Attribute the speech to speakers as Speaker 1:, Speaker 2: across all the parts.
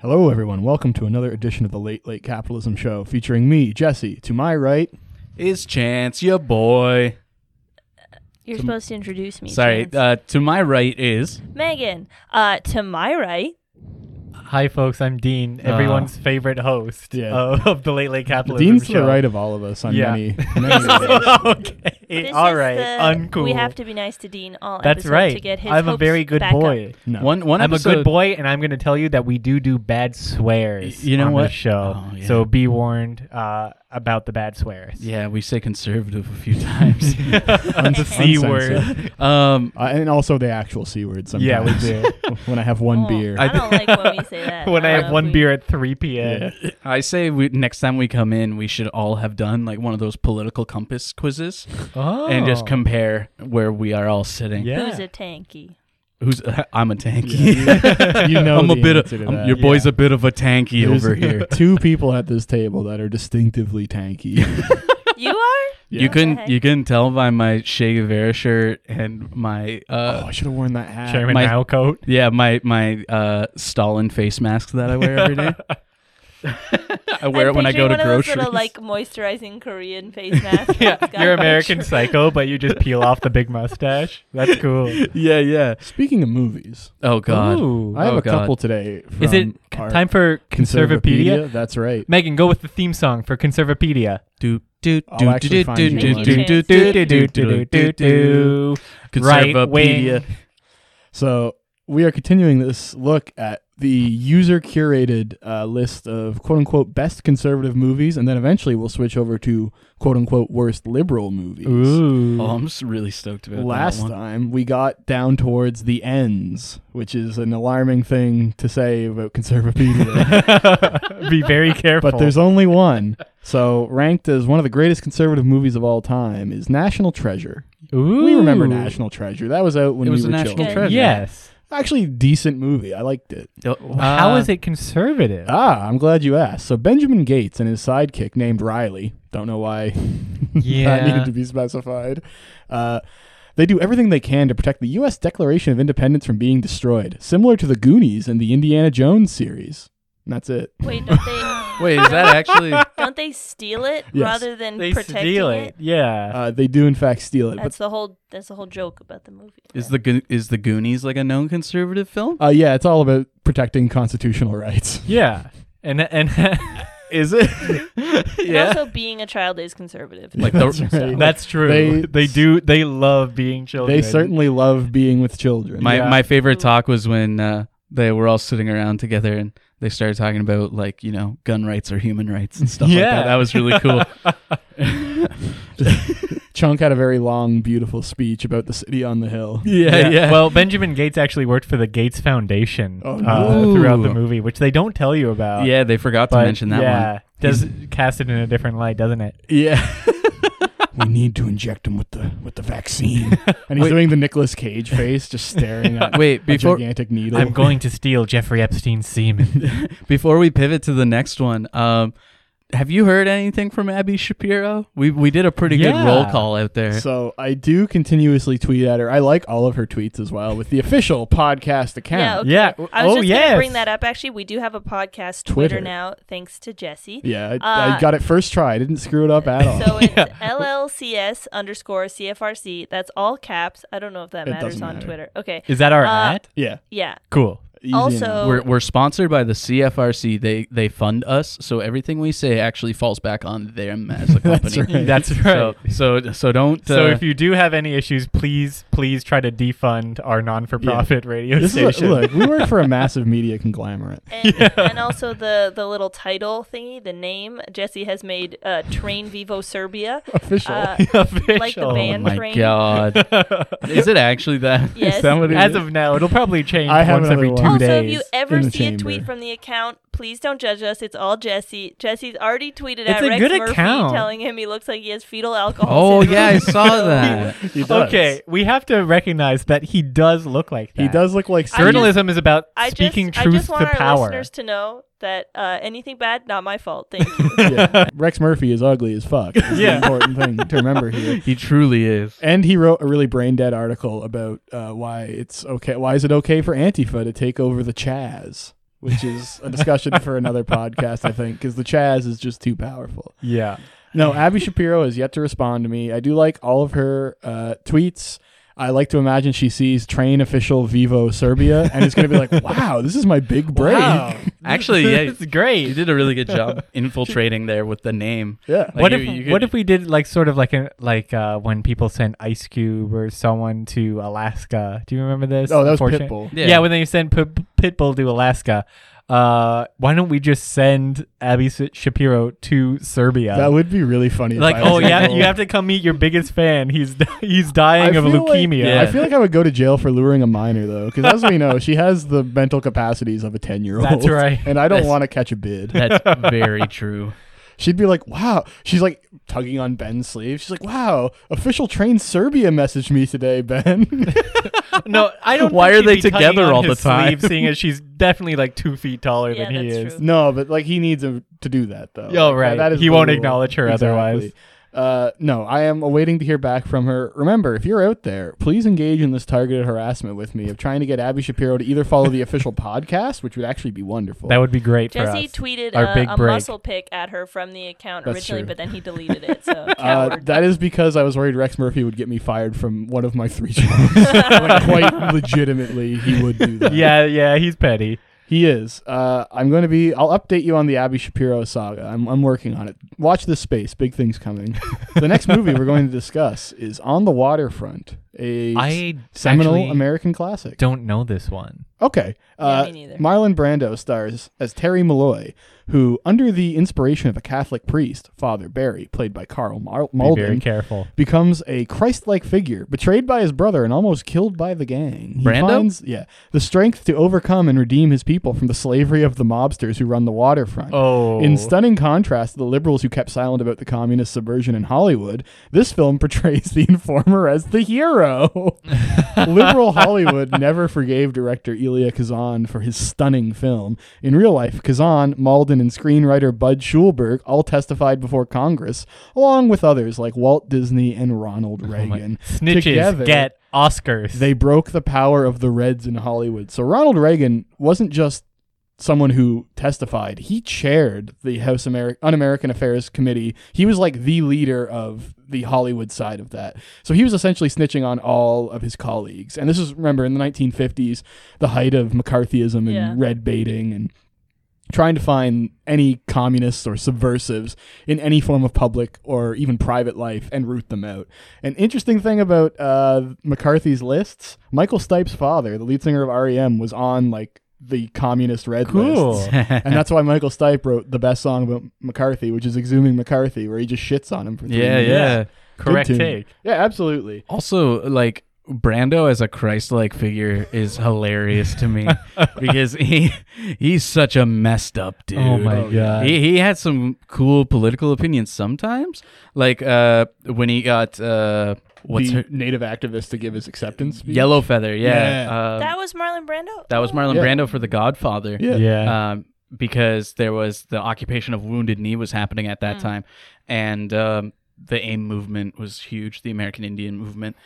Speaker 1: Hello, everyone. Welcome to another edition of the Late Late Capitalism Show featuring me, Jesse. To my right,
Speaker 2: It's Chance, your boy.
Speaker 3: You're
Speaker 2: To m-
Speaker 3: supposed to introduce me.
Speaker 2: Sorry,
Speaker 3: Chance.
Speaker 2: uh, to my right is
Speaker 3: Megan. Uh, to my right,
Speaker 4: Hi, folks. I'm Dean,
Speaker 2: Uh,
Speaker 4: everyone's favorite host
Speaker 1: Yeah.
Speaker 4: of, of the Late Late Capitalism
Speaker 1: Dean's to
Speaker 4: show.
Speaker 1: the right of all of us on
Speaker 4: Yeah.
Speaker 1: many, many ways.
Speaker 4: okay.
Speaker 3: This
Speaker 4: Eh, All
Speaker 3: is
Speaker 4: right.
Speaker 3: the-
Speaker 4: Uncool.
Speaker 3: We have to be nice to Dean all
Speaker 4: That's
Speaker 3: episode
Speaker 4: right.
Speaker 3: to get his
Speaker 4: I'm a
Speaker 3: hopes
Speaker 4: very good
Speaker 3: back up.
Speaker 4: boy.
Speaker 1: No.
Speaker 2: one. One.
Speaker 4: I'm a
Speaker 2: episode-
Speaker 4: good boy, and I'm going to tell you that we do do bad swears.
Speaker 2: Y- you know
Speaker 4: on
Speaker 2: what?
Speaker 4: This show,
Speaker 2: Oh, yeah.
Speaker 4: so be warned uh, about the bad swears.
Speaker 2: Yeah, we say conservative a few times.
Speaker 1: Unc-
Speaker 4: C
Speaker 1: uncensored.
Speaker 4: word.
Speaker 2: um,
Speaker 1: Uh, and also the actual C word sometimes.
Speaker 4: Yeah, we do.
Speaker 1: when I have one
Speaker 3: Oh,
Speaker 1: beer.
Speaker 3: I don't like when we say that.
Speaker 4: when I
Speaker 3: Uh,
Speaker 4: have one
Speaker 3: we-
Speaker 4: beer at 3 p.m.
Speaker 1: Yeah.
Speaker 2: I say we, next time we come in, we should all have done like one of those political compass quizzes
Speaker 4: Oh.
Speaker 2: and just compare where we are all sitting.
Speaker 4: Yeah.
Speaker 3: Who's a tanky?
Speaker 2: Who's I'm a tanky.
Speaker 1: You know
Speaker 2: I'm a
Speaker 1: the
Speaker 2: bit of
Speaker 1: answer to
Speaker 2: I'm-
Speaker 1: that.
Speaker 2: your boy's
Speaker 4: Yeah.
Speaker 2: a bit of a tanky
Speaker 1: There's
Speaker 2: over here.
Speaker 1: Two people at this table that are distinctively tanky.
Speaker 3: You are?
Speaker 2: You
Speaker 1: Yeah.
Speaker 2: can
Speaker 3: Okay.
Speaker 2: you can tell by my Che Guevara shirt and my uh,
Speaker 1: oh, I should have worn that hat.
Speaker 4: Chairman
Speaker 2: my-
Speaker 4: Mao coat.
Speaker 3: Oh,
Speaker 2: Yeah, my my uh, Stalin face mask that I wear every day. I wear it
Speaker 3: I'm
Speaker 2: when I go
Speaker 3: picturing
Speaker 2: to
Speaker 3: one of those
Speaker 2: groceries.
Speaker 3: little, like moisturizing Korean face mask.
Speaker 4: Yeah,
Speaker 3: It's got
Speaker 4: you're
Speaker 3: a bunch
Speaker 4: American
Speaker 3: of-
Speaker 4: Psycho, but you just peel off the big mustache. That's cool.
Speaker 2: yeah, yeah.
Speaker 1: Speaking of movies,
Speaker 2: Oh God.
Speaker 4: Ooh.
Speaker 1: I have
Speaker 2: Oh,
Speaker 1: a
Speaker 2: God.
Speaker 1: couple today. From
Speaker 4: Is it c-
Speaker 1: our
Speaker 4: time for Conservapedia?
Speaker 1: That's right.
Speaker 4: Megan, go with the theme song for Conservapedia.
Speaker 2: Do do
Speaker 1: I'll
Speaker 2: do
Speaker 1: actually
Speaker 2: do
Speaker 1: find
Speaker 2: do
Speaker 1: you
Speaker 2: do
Speaker 3: one.
Speaker 2: do do do do do do do do.
Speaker 4: Right wing.
Speaker 2: Conservapedia.
Speaker 1: So we are continuing this look at the user curated uh, list of quote unquote best conservative movies, and then eventually we'll switch over to quote unquote worst liberal movies.
Speaker 4: Ooh.
Speaker 2: Oh, I'm s- really stoked about
Speaker 1: Last
Speaker 2: that one.
Speaker 1: time we got down towards the ends, which is an alarming thing to say about Conservapedia.
Speaker 4: Be very careful.
Speaker 1: but there's only one. So, ranked as one of the greatest conservative movies of all time is National Treasure.
Speaker 4: Ooh.
Speaker 1: We remember National Treasure. That was out when
Speaker 2: It was
Speaker 1: we
Speaker 2: a
Speaker 1: were
Speaker 2: national
Speaker 1: children.
Speaker 3: Treasure.
Speaker 4: Yes.
Speaker 1: Actually, decent movie. I liked it.
Speaker 2: Uh,
Speaker 4: How is it conservative?
Speaker 1: Ah, I'm glad you asked. So Benjamin Gates and his sidekick named Riley, don't know why that needed
Speaker 4: yeah.
Speaker 1: to be specified, uh, they do everything they can to protect the U.S. Declaration of Independence from being destroyed, similar to the Goonies and the Indiana Jones series. And that's it.
Speaker 3: Wait, don't they?
Speaker 2: Wait, is that actually?
Speaker 3: Don't they steal it
Speaker 1: Yes.
Speaker 3: rather than
Speaker 4: They
Speaker 3: protecting
Speaker 4: steal
Speaker 3: it?
Speaker 4: it. Yeah.
Speaker 1: Uh, they do, in fact, steal it.
Speaker 3: That's the whole. That's the whole joke about the movie.
Speaker 2: Is the Go- is the Goonies like a known conservative film?
Speaker 1: But, uh, yeah, it's all about protecting constitutional rights.
Speaker 4: yeah. And and
Speaker 2: Is it?
Speaker 3: And
Speaker 2: yeah.
Speaker 3: also, being a child is conservative.
Speaker 2: Like the-
Speaker 1: That's right.
Speaker 4: that's true.
Speaker 1: They-
Speaker 4: They, do they love being children.
Speaker 1: They certainly love being with children.
Speaker 2: My
Speaker 4: Yeah.
Speaker 2: my favorite
Speaker 4: Mm-hmm.
Speaker 2: talk was when uh, they were all sitting around together and they started talking about like you know gun rights or human rights and stuff like
Speaker 4: Yeah.
Speaker 2: that. That was really cool.
Speaker 1: Chunk had a very long, beautiful speech about the city on the hill.
Speaker 2: yeah,
Speaker 4: Well, Benjamin Gates actually worked for the Gates Foundation
Speaker 1: Oh,
Speaker 4: uh,
Speaker 2: no.
Speaker 4: throughout
Speaker 2: Ooh.
Speaker 4: the movie, which they don't tell you about.
Speaker 2: yeah, they forgot to
Speaker 4: but
Speaker 2: mention that
Speaker 4: yeah,
Speaker 2: one.
Speaker 4: does cast it in a different light, doesn't it?
Speaker 1: Yeah. we need to inject him with the with the vaccine. And he's
Speaker 2: Wait.
Speaker 1: doing the Nicolas Cage face, just staring at
Speaker 2: Wait,
Speaker 1: a
Speaker 2: before
Speaker 1: gigantic needle.
Speaker 4: I'm going to steal Jeffrey Epstein's semen.
Speaker 2: before we pivot to the next one, um, have you heard anything from Abby Shapiro? We we did a pretty good
Speaker 4: Yeah.
Speaker 2: roll call out there.
Speaker 1: so I do continuously tweet at her. I like all of her tweets as well with the official podcast
Speaker 3: Yeah.
Speaker 1: account.
Speaker 3: Okay.
Speaker 4: Yeah.
Speaker 3: I was
Speaker 4: Oh,
Speaker 3: just
Speaker 4: yes.
Speaker 3: gonna bring that up. Actually, we do have a podcast Twitter,
Speaker 1: Twitter.
Speaker 3: now, thanks to Jesse.
Speaker 1: Yeah, I, I
Speaker 3: Uh,
Speaker 1: got it first try. I didn't screw it up at all.
Speaker 3: So it's
Speaker 4: Yeah.
Speaker 3: LLCS underscore CFRC. That's all caps. I don't know if that
Speaker 1: It
Speaker 3: matters
Speaker 1: doesn't
Speaker 3: on
Speaker 1: matter.
Speaker 3: Twitter. Okay.
Speaker 4: Is that our
Speaker 3: Uh,
Speaker 4: ad?
Speaker 1: yeah.
Speaker 3: Yeah.
Speaker 4: Cool.
Speaker 1: easy
Speaker 3: also,
Speaker 1: enough.
Speaker 2: We're, we're sponsored by the CFRC. They they fund us, so everything we say actually falls back on them as a company.
Speaker 1: right.
Speaker 4: That's right.
Speaker 2: So
Speaker 4: So,
Speaker 2: so so don't. uh,
Speaker 4: if you do have any issues, please, please try to defund our non-for-profit radio
Speaker 1: this is a,
Speaker 4: station.
Speaker 1: look, we work for a massive media conglomerate.
Speaker 3: And, and also the the little title thingy, the name Jesse has made uh, Train Vivo Serbia,
Speaker 1: Official.
Speaker 3: uh,
Speaker 4: Official.
Speaker 3: like the
Speaker 2: oh
Speaker 3: band
Speaker 2: my
Speaker 3: Train.
Speaker 2: god, is it actually that? is
Speaker 3: Yes.
Speaker 2: that what it
Speaker 4: As
Speaker 2: is?
Speaker 4: of now, it'll probably change
Speaker 1: I have
Speaker 4: once every
Speaker 1: another
Speaker 4: two
Speaker 1: one.
Speaker 3: Also,
Speaker 4: days.
Speaker 3: if you ever
Speaker 1: in the
Speaker 3: see a tweet
Speaker 1: chamber.
Speaker 3: from the account, please don't judge us. It's all Jesse. Jesse's already tweeted
Speaker 4: It's
Speaker 3: at
Speaker 4: a
Speaker 3: Rex
Speaker 4: good
Speaker 3: Murphy,
Speaker 4: account.
Speaker 3: telling him he looks like he has fetal alcohol.
Speaker 2: Oh yeah, I
Speaker 3: syndrome.
Speaker 2: saw that.
Speaker 1: He does.
Speaker 4: okay, we have to recognize that he does look like that.
Speaker 1: He does look like
Speaker 3: I just-
Speaker 4: Journalism is about
Speaker 3: I
Speaker 4: speaking
Speaker 3: just,
Speaker 4: truth
Speaker 3: I just want
Speaker 4: to
Speaker 3: our
Speaker 4: power.
Speaker 3: listeners to know that uh, anything bad, not my fault. Thank you.
Speaker 1: Yeah. Rex Murphy is ugly as fuck. It's
Speaker 4: Yeah.
Speaker 1: an important thing to remember here.
Speaker 2: He truly is.
Speaker 1: And he wrote a really brain dead article about uh, why it's okay. Why is it okay for Antifa to take over the Chaz? which is a discussion for another podcast, I think, because the Chaz is just too powerful.
Speaker 4: Yeah.
Speaker 1: No, Abby Shapiro has yet to respond to me. I do like all of her uh, tweets. I like to imagine she sees train official Vivo Serbia and is going to be like, wow, this is my big break.
Speaker 2: Actually, yeah,
Speaker 4: it's great.
Speaker 2: you did a really good job infiltrating there with the name.
Speaker 1: Yeah.
Speaker 2: Like,
Speaker 4: what
Speaker 2: you-
Speaker 4: if
Speaker 2: you
Speaker 4: what
Speaker 2: could-
Speaker 4: if we did like sort of like a, like uh, when people sent Ice Cube or someone to Alaska? Do you remember this?
Speaker 1: Oh, that was
Speaker 4: Unfortunate-
Speaker 1: Pitbull.
Speaker 2: Yeah.
Speaker 4: Yeah. when they send Pit- Pitbull to Alaska, uh, why don't we just send Abby S- Shapiro to Serbia?
Speaker 1: That would be really funny. if
Speaker 4: like,
Speaker 1: I was
Speaker 4: oh yeah,
Speaker 1: Pitbull.
Speaker 4: you have to come meet your biggest fan. He's he's
Speaker 1: I
Speaker 4: dying of
Speaker 1: feel like-
Speaker 4: leukemia.
Speaker 2: Yeah.
Speaker 1: I feel like I would go to jail for luring a minor, though, because as we know, she has the mental capacities of a 10 year old.
Speaker 4: That's right.
Speaker 1: And I don't
Speaker 2: That's-
Speaker 1: want to catch a bid.
Speaker 2: That's very true.
Speaker 1: She'd be like, wow. She's like tugging on Ben's sleeve. She's like, wow, official train Serbia messaged me today, Ben.
Speaker 4: No, I don't.
Speaker 2: Why
Speaker 4: think
Speaker 2: are
Speaker 4: he'd
Speaker 2: they
Speaker 4: be tugging
Speaker 2: together
Speaker 4: on
Speaker 2: all
Speaker 4: his
Speaker 2: the time?
Speaker 4: sleeve, seeing as she's definitely like two feet taller
Speaker 3: Yeah,
Speaker 4: than he
Speaker 3: that's
Speaker 4: is.
Speaker 3: true.
Speaker 1: no, but like he needs a, to do that, though.
Speaker 4: Yeah,
Speaker 1: Like,
Speaker 4: Oh, right. He
Speaker 1: the
Speaker 4: won't
Speaker 1: rule.
Speaker 4: acknowledge her otherwise.
Speaker 1: Uh, no, I am awaiting to hear back from her. Remember, if you're out there, please engage in this targeted harassment with me of trying to get Abby Shapiro to either follow the official podcast, which would actually be wonderful.
Speaker 4: That would be great for
Speaker 3: Jesse
Speaker 4: us.
Speaker 3: tweeted
Speaker 4: Our big
Speaker 3: a, a
Speaker 4: break.
Speaker 3: muscle pic at her from the account
Speaker 1: That's
Speaker 3: originally,
Speaker 1: true.
Speaker 3: but then he deleted it. So
Speaker 1: Uh,
Speaker 3: coward.
Speaker 1: that is because I was worried Rex Murphy would get me fired from one of my three jobs. Like, quite legitimately, he would do that.
Speaker 4: yeah, yeah, he's petty.
Speaker 1: he is. Uh, I'm going to be. I'll update you on the Abby Shapiro saga. I'm, I'm working on it. Watch this space. Big things coming. the next movie we're going to discuss is On the Waterfront, a s-
Speaker 4: I
Speaker 1: seminal
Speaker 4: actually
Speaker 1: American classic.
Speaker 4: don't know this one.
Speaker 1: Okay. Uh,
Speaker 3: me neither.
Speaker 1: Marlon Brando stars as Terry Malloy, who, under the inspiration of a Catholic priest, Father Barry, played by Carl Mar-
Speaker 4: Be very
Speaker 1: Malden,
Speaker 4: careful.
Speaker 1: becomes a Christ-like figure, betrayed by his brother and almost killed by the gang. He
Speaker 2: Brando?
Speaker 1: finds yeah, the strength to overcome and redeem his people from the slavery of the mobsters who run the waterfront.
Speaker 4: Oh,
Speaker 1: In stunning contrast to the liberals who kept silent about the communist subversion in Hollywood, this film portrays the informer as the hero. Liberal Hollywood never forgave director Elia Kazan for his stunning film. In real life, Kazan, Malden, and screenwriter Bud Schulberg all testified before Congress, along with others like Walt Disney and Ronald Reagan.
Speaker 4: Oh snitches
Speaker 1: Together,
Speaker 4: get Oscars.
Speaker 1: they broke the power of the Reds in Hollywood. So Ronald Reagan wasn't just someone who testified. He chaired the House Ameri- Un-American Affairs Committee. He was like the leader of the Hollywood side of that. So he was essentially snitching on all of his colleagues. And this is remember in the 1950s, the height of McCarthyism and
Speaker 3: Yeah.
Speaker 1: red baiting and trying to find any communists or subversives in any form of public or even private life and root them out. An interesting thing about uh, McCarthy's lists: Michael Stipe's father, the lead singer of REM, was on like the communist red
Speaker 4: cool.
Speaker 1: lists. and that's why Michael Stipe wrote the best song about McCarthy, which is "Exhuming McCarthy," where he just shits on him for three
Speaker 2: Yeah,
Speaker 1: minutes.
Speaker 2: yeah.
Speaker 1: Good
Speaker 4: Correct
Speaker 1: tune.
Speaker 4: take.
Speaker 1: Yeah, absolutely.
Speaker 2: Also, like Brando as a Christ-like figure is hilarious to me because he he's such a messed up dude.
Speaker 4: Oh my
Speaker 1: Oh, yeah.
Speaker 4: god.
Speaker 2: He, he had some cool political opinions sometimes, like uh, when he got uh, what's
Speaker 1: the
Speaker 2: her
Speaker 1: native activist to give his acceptance speech.
Speaker 2: yellow feather, yeah.
Speaker 1: Yeah.
Speaker 2: Um,
Speaker 3: that was Marlon Brando.
Speaker 2: that was Marlon
Speaker 1: Yeah.
Speaker 2: Brando for The Godfather.
Speaker 1: Yeah.
Speaker 4: yeah.
Speaker 2: um, because there was the occupation of Wounded Knee was happening at
Speaker 3: Hmm.
Speaker 2: that time, and um, the AIM movement was huge, the American Indian movement.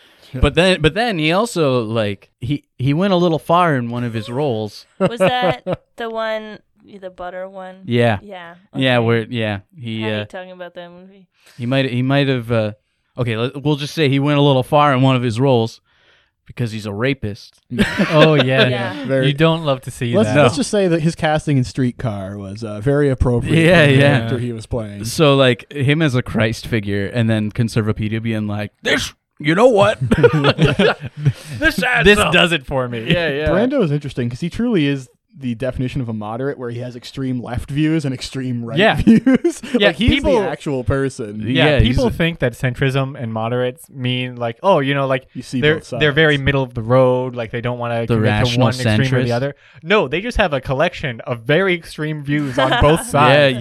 Speaker 2: But then, but then he also like he he went a little far in one of his roles.
Speaker 3: Was that the one, the butter one?
Speaker 2: Yeah,
Speaker 3: Yeah.
Speaker 2: yeah,
Speaker 3: okay.
Speaker 2: where yeah he
Speaker 3: How are you
Speaker 2: uh,
Speaker 3: talking about that movie?
Speaker 2: he might he might have uh, okay. Let, we'll just say he went a little far in one of his roles because he's a rapist.
Speaker 4: oh yeah.
Speaker 3: Yeah.
Speaker 1: Very-
Speaker 4: You don't love to see
Speaker 1: Let's,
Speaker 4: that.
Speaker 1: let's just say that his casting in Streetcar was uh, very appropriate.
Speaker 2: Yeah,
Speaker 1: for the
Speaker 2: yeah.
Speaker 1: Character he was playing.
Speaker 2: So like him as a Christ figure, and then Conservapedia being like this. You know what? this adds
Speaker 4: this
Speaker 2: up.
Speaker 4: does it for me.
Speaker 2: yeah, yeah.
Speaker 1: Brando is interesting because he truly is the definition of a moderate, where he has extreme left views and extreme right
Speaker 4: Yeah.
Speaker 1: views.
Speaker 4: Yeah,
Speaker 1: like he's
Speaker 4: people-
Speaker 1: the actual person.
Speaker 4: Yeah,
Speaker 2: Yeah, he's
Speaker 4: people
Speaker 2: a-
Speaker 4: think that centrism and moderates mean like, oh, you know, like
Speaker 1: You see
Speaker 4: they're
Speaker 1: both sides.
Speaker 4: they're very middle of the road, like they don't want to commit to
Speaker 2: rational
Speaker 4: one extreme or
Speaker 2: centrist.
Speaker 4: the other. No, they just have a collection of very extreme views on both sides.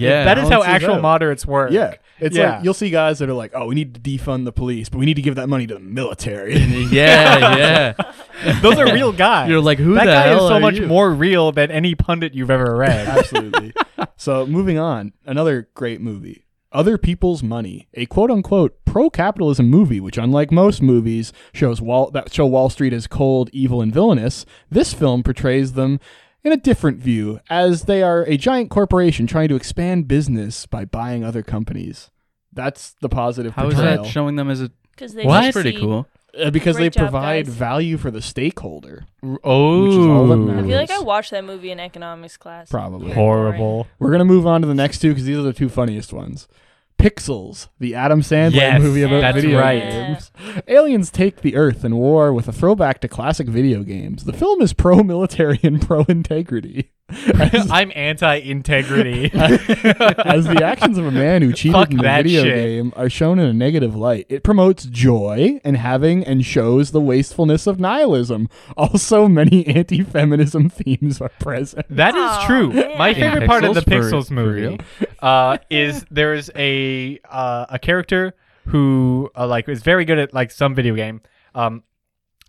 Speaker 2: Yeah, yeah.
Speaker 4: That is how
Speaker 1: Balances
Speaker 4: actual
Speaker 1: out.
Speaker 4: moderates work.
Speaker 1: Yeah, it's
Speaker 4: Yeah.
Speaker 1: like you'll see guys that are like, "Oh, we need to defund the police, but we need to give that money to the military."
Speaker 2: yeah, yeah.
Speaker 4: Those are real guys.
Speaker 2: You're like, who
Speaker 4: that
Speaker 2: the
Speaker 4: guy
Speaker 2: hell
Speaker 4: is so
Speaker 2: are
Speaker 4: much
Speaker 2: you?
Speaker 4: more real than any pundit you've ever read.
Speaker 1: Absolutely. so moving on, another great movie. Other People's Money, a quote-unquote pro-capitalism movie, which, unlike most movies, shows Wall that show Wall Street as cold, evil, and villainous. This film portrays them in a different view, as they are a giant corporation trying to expand business by buying other companies. That's the positive
Speaker 2: How is
Speaker 1: portrayal.
Speaker 2: that showing them as a?
Speaker 3: because they
Speaker 2: That's
Speaker 3: succeed.
Speaker 2: pretty cool.
Speaker 1: Uh, because
Speaker 3: Great
Speaker 1: they
Speaker 3: job,
Speaker 1: provide
Speaker 3: guys.
Speaker 1: value for the stakeholder.
Speaker 2: Oh,
Speaker 1: Which is all that matters.
Speaker 3: I feel like I watched that movie in economics class.
Speaker 1: Probably.
Speaker 3: Very boring.
Speaker 4: Horrible.
Speaker 1: We're gonna move on to the next two because these are the two funniest ones. Pixels, the Adam Sandler
Speaker 4: Yes,
Speaker 1: movie about
Speaker 4: that's
Speaker 1: video
Speaker 4: right.
Speaker 1: games. Aliens take the Earth in war with a throwback to classic video games. The film is pro-military and pro-integrity, as,
Speaker 4: I'm anti-integrity.
Speaker 1: as the actions of a man who cheated
Speaker 4: Fuck
Speaker 1: in the
Speaker 4: that
Speaker 1: video
Speaker 4: shit.
Speaker 1: game are shown in a negative light. It promotes joy and having and shows the wastefulness of nihilism. Also, many anti-feminism themes are present.
Speaker 4: That is
Speaker 3: Aw,
Speaker 4: true.
Speaker 3: man.
Speaker 4: My
Speaker 3: In
Speaker 4: favorite part of
Speaker 2: Pixels
Speaker 4: the
Speaker 2: for-
Speaker 4: Pixels
Speaker 2: for
Speaker 4: movie
Speaker 2: real?
Speaker 4: uh, is there is a uh, a character who uh, like is very good at like some video game, um,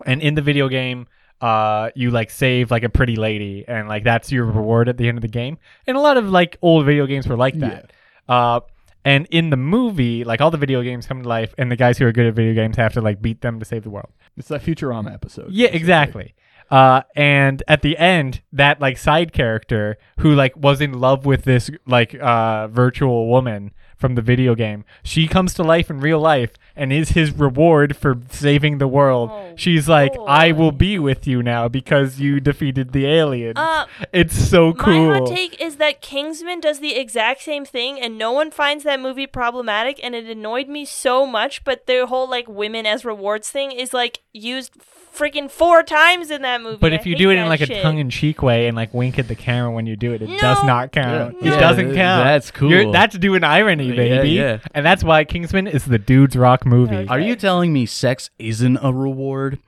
Speaker 4: and in the video game. Uh, you like save like a pretty lady, and like that's your reward at the end of the game. And a lot of like old video games were like that. Uh, and in the movie, like all the video games come to life, and the guys who are good at video games have to like beat them to save the world.
Speaker 1: It's that Futurama episode.
Speaker 4: Yeah, exactly. Uh, and at the end, that like side character who like was in love with this like uh, virtual woman from the video game, she comes to life in real life and is his reward for saving the world.
Speaker 3: Oh,
Speaker 4: She's like, "I will
Speaker 3: boy.
Speaker 4: be with you now because you defeated the alien."
Speaker 3: Uh,
Speaker 4: it's so cool.
Speaker 3: My hot take is that Kingsman does the exact same thing, and no one finds that movie problematic, and it annoyed me so much. But the whole like women as rewards thing is like used freaking four times in that movie.
Speaker 4: but
Speaker 3: I
Speaker 4: if you
Speaker 3: hate
Speaker 4: do it in
Speaker 3: that
Speaker 4: like
Speaker 3: shit.
Speaker 4: a tongue-in-cheek way and like wink at the camera when you do it, it does
Speaker 3: No.
Speaker 4: not count.
Speaker 1: Yeah.
Speaker 4: It
Speaker 1: Yeah,
Speaker 4: doesn't
Speaker 2: th-
Speaker 4: count.
Speaker 2: that's
Speaker 4: You're,
Speaker 2: cool.
Speaker 4: that's doing irony,
Speaker 2: Yeah,
Speaker 4: baby.
Speaker 2: yeah.
Speaker 4: And that's why Kingsman is the dude's rock movie.
Speaker 2: Are you telling me sex isn't a reward?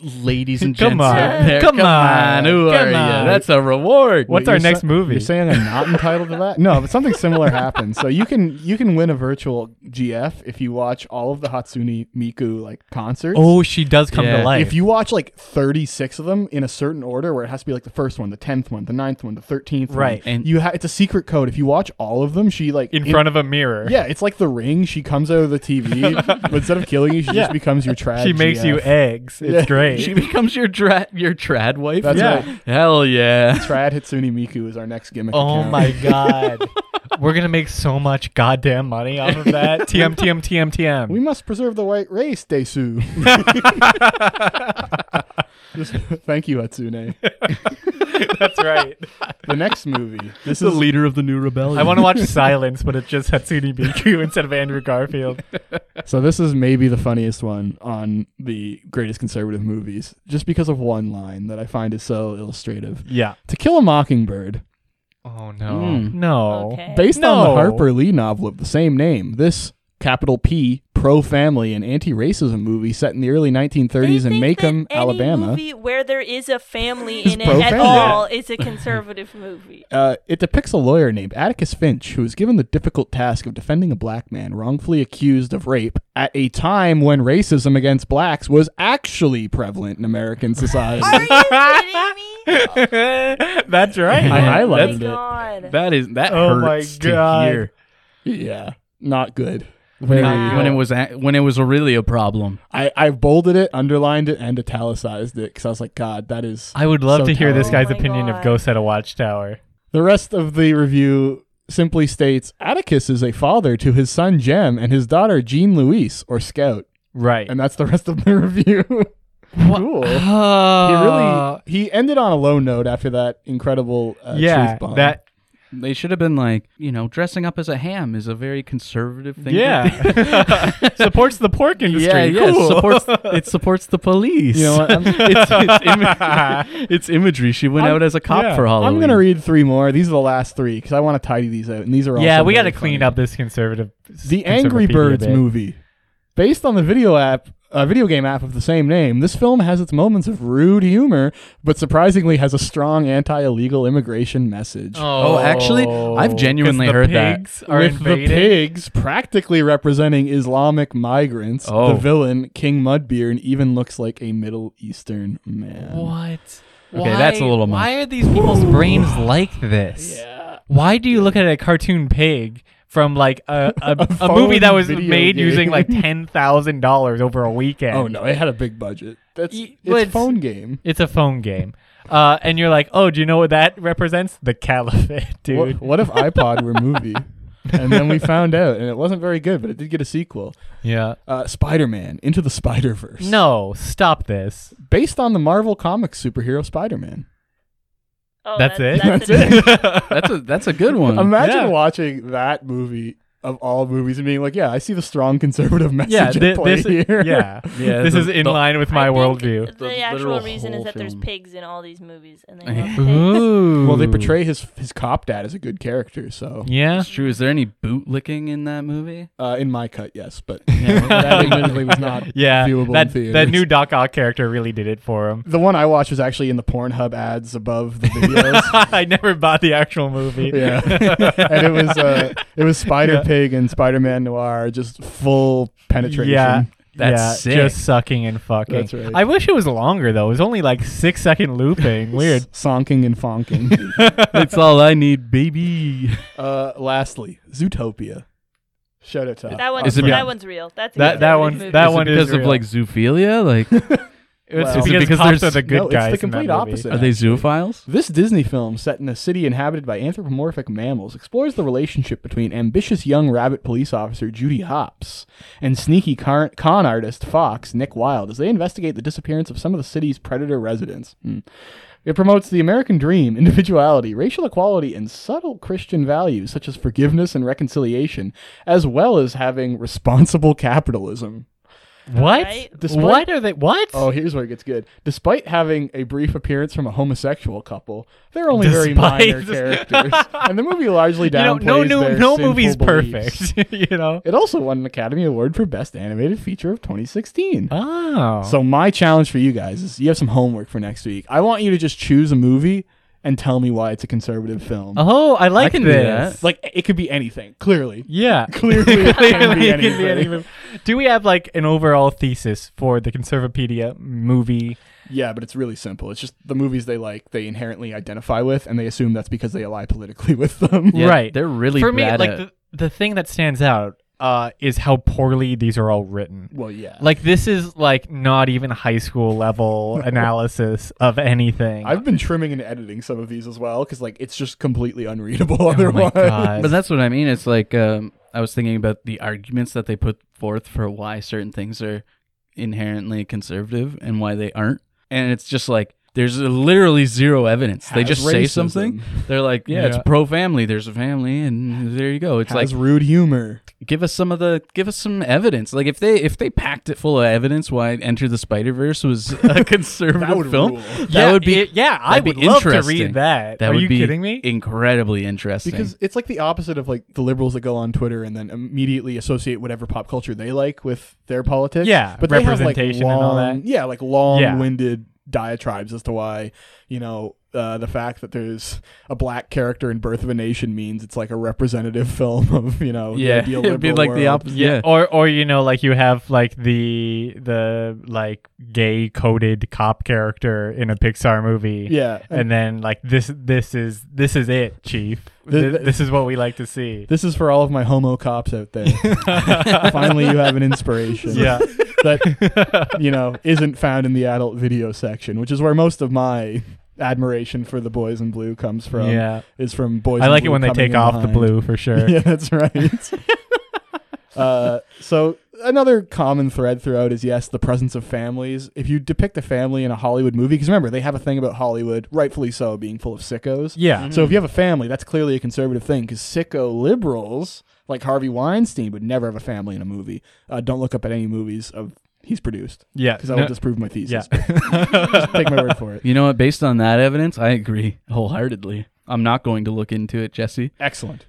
Speaker 2: Ladies and
Speaker 4: Come
Speaker 2: gents, out
Speaker 4: on.
Speaker 2: there,
Speaker 4: Come on.
Speaker 2: who
Speaker 4: Come
Speaker 2: are
Speaker 4: on.
Speaker 2: you? That's a reward.
Speaker 4: What's
Speaker 1: Wait,
Speaker 4: our
Speaker 1: you're
Speaker 4: next
Speaker 1: sa-
Speaker 4: movie?
Speaker 1: You're saying I'm not entitled to that? No, but something similar happened. So you can you can win a virtual GF if you watch all of the Hatsune Miku like concerts.
Speaker 4: Oh, she does come to
Speaker 2: Yeah.
Speaker 4: life.
Speaker 1: if you watch like 36 of them in a certain order, where it has to be like the first one, the tenth one, the ninth one, the thirteenth one,
Speaker 4: Right.
Speaker 2: And-
Speaker 1: you ha- it's a secret code. If you watch all of them, she like
Speaker 4: in front of a mirror,
Speaker 1: Yeah, it's like the ring. She comes out of the TV, but instead of killing you, she
Speaker 4: Yeah.
Speaker 1: just becomes your trash.
Speaker 4: she makes you eggs. It's
Speaker 1: Yeah.
Speaker 4: great.
Speaker 2: She becomes your trad your trad wife.
Speaker 1: That's
Speaker 4: Yeah.
Speaker 1: right.
Speaker 2: Hell yeah.
Speaker 1: Trad Hatsune Miku is our next gimmick.
Speaker 4: oh
Speaker 1: account.
Speaker 4: my god, we're gonna make so much goddamn money off of that. TM TM TM TM.
Speaker 1: We must preserve the white race, Desu. Just- thank you, Hatsune.
Speaker 4: That's right.
Speaker 1: The next movie. This
Speaker 2: The
Speaker 1: is
Speaker 2: leader of the new rebellion.
Speaker 4: I want to watch Silence, but it's just Hatsune Miku instead of Andrew Garfield.
Speaker 1: so. This is maybe the funniest one on the greatest conservative movies, just because of one line that I find is so illustrative.
Speaker 4: Yeah.
Speaker 1: To Kill a Mockingbird,
Speaker 4: Oh no.
Speaker 2: Mm.
Speaker 4: No.
Speaker 3: Okay.
Speaker 1: based on
Speaker 4: No.
Speaker 1: the Harper Lee novel of the same name, this capital P pro-family and anti-racism movie set in the early
Speaker 3: They
Speaker 1: 1930s in
Speaker 3: think
Speaker 1: Macomb,
Speaker 3: that any
Speaker 1: Alabama.
Speaker 3: Movie where there is a family
Speaker 1: Is
Speaker 3: in it at
Speaker 1: pro-family.
Speaker 3: all is a conservative movie.
Speaker 1: Uh, it depicts a lawyer named Atticus Finch who is given the difficult task of defending a black man wrongfully accused of rape at a time when racism against blacks was actually prevalent in American
Speaker 3: Are
Speaker 1: society.
Speaker 3: you kidding me?
Speaker 4: That's right.
Speaker 1: I
Speaker 2: Yeah,
Speaker 3: Oh my
Speaker 1: highlighted it.
Speaker 3: god.
Speaker 2: that is that
Speaker 4: Oh my
Speaker 2: hurts to
Speaker 4: God.
Speaker 2: hear.
Speaker 1: Yeah, not good.
Speaker 2: When,
Speaker 1: Very-
Speaker 2: it, when it was a, when it was really a problem.
Speaker 1: I, I bolded it, underlined it, and italicized it because I was like, God, that is.
Speaker 4: I would love
Speaker 1: So
Speaker 4: to hear this
Speaker 1: talented.
Speaker 4: guy's
Speaker 3: Oh my
Speaker 4: opinion of
Speaker 3: God.
Speaker 4: Ghost at a Watchtower.
Speaker 1: The rest of the review simply states Atticus is a father to his son Jem and his daughter Jean Louise, or Scout.
Speaker 4: Right.
Speaker 1: And that's the rest of the review. Cool. he
Speaker 4: Uh,
Speaker 1: really he ended on a low note after that incredible uh,
Speaker 4: yeah.
Speaker 1: truth bomb.
Speaker 4: That.
Speaker 2: They should have been like, you know, dressing up as a ham is a very conservative thing. to do.
Speaker 4: Yeah. Supports the pork industry.
Speaker 2: yeah, yeah.
Speaker 4: Cool.
Speaker 2: Supports, it supports the police.
Speaker 1: you know what? I'm,
Speaker 2: it's, it's, imagery, it's imagery. She went
Speaker 1: I'm-
Speaker 2: out as a cop
Speaker 4: yeah,
Speaker 2: for Halloween.
Speaker 1: I'm gonna read three more. These are the last three because I want to tidy these out, and these are
Speaker 4: yeah,
Speaker 1: also
Speaker 4: we got to
Speaker 1: very
Speaker 4: clean
Speaker 1: funny.
Speaker 4: up this conservative.
Speaker 1: the Angry
Speaker 4: conservapedia
Speaker 1: Birds
Speaker 4: bit.
Speaker 1: movie, based on the video app. uh, video game app of the same name. This film has its moments of rude humor, but surprisingly has a strong anti-illegal immigration message.
Speaker 2: Oh, actually, I've
Speaker 4: 'Cause
Speaker 2: genuinely
Speaker 4: the
Speaker 2: heard that.
Speaker 4: pigs Are
Speaker 1: with
Speaker 4: invading.
Speaker 1: the pigs practically representing Islamic migrants,
Speaker 2: Oh.
Speaker 1: the villain King Mudbeard even looks like a Middle Eastern man.
Speaker 4: What?
Speaker 2: Okay, that's a little much.
Speaker 4: Why are these people's brains like this?
Speaker 1: Yeah.
Speaker 4: Why do you look at a cartoon pig from like a a, a,
Speaker 1: phone
Speaker 4: movie that was
Speaker 1: video
Speaker 4: made
Speaker 1: game.
Speaker 4: using like ten thousand dollars over a weekend?
Speaker 1: Oh no, it had a big budget. That's
Speaker 4: Y-
Speaker 1: it's,
Speaker 4: well, it's-
Speaker 1: phone game.
Speaker 4: It's a phone game. Uh, and you're like, oh, do you know what that represents? The caliphate, dude.
Speaker 1: What, what if iPod were a movie? and then we found out, and it wasn't very good, but it did get a sequel.
Speaker 4: Yeah.
Speaker 1: Uh, Spider Man Into the Spider Verse.
Speaker 4: No, stop this.
Speaker 1: Based on the Marvel Comics superhero Spider Man.
Speaker 3: Oh,
Speaker 4: that's
Speaker 3: that-
Speaker 4: it.
Speaker 3: That's, it.
Speaker 2: That's a that's a good one.
Speaker 1: Imagine
Speaker 4: Yeah.
Speaker 1: watching that movie of all movies and being like, yeah, I see the strong conservative message
Speaker 4: yeah,
Speaker 1: at
Speaker 4: thi-
Speaker 1: play
Speaker 4: this,
Speaker 1: here.
Speaker 4: yeah,
Speaker 2: Yeah,
Speaker 4: this
Speaker 2: the-
Speaker 4: is in
Speaker 2: the-
Speaker 4: line with
Speaker 3: I
Speaker 4: my
Speaker 3: think
Speaker 4: worldview.
Speaker 3: The,
Speaker 2: The
Speaker 3: actual
Speaker 2: literal
Speaker 3: reason is
Speaker 2: whole
Speaker 3: that there's
Speaker 2: film.
Speaker 3: pigs in all these movies, and they
Speaker 2: Yeah.
Speaker 3: love pigs.
Speaker 4: Ooh.
Speaker 1: Well, they portray his his cop dad as a good character, so
Speaker 4: Yeah.
Speaker 2: That's true. Is there any boot licking in that movie?
Speaker 1: uh, in my cut, yes, but that admittedly was not
Speaker 4: Yeah,
Speaker 1: viewable
Speaker 4: that
Speaker 1: in
Speaker 4: that
Speaker 1: theaters.
Speaker 4: new Doc Ock character really did it for him.
Speaker 1: The one I watched was actually in the Pornhub ads above the videos.
Speaker 4: I never bought the actual movie.
Speaker 1: yeah, and it was uh, it was Spider Pig and Spider Man Noir, just full penetration.
Speaker 4: Yeah.
Speaker 2: That's
Speaker 4: yeah,
Speaker 2: sick.
Speaker 4: just sucking and fucking.
Speaker 1: That's right.
Speaker 4: I wish it was longer though. It was only like six second looping. Weird.
Speaker 1: S- Sonking and fonking.
Speaker 2: That's all I need, baby.
Speaker 1: uh, lastly, Zootopia. Shout out to
Speaker 3: That one's
Speaker 2: Is it
Speaker 3: that
Speaker 2: because-
Speaker 3: one's real. That's a
Speaker 4: That- that
Speaker 3: conservative
Speaker 4: one's-
Speaker 3: movie.
Speaker 4: that
Speaker 2: is
Speaker 4: one
Speaker 2: it
Speaker 4: is
Speaker 2: because of
Speaker 4: real.
Speaker 2: like zoophilia. Like,
Speaker 4: It was
Speaker 1: Wow.
Speaker 4: because,
Speaker 2: Because
Speaker 4: cops
Speaker 2: there's-
Speaker 4: are the good
Speaker 1: No, it's the
Speaker 4: guys. in that
Speaker 1: complete
Speaker 4: movie.
Speaker 1: opposite.
Speaker 2: are they zoophiles?
Speaker 1: This Disney film, set in a city inhabited by anthropomorphic mammals, explores the relationship between ambitious young rabbit police officer Judy Hopps and sneaky car- con artist Fox Nick Wilde as they investigate the disappearance of some of the city's predator residents. Hmm. It promotes the American dream, individuality, racial equality, and subtle Christian values such as forgiveness and reconciliation, as well as having responsible capitalism.
Speaker 4: What?
Speaker 3: Right?
Speaker 1: Despite-
Speaker 4: What are they? What?
Speaker 1: Oh, here's where it gets good. Despite having a brief appearance from a homosexual couple, they're only very minor
Speaker 4: Despite-
Speaker 1: characters, and the movie largely
Speaker 4: you know,
Speaker 1: downplays
Speaker 4: no, no,
Speaker 1: their
Speaker 4: no
Speaker 1: sinful
Speaker 4: movie's
Speaker 1: beliefs.
Speaker 4: perfect. you know.
Speaker 1: It also won an Academy Award for Best Animated Feature of 2016.
Speaker 4: Oh.
Speaker 1: So my challenge for you guys is: you have some homework for next week. I want you to just choose a movie and tell me why it's a conservative film.
Speaker 4: oh, I like
Speaker 2: can do
Speaker 4: this.
Speaker 2: that.
Speaker 1: Like it could be anything. Clearly,
Speaker 4: Yeah.
Speaker 1: clearly, it can be
Speaker 4: Clearly, it
Speaker 1: anything.
Speaker 4: can be anything. Do we have like an overall thesis for the Conservapedia movie?
Speaker 1: Yeah, but it's really simple. It's just the movies they like, they inherently identify with, and they assume that's because they ally politically with them.
Speaker 2: Yeah,
Speaker 4: Right.
Speaker 2: They're really
Speaker 4: for me,
Speaker 2: bad
Speaker 4: like
Speaker 2: at-
Speaker 4: the, the thing that stands out uh, is how poorly these are all written.
Speaker 1: Well, yeah.
Speaker 4: Like this is like not even high school level analysis of anything.
Speaker 1: I've been trimming and editing some of these as well because like it's just completely unreadable
Speaker 4: oh my
Speaker 1: otherwise.
Speaker 4: god.
Speaker 2: But that's what I mean. It's like um, I was thinking about the arguments that they put forth for why certain things are inherently conservative and why they aren't. And it's just like there's literally zero evidence. they
Speaker 1: Has
Speaker 2: just say
Speaker 1: racism.
Speaker 2: something. They're like, yeah, it's
Speaker 4: Yeah.
Speaker 2: pro family. There's a family, and there you go. It's
Speaker 1: It's like
Speaker 2: like
Speaker 1: rude humor.
Speaker 2: give us some of the give us some evidence. Like if they if they packed it full of evidence why Enter the Spider Verse was a conservative
Speaker 1: That would
Speaker 2: film,
Speaker 1: rule.
Speaker 2: that
Speaker 4: yeah,
Speaker 2: would be
Speaker 4: it- yeah. I
Speaker 2: that'd be
Speaker 4: would love to
Speaker 2: interesting.
Speaker 4: read that.
Speaker 2: that
Speaker 4: are
Speaker 2: would
Speaker 4: you
Speaker 2: be
Speaker 4: kidding me?
Speaker 2: incredibly interesting.
Speaker 1: Because it's like the opposite of like the liberals that go on Twitter and then immediately associate whatever pop culture they like with their politics.
Speaker 4: Yeah,
Speaker 1: but they have, like,
Speaker 4: representation and all that.
Speaker 1: long- Yeah, like long-winded diatribes as to why you know uh, the fact that there's a black character in Birth of a Nation means it's like a representative film of you know the
Speaker 2: yeah,
Speaker 1: ideal
Speaker 2: it'd be
Speaker 1: liberal
Speaker 2: like the
Speaker 1: world.
Speaker 2: opposite. yeah.
Speaker 4: Or or you know like you have like the the like gay coded cop character in a Pixar movie.
Speaker 1: Yeah, and
Speaker 4: And then like this this is this is it, chief.
Speaker 1: Th-
Speaker 4: Th-
Speaker 1: th-
Speaker 4: this is what we like to see.
Speaker 1: This is for all of my homo cops out there. Finally, you have an inspiration.
Speaker 4: yeah.
Speaker 1: That, you know, isn't found in the adult video section, which is where most of my admiration for the boys in blue comes from.
Speaker 4: Yeah.
Speaker 1: Is from boys
Speaker 4: I
Speaker 1: in
Speaker 4: like it
Speaker 1: Blue
Speaker 4: when they
Speaker 1: coming
Speaker 4: take
Speaker 1: in
Speaker 4: off the
Speaker 1: behind.
Speaker 4: blue for sure.
Speaker 1: Yeah, that's right. uh, so another common thread throughout is yes, the presence of families. If you depict a family in a Hollywood movie, because remember they have a thing about Hollywood, rightfully so, being full of sickos.
Speaker 4: Yeah.
Speaker 1: So if you have a family, that's clearly a conservative thing because sicko liberals like Harvey Weinstein would never have a family in a movie. Uh, don't look up at any movies of he's produced
Speaker 4: Yeah.
Speaker 1: because that
Speaker 4: no-
Speaker 1: will disprove my thesis.
Speaker 4: yeah.
Speaker 1: Just take my word for it.
Speaker 2: You know what? Based on that evidence, I agree wholeheartedly. I'm not going to look into it, Jesse.
Speaker 1: Excellent.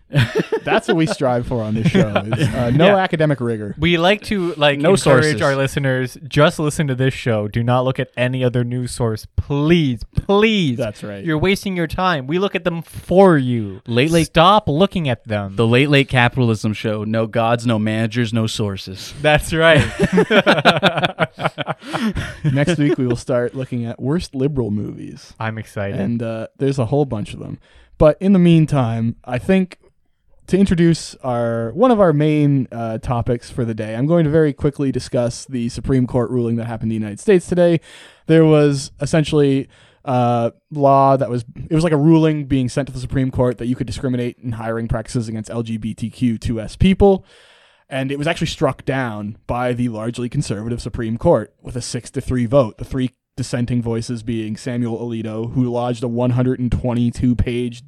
Speaker 1: that's what we strive for on this show: is, uh, no
Speaker 4: Yeah.
Speaker 1: academic rigor.
Speaker 4: We like to like
Speaker 2: No
Speaker 4: encourage
Speaker 2: sources.
Speaker 4: our listeners just listen to this show. Do not look at any other news source, please, please.
Speaker 1: That's right.
Speaker 4: You're wasting your time. We look at them for you.
Speaker 2: Lately-
Speaker 4: stop looking at them.
Speaker 2: The late late capitalism show. No gods, no managers, no sources.
Speaker 4: That's right.
Speaker 1: Next week we will start looking at worst liberal movies.
Speaker 4: I'm excited.
Speaker 1: and uh, there's a whole bunch of them. But in the meantime, I think to introduce our one of our main uh, topics for the day, I'm going to very quickly discuss the Supreme Court ruling that happened in the United States today. There was essentially. uh, law that was it was like a ruling being sent to the Supreme Court that you could discriminate in hiring practices against LGBTQ2S people, and it was actually struck down by the largely conservative Supreme Court with a six to three vote. The three dissenting voices being Samuel Alito, who lodged a 122 page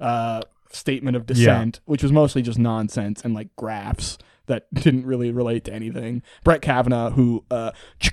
Speaker 1: uh, statement of dissent, which was mostly just nonsense and like graphs that didn't really relate to anything. Brett Kavanaugh, who uh,
Speaker 2: Oh,
Speaker 4: Yeah, she-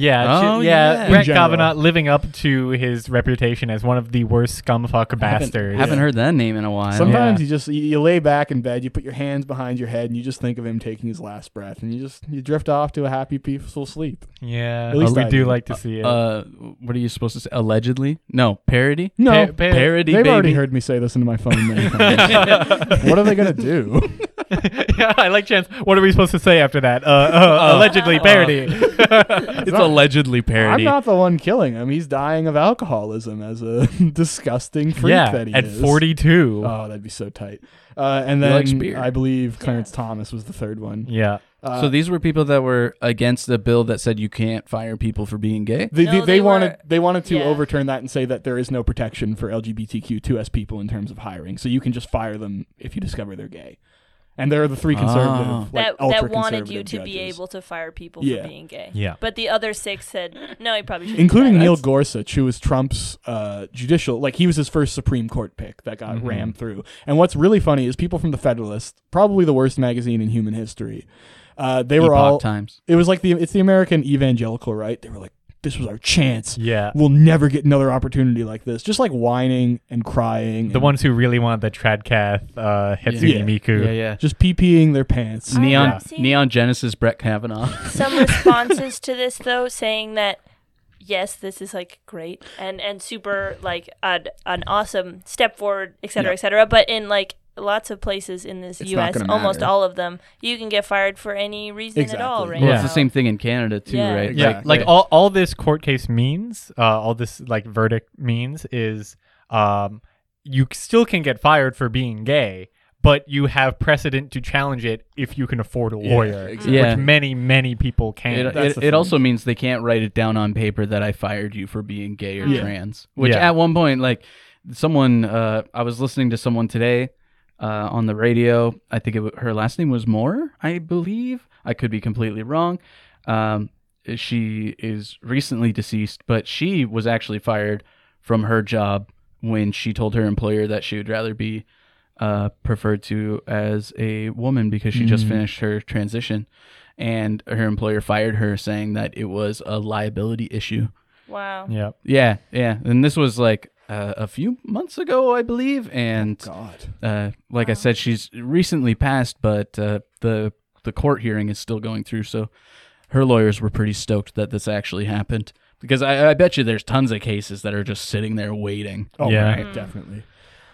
Speaker 4: yeah.
Speaker 2: yeah.
Speaker 1: In
Speaker 4: Brett
Speaker 1: general.
Speaker 4: Kavanaugh living up to his reputation as one of the worst scumfuck
Speaker 2: Haven't,
Speaker 4: bastards.
Speaker 2: haven't heard that name in a while.
Speaker 1: Sometimes
Speaker 4: Yeah.
Speaker 1: you just you, you lay back in bed, you put your hands behind your head, and you just think of him taking his last breath, and you just you drift off to a happy, peaceful sleep.
Speaker 4: Yeah,
Speaker 1: At least
Speaker 4: we
Speaker 1: I do.
Speaker 4: do like to see it.
Speaker 2: uh, what are you supposed to say? Allegedly? No, parody.
Speaker 1: No,
Speaker 4: Pa- pa-
Speaker 2: Parody.
Speaker 1: they've
Speaker 2: baby.
Speaker 1: already heard me say this into my phone. Many times. what are they gonna do?
Speaker 4: yeah, I like Chance. What are we supposed to say after that? Uh, uh,
Speaker 2: Uh,
Speaker 4: allegedly
Speaker 2: uh,
Speaker 4: parody.
Speaker 2: It's allegedly
Speaker 1: I'm
Speaker 2: parody.
Speaker 1: not the one killing him. He's dying of alcoholism as a disgusting freak
Speaker 4: yeah,
Speaker 1: that he
Speaker 4: at
Speaker 1: is.
Speaker 4: 42.
Speaker 1: Oh, that'd be so tight. Uh, and
Speaker 2: He
Speaker 1: then
Speaker 2: likes beer.
Speaker 1: I believe Clarence Thomas was the third one.
Speaker 4: yeah.
Speaker 1: Uh,
Speaker 2: so these were people that were against the bill that said you can't fire people for being gay.
Speaker 1: They,
Speaker 3: No,
Speaker 1: they, they,
Speaker 3: they
Speaker 1: wanted
Speaker 3: were-
Speaker 1: they wanted to
Speaker 3: yeah.
Speaker 1: overturn that and say that there is no protection for LGBTQ2S people in terms of hiring, so you can just fire them if you discover they're gay. And there are the three conservative,
Speaker 2: Ah.
Speaker 1: like
Speaker 3: that that
Speaker 1: ultra
Speaker 3: wanted you to
Speaker 1: conservative
Speaker 3: be
Speaker 1: judges.
Speaker 3: able to fire people
Speaker 1: Yeah.
Speaker 3: for being gay.
Speaker 4: Yeah.
Speaker 3: But the other six said, no, he probably should.
Speaker 1: including Neil Gorsuch, who was Trump's uh, judicial, like he was his first Supreme Court pick that got
Speaker 4: Mhm.
Speaker 1: rammed through. And what's really funny is people from the Federalist, probably the worst magazine in human history, uh, they were
Speaker 2: Epoch
Speaker 1: all.
Speaker 2: times.
Speaker 1: It was like the it's the American evangelical right. They were like, this was our chance.
Speaker 4: Yeah.
Speaker 1: We'll never get another opportunity like this. Just like whining and crying.
Speaker 4: The
Speaker 1: and
Speaker 4: ones who really want the Tradcath uh, Hetsune
Speaker 1: Yeah.
Speaker 4: Miku.
Speaker 2: Yeah, yeah.
Speaker 1: just pee peeing their pants.
Speaker 3: I
Speaker 2: Neon,
Speaker 3: have seen-
Speaker 2: Neon Genesis, Brett Kavanaugh.
Speaker 3: some responses to this though saying that yes this is like great and and super like an, an awesome step forward et cetera,
Speaker 1: Yeah.
Speaker 3: et cetera. but in like lots of places in this
Speaker 1: It's not
Speaker 3: us
Speaker 1: gonna
Speaker 3: almost
Speaker 1: matter.
Speaker 3: all of them you can get fired for any reason
Speaker 1: Exactly.
Speaker 3: at all right
Speaker 2: Well,
Speaker 4: Yeah.
Speaker 2: it's the
Speaker 3: now.
Speaker 2: same thing in Canada too,
Speaker 3: Yeah.
Speaker 2: right?
Speaker 1: Yeah.
Speaker 2: Like,
Speaker 4: like
Speaker 1: Right.
Speaker 4: all, all this court case means uh, all this like verdict means is um, you c- still can get fired for being gay but you have precedent to challenge it if you can afford a lawyer
Speaker 1: exactly.
Speaker 2: Yeah.
Speaker 4: which many many people
Speaker 2: it,
Speaker 4: can
Speaker 1: That's
Speaker 2: it,
Speaker 1: the
Speaker 2: it
Speaker 1: thing.
Speaker 2: also means they can't write it down on paper that I fired you for being gay or
Speaker 1: Yeah.
Speaker 2: trans. Which
Speaker 4: Yeah.
Speaker 2: at one point, like someone, uh, I was listening to someone today uh, on the radio. I think it, wa- her last name was Moore, I believe. I could be completely wrong. Um, she is recently deceased, but she was actually fired from her job when she told her employer that she would rather be uh, preferred to as a woman because she
Speaker 1: Mm.
Speaker 2: just finished her transition and her employer fired her saying that it was a liability issue.
Speaker 3: wow
Speaker 4: yeah
Speaker 2: Yeah, yeah. And this was like uh, a few months ago, I believe. And
Speaker 1: Oh, God.
Speaker 2: uh, like I said, she's recently passed, but uh, the the court hearing is still going through. So her lawyers were pretty stoked that this actually happened because I, I bet you there's tons of cases that are just sitting there waiting.
Speaker 1: Oh,
Speaker 4: Yeah.
Speaker 1: right, definitely.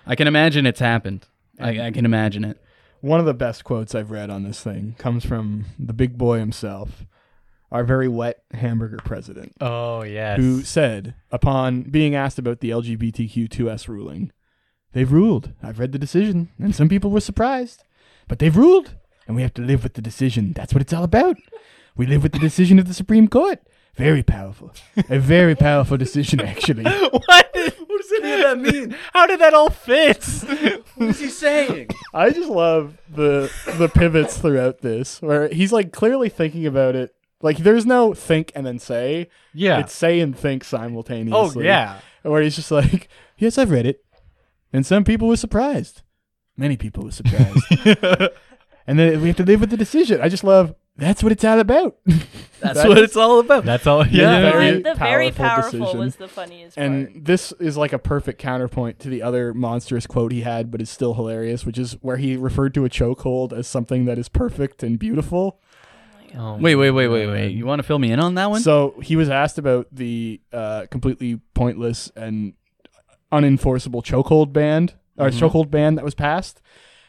Speaker 2: I can imagine it's happened. I, I can imagine it.
Speaker 1: One of the best quotes I've read on this thing comes from the big boy himself, our very wet hamburger president.
Speaker 4: oh yes
Speaker 1: who said, upon being asked about the LGBTQ2S ruling, they've ruled. I've read the decision, and some people were surprised, but they've ruled, and we have to live with the decision. That's what it's all about. We live with the decision of the Supreme Court. Very powerful. A very powerful decision, actually.
Speaker 4: what what does any of that mean how did that all fit
Speaker 2: What is he saying?
Speaker 1: I just love the the pivots throughout this, where he's like clearly thinking about it. Like there's no think and then say.
Speaker 4: yeah
Speaker 1: It's say and think
Speaker 4: oh
Speaker 1: simultaneously.
Speaker 4: yeah
Speaker 1: where he's just like, "Yes, I've read it," and some people were surprised. Many people were surprised, and then we have to live with the decision. I just love that's what it's all about.
Speaker 2: That's what it's all about.
Speaker 4: that's all
Speaker 1: Yeah.
Speaker 4: yeah,
Speaker 3: The
Speaker 1: Very
Speaker 3: one- the very
Speaker 1: powerful
Speaker 3: powerful
Speaker 1: decision.
Speaker 3: was the funniest
Speaker 1: and
Speaker 3: part.
Speaker 1: this is like a perfect counterpoint to the other monstrous quote he had, but is still hilarious, which is where he referred to a chokehold as something that is perfect and beautiful.
Speaker 2: Wait, wait, wait, wait, wait. You want to fill me in on that one?
Speaker 1: So he was asked about the uh, completely pointless and unenforceable chokehold ban or
Speaker 2: Mm-hmm.
Speaker 1: chokehold ban that was passed,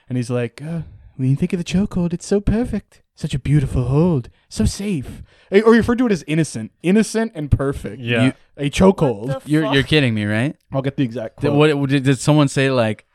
Speaker 1: and he's like, uh, "When you think of the chokehold, it's so perfect, such a beautiful hold, so safe." Eh, Or he referred to it as innocent, innocent and perfect.
Speaker 4: Yeah.
Speaker 1: You- a
Speaker 3: What
Speaker 1: chokehold.
Speaker 3: the
Speaker 2: you're
Speaker 3: fuck?
Speaker 2: you're kidding me, right?
Speaker 1: I'll get the exact
Speaker 2: Did,
Speaker 1: quote.
Speaker 2: what did, did someone say like?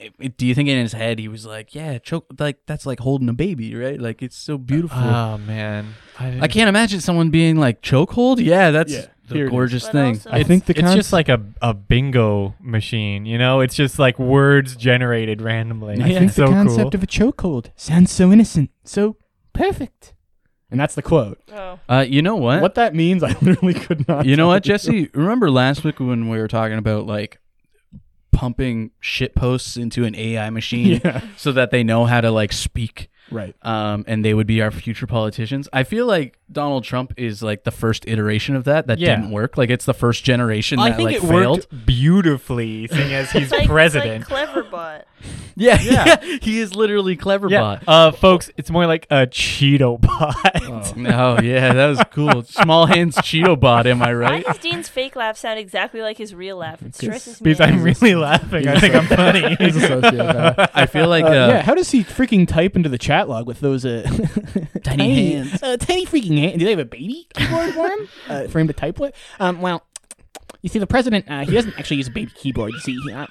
Speaker 2: it- it- Do you think in his head he was like, "Yeah, choke like that's like holding a baby, right?
Speaker 1: Ah,
Speaker 2: Like it's so beautiful."
Speaker 4: oh man
Speaker 2: I can't imagine someone being like chokehold. Yeah, that's
Speaker 1: Yeah.
Speaker 2: the
Speaker 1: Here it is.
Speaker 2: gorgeous
Speaker 3: But
Speaker 2: thing.
Speaker 3: also-
Speaker 1: I think the
Speaker 4: it's just like a, a bingo machine, you know? It's just like words generated randomly.
Speaker 2: I
Speaker 1: I
Speaker 2: Yeah.
Speaker 1: think
Speaker 4: It's so
Speaker 1: the concept
Speaker 4: cool.
Speaker 1: of a chokehold sounds so innocent, so perfect. And that's the quote.
Speaker 3: Oh.
Speaker 2: Uh, you know what?
Speaker 1: What that means, I literally could not.
Speaker 2: You know
Speaker 1: tell
Speaker 2: what, Jesse? Remember last week when we were talking about like pumping shit posts into an AI machine
Speaker 1: Yeah.
Speaker 2: so that they know how to like speak
Speaker 1: Right.
Speaker 2: um, and they would be our future politicians. I feel like Donald Trump is like the first iteration of that that
Speaker 4: Yeah.
Speaker 2: didn't work. Like it's the first generation
Speaker 4: I
Speaker 2: that
Speaker 4: think
Speaker 2: like
Speaker 4: it
Speaker 2: failed.
Speaker 4: worked beautifully, seeing as he's
Speaker 3: It's like,
Speaker 4: president.
Speaker 3: It's like Cleverbot.
Speaker 2: Yeah,
Speaker 4: Yeah.
Speaker 2: yeah. He is literally clever
Speaker 4: yeah,
Speaker 2: bot.
Speaker 4: uh, folks, it's more like a Cheeto bot.
Speaker 2: oh yeah, that was cool. Small hands Cheeto bot, am I
Speaker 3: Why
Speaker 2: right?
Speaker 3: does Dean's fake laugh sound exactly like his real laugh? It stresses me
Speaker 4: because I'm
Speaker 3: out.
Speaker 4: really laughing. I
Speaker 1: He's
Speaker 4: think
Speaker 1: a-
Speaker 4: I'm funny.
Speaker 1: He's a sociopath.
Speaker 2: I feel like
Speaker 1: Uh,
Speaker 2: uh,
Speaker 1: yeah, how does he freaking type into the chat log with those uh, tiny,
Speaker 2: hands.
Speaker 1: Uh, tiny freaking hands. Do they have a baby keyboard for him? Uh, for him to type with? Um, well, you see, the president, uh, he doesn't actually use a baby keyboard. You see, he, uh,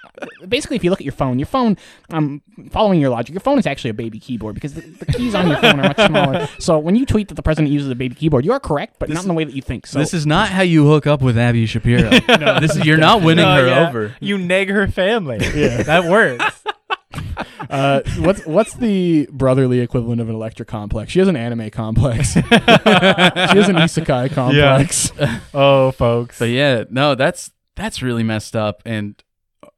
Speaker 1: basically, if you look at your phone, your phone, um, following your logic, your phone is actually a baby keyboard because the, the keys on your phone are much smaller. So when you tweet that the president uses a baby keyboard, you are correct, but not in the way that you think. So
Speaker 2: This is not how you hook up with Abby Shapiro. no, this is you're not winning
Speaker 4: No,
Speaker 2: her
Speaker 4: yeah.
Speaker 2: over.
Speaker 4: You neg her family. that works.
Speaker 1: Uh, what's what's the brotherly equivalent of an electric complex? She has an anime complex. she
Speaker 3: Uh,
Speaker 1: has an isekai complex.
Speaker 4: Oh, folks.
Speaker 2: So yeah, no, that's that's really messed up, and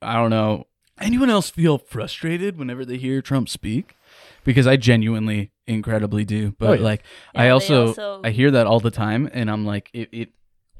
Speaker 2: I don't know. Anyone else feel frustrated whenever they hear Trump speak? Because I genuinely, incredibly do. But
Speaker 1: Oh, yeah.
Speaker 2: like,
Speaker 3: Yeah,
Speaker 2: I
Speaker 3: they
Speaker 2: also,
Speaker 3: also-
Speaker 2: I hear that all the time, and I'm like, it, it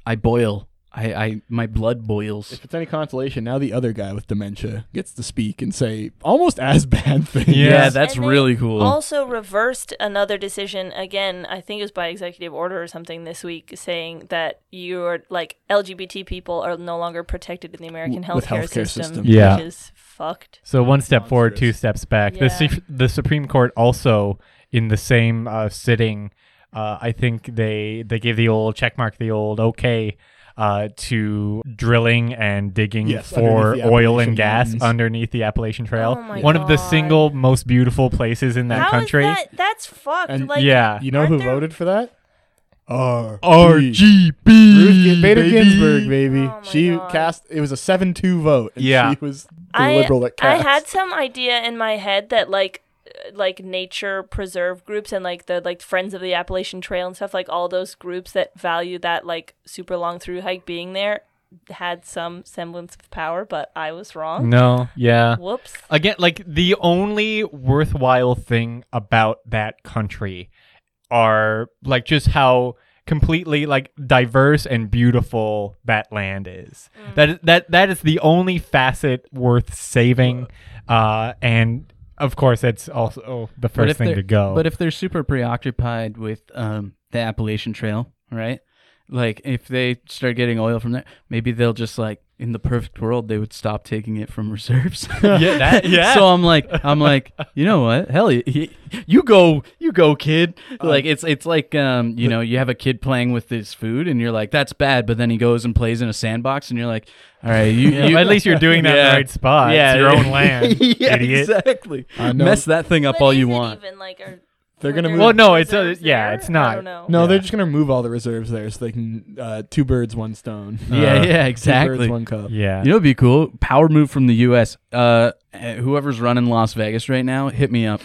Speaker 2: I boil. I, I my blood boils.
Speaker 1: If it's any consolation, now the other guy with dementia gets to speak and say almost as bad things.
Speaker 4: Yeah.
Speaker 2: Yeah, that's
Speaker 3: And they
Speaker 2: really cool.
Speaker 3: Also reversed another decision again. I think it was by executive order or something this week, saying that you're like LGBT people are no longer protected in the American
Speaker 1: W- with
Speaker 3: healthcare,
Speaker 1: healthcare
Speaker 3: system,
Speaker 1: system.
Speaker 4: Yeah.
Speaker 3: which is fucked.
Speaker 4: So one step forward, two steps back. The
Speaker 3: Yeah.
Speaker 4: su- the Supreme Court also in the same uh, sitting, uh, I think they they gave the old checkmark, the old okay. Uh, to drilling and digging
Speaker 1: Yes,
Speaker 4: for
Speaker 1: underneath the
Speaker 4: oil and
Speaker 1: Appalachian
Speaker 4: gas
Speaker 1: Mountains.
Speaker 4: underneath the Appalachian Trail.
Speaker 3: Oh my
Speaker 4: One of the
Speaker 3: God.
Speaker 4: single most beautiful places in that
Speaker 3: How is
Speaker 4: country.
Speaker 3: that? That's fucked.
Speaker 1: And-
Speaker 3: like,
Speaker 4: yeah.
Speaker 1: You know
Speaker 3: Aren't
Speaker 1: who
Speaker 3: there-
Speaker 1: voted for that? R. Ruth Gin-
Speaker 4: RGB.
Speaker 1: Bader Ginsburg, baby.
Speaker 3: Oh my
Speaker 1: she
Speaker 3: God.
Speaker 1: cast. It was a seven-two vote. And
Speaker 4: Yeah.
Speaker 1: she was the liberal that
Speaker 3: I
Speaker 1: cast.
Speaker 3: had some idea in my head that like uh, like nature preserve groups and like the like friends of the Appalachian Trail and stuff like all those groups that value that like super long through hike being there had some semblance of power, but I was wrong.
Speaker 4: No, yeah.
Speaker 3: Whoops.
Speaker 4: again like the only worthwhile thing about that country are like just how completely like diverse and beautiful that land is that that that is the only facet worth saving uh and of course that's also the
Speaker 2: But
Speaker 4: first
Speaker 2: if
Speaker 4: thing
Speaker 2: they're-
Speaker 4: to go
Speaker 2: But if they're super preoccupied with um, the Appalachian Trail, right? Like if they start getting oil from there, maybe they'll just like in the perfect world they would stop taking it from reserves.
Speaker 4: yeah that yeah
Speaker 2: so I'm like, I'm like, you know what? Hell, y- y- you go, you go, kid.
Speaker 4: Uh,
Speaker 2: Like it's it's like um, you know, you have a kid playing with his food, and you're like, that's bad. But then he goes and plays in a sandbox, and you're like, all right, you, you
Speaker 4: at least you're doing that in the
Speaker 2: Yeah.
Speaker 4: right spot
Speaker 2: Yeah.
Speaker 4: it's your own land
Speaker 2: yeah,
Speaker 4: idiot
Speaker 2: exactly.
Speaker 1: I know.
Speaker 2: Mess that thing up
Speaker 3: But
Speaker 2: all
Speaker 3: is
Speaker 2: you
Speaker 3: it
Speaker 2: want.
Speaker 3: Even like are,
Speaker 1: They're
Speaker 3: are
Speaker 1: gonna
Speaker 3: there
Speaker 1: move- Well,
Speaker 4: no, it's, uh,
Speaker 3: reserves
Speaker 4: yeah,
Speaker 3: there?
Speaker 4: it's not.
Speaker 3: I don't know.
Speaker 1: no,
Speaker 4: Yeah.
Speaker 1: they're just gonna remove all the reserves there, so they can uh, two birds, one stone.
Speaker 2: yeah,
Speaker 4: Uh,
Speaker 2: yeah,
Speaker 1: Two birds,
Speaker 2: exactly.
Speaker 1: one cup.
Speaker 4: yeah
Speaker 2: You know, it'd be cool. Power move from the U.S. Uh, whoever's running Las Vegas right now, hit me up.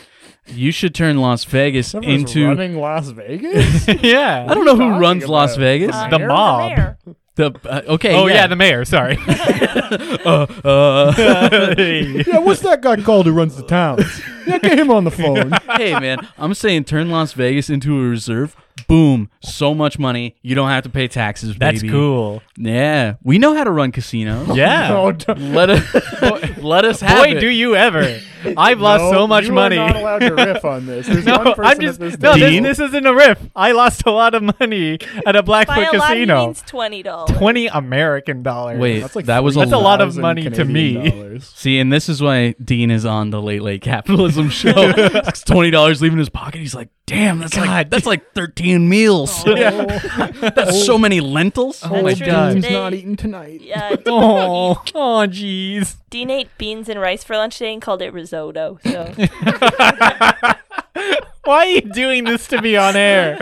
Speaker 2: You should turn Las Vegas
Speaker 1: Someone's
Speaker 2: into.
Speaker 1: running Las Vegas.
Speaker 4: yeah
Speaker 2: I don't know
Speaker 1: What are you
Speaker 2: who runs
Speaker 1: talking
Speaker 2: Las
Speaker 1: about?
Speaker 2: Vegas.
Speaker 3: Uh,
Speaker 4: the
Speaker 3: you're
Speaker 4: mob.
Speaker 3: mayor.
Speaker 2: The uh, okay.
Speaker 4: oh yeah. the mayor sorry
Speaker 2: Uh,
Speaker 1: yeah, what's that guy called who runs the town? Yeah, get him on the phone.
Speaker 2: hey man, I'm saying turn Las Vegas into a reserve. Boom, so much money you don't have to pay taxes.
Speaker 4: that's
Speaker 2: baby.
Speaker 4: cool
Speaker 2: Yeah, we know how to run casinos.
Speaker 4: yeah
Speaker 1: No, Oh, don't-
Speaker 2: Let us let us have
Speaker 4: Boy,
Speaker 2: it.
Speaker 4: do you ever! I've lost
Speaker 1: no,
Speaker 4: so much
Speaker 1: you
Speaker 4: money.
Speaker 1: Are not allowed to riff on this. There's
Speaker 4: no,
Speaker 1: one person
Speaker 4: I'm just
Speaker 1: at this
Speaker 4: no. This,
Speaker 1: table.
Speaker 4: this isn't a riff. I lost a lot of money at a
Speaker 3: By
Speaker 4: Blackfoot
Speaker 3: a lot, he
Speaker 4: casino.
Speaker 3: means twenty dollars.
Speaker 4: Twenty American dollars.
Speaker 2: Wait,
Speaker 1: That's like
Speaker 2: that was
Speaker 4: That's a lot of
Speaker 1: 3,000
Speaker 4: money to
Speaker 1: Canadian
Speaker 4: me.
Speaker 1: dollars.
Speaker 2: See, and this is why Dean is on the Late Late Capitalism show. It's Twenty dollars leaving his pocket. He's like, "Damn, that's like
Speaker 4: God.
Speaker 2: that's like thirteen meals. that's so many lentils.
Speaker 5: Oh
Speaker 3: That's
Speaker 4: Oh my
Speaker 3: true.
Speaker 4: God.
Speaker 1: Dean's
Speaker 3: Today-
Speaker 1: not eating tonight.
Speaker 3: Yeah,
Speaker 4: Oh, oh, jeez.
Speaker 3: Dean ate beans and rice for lunch today and called it risotto. So
Speaker 4: Why are you doing this to me on air?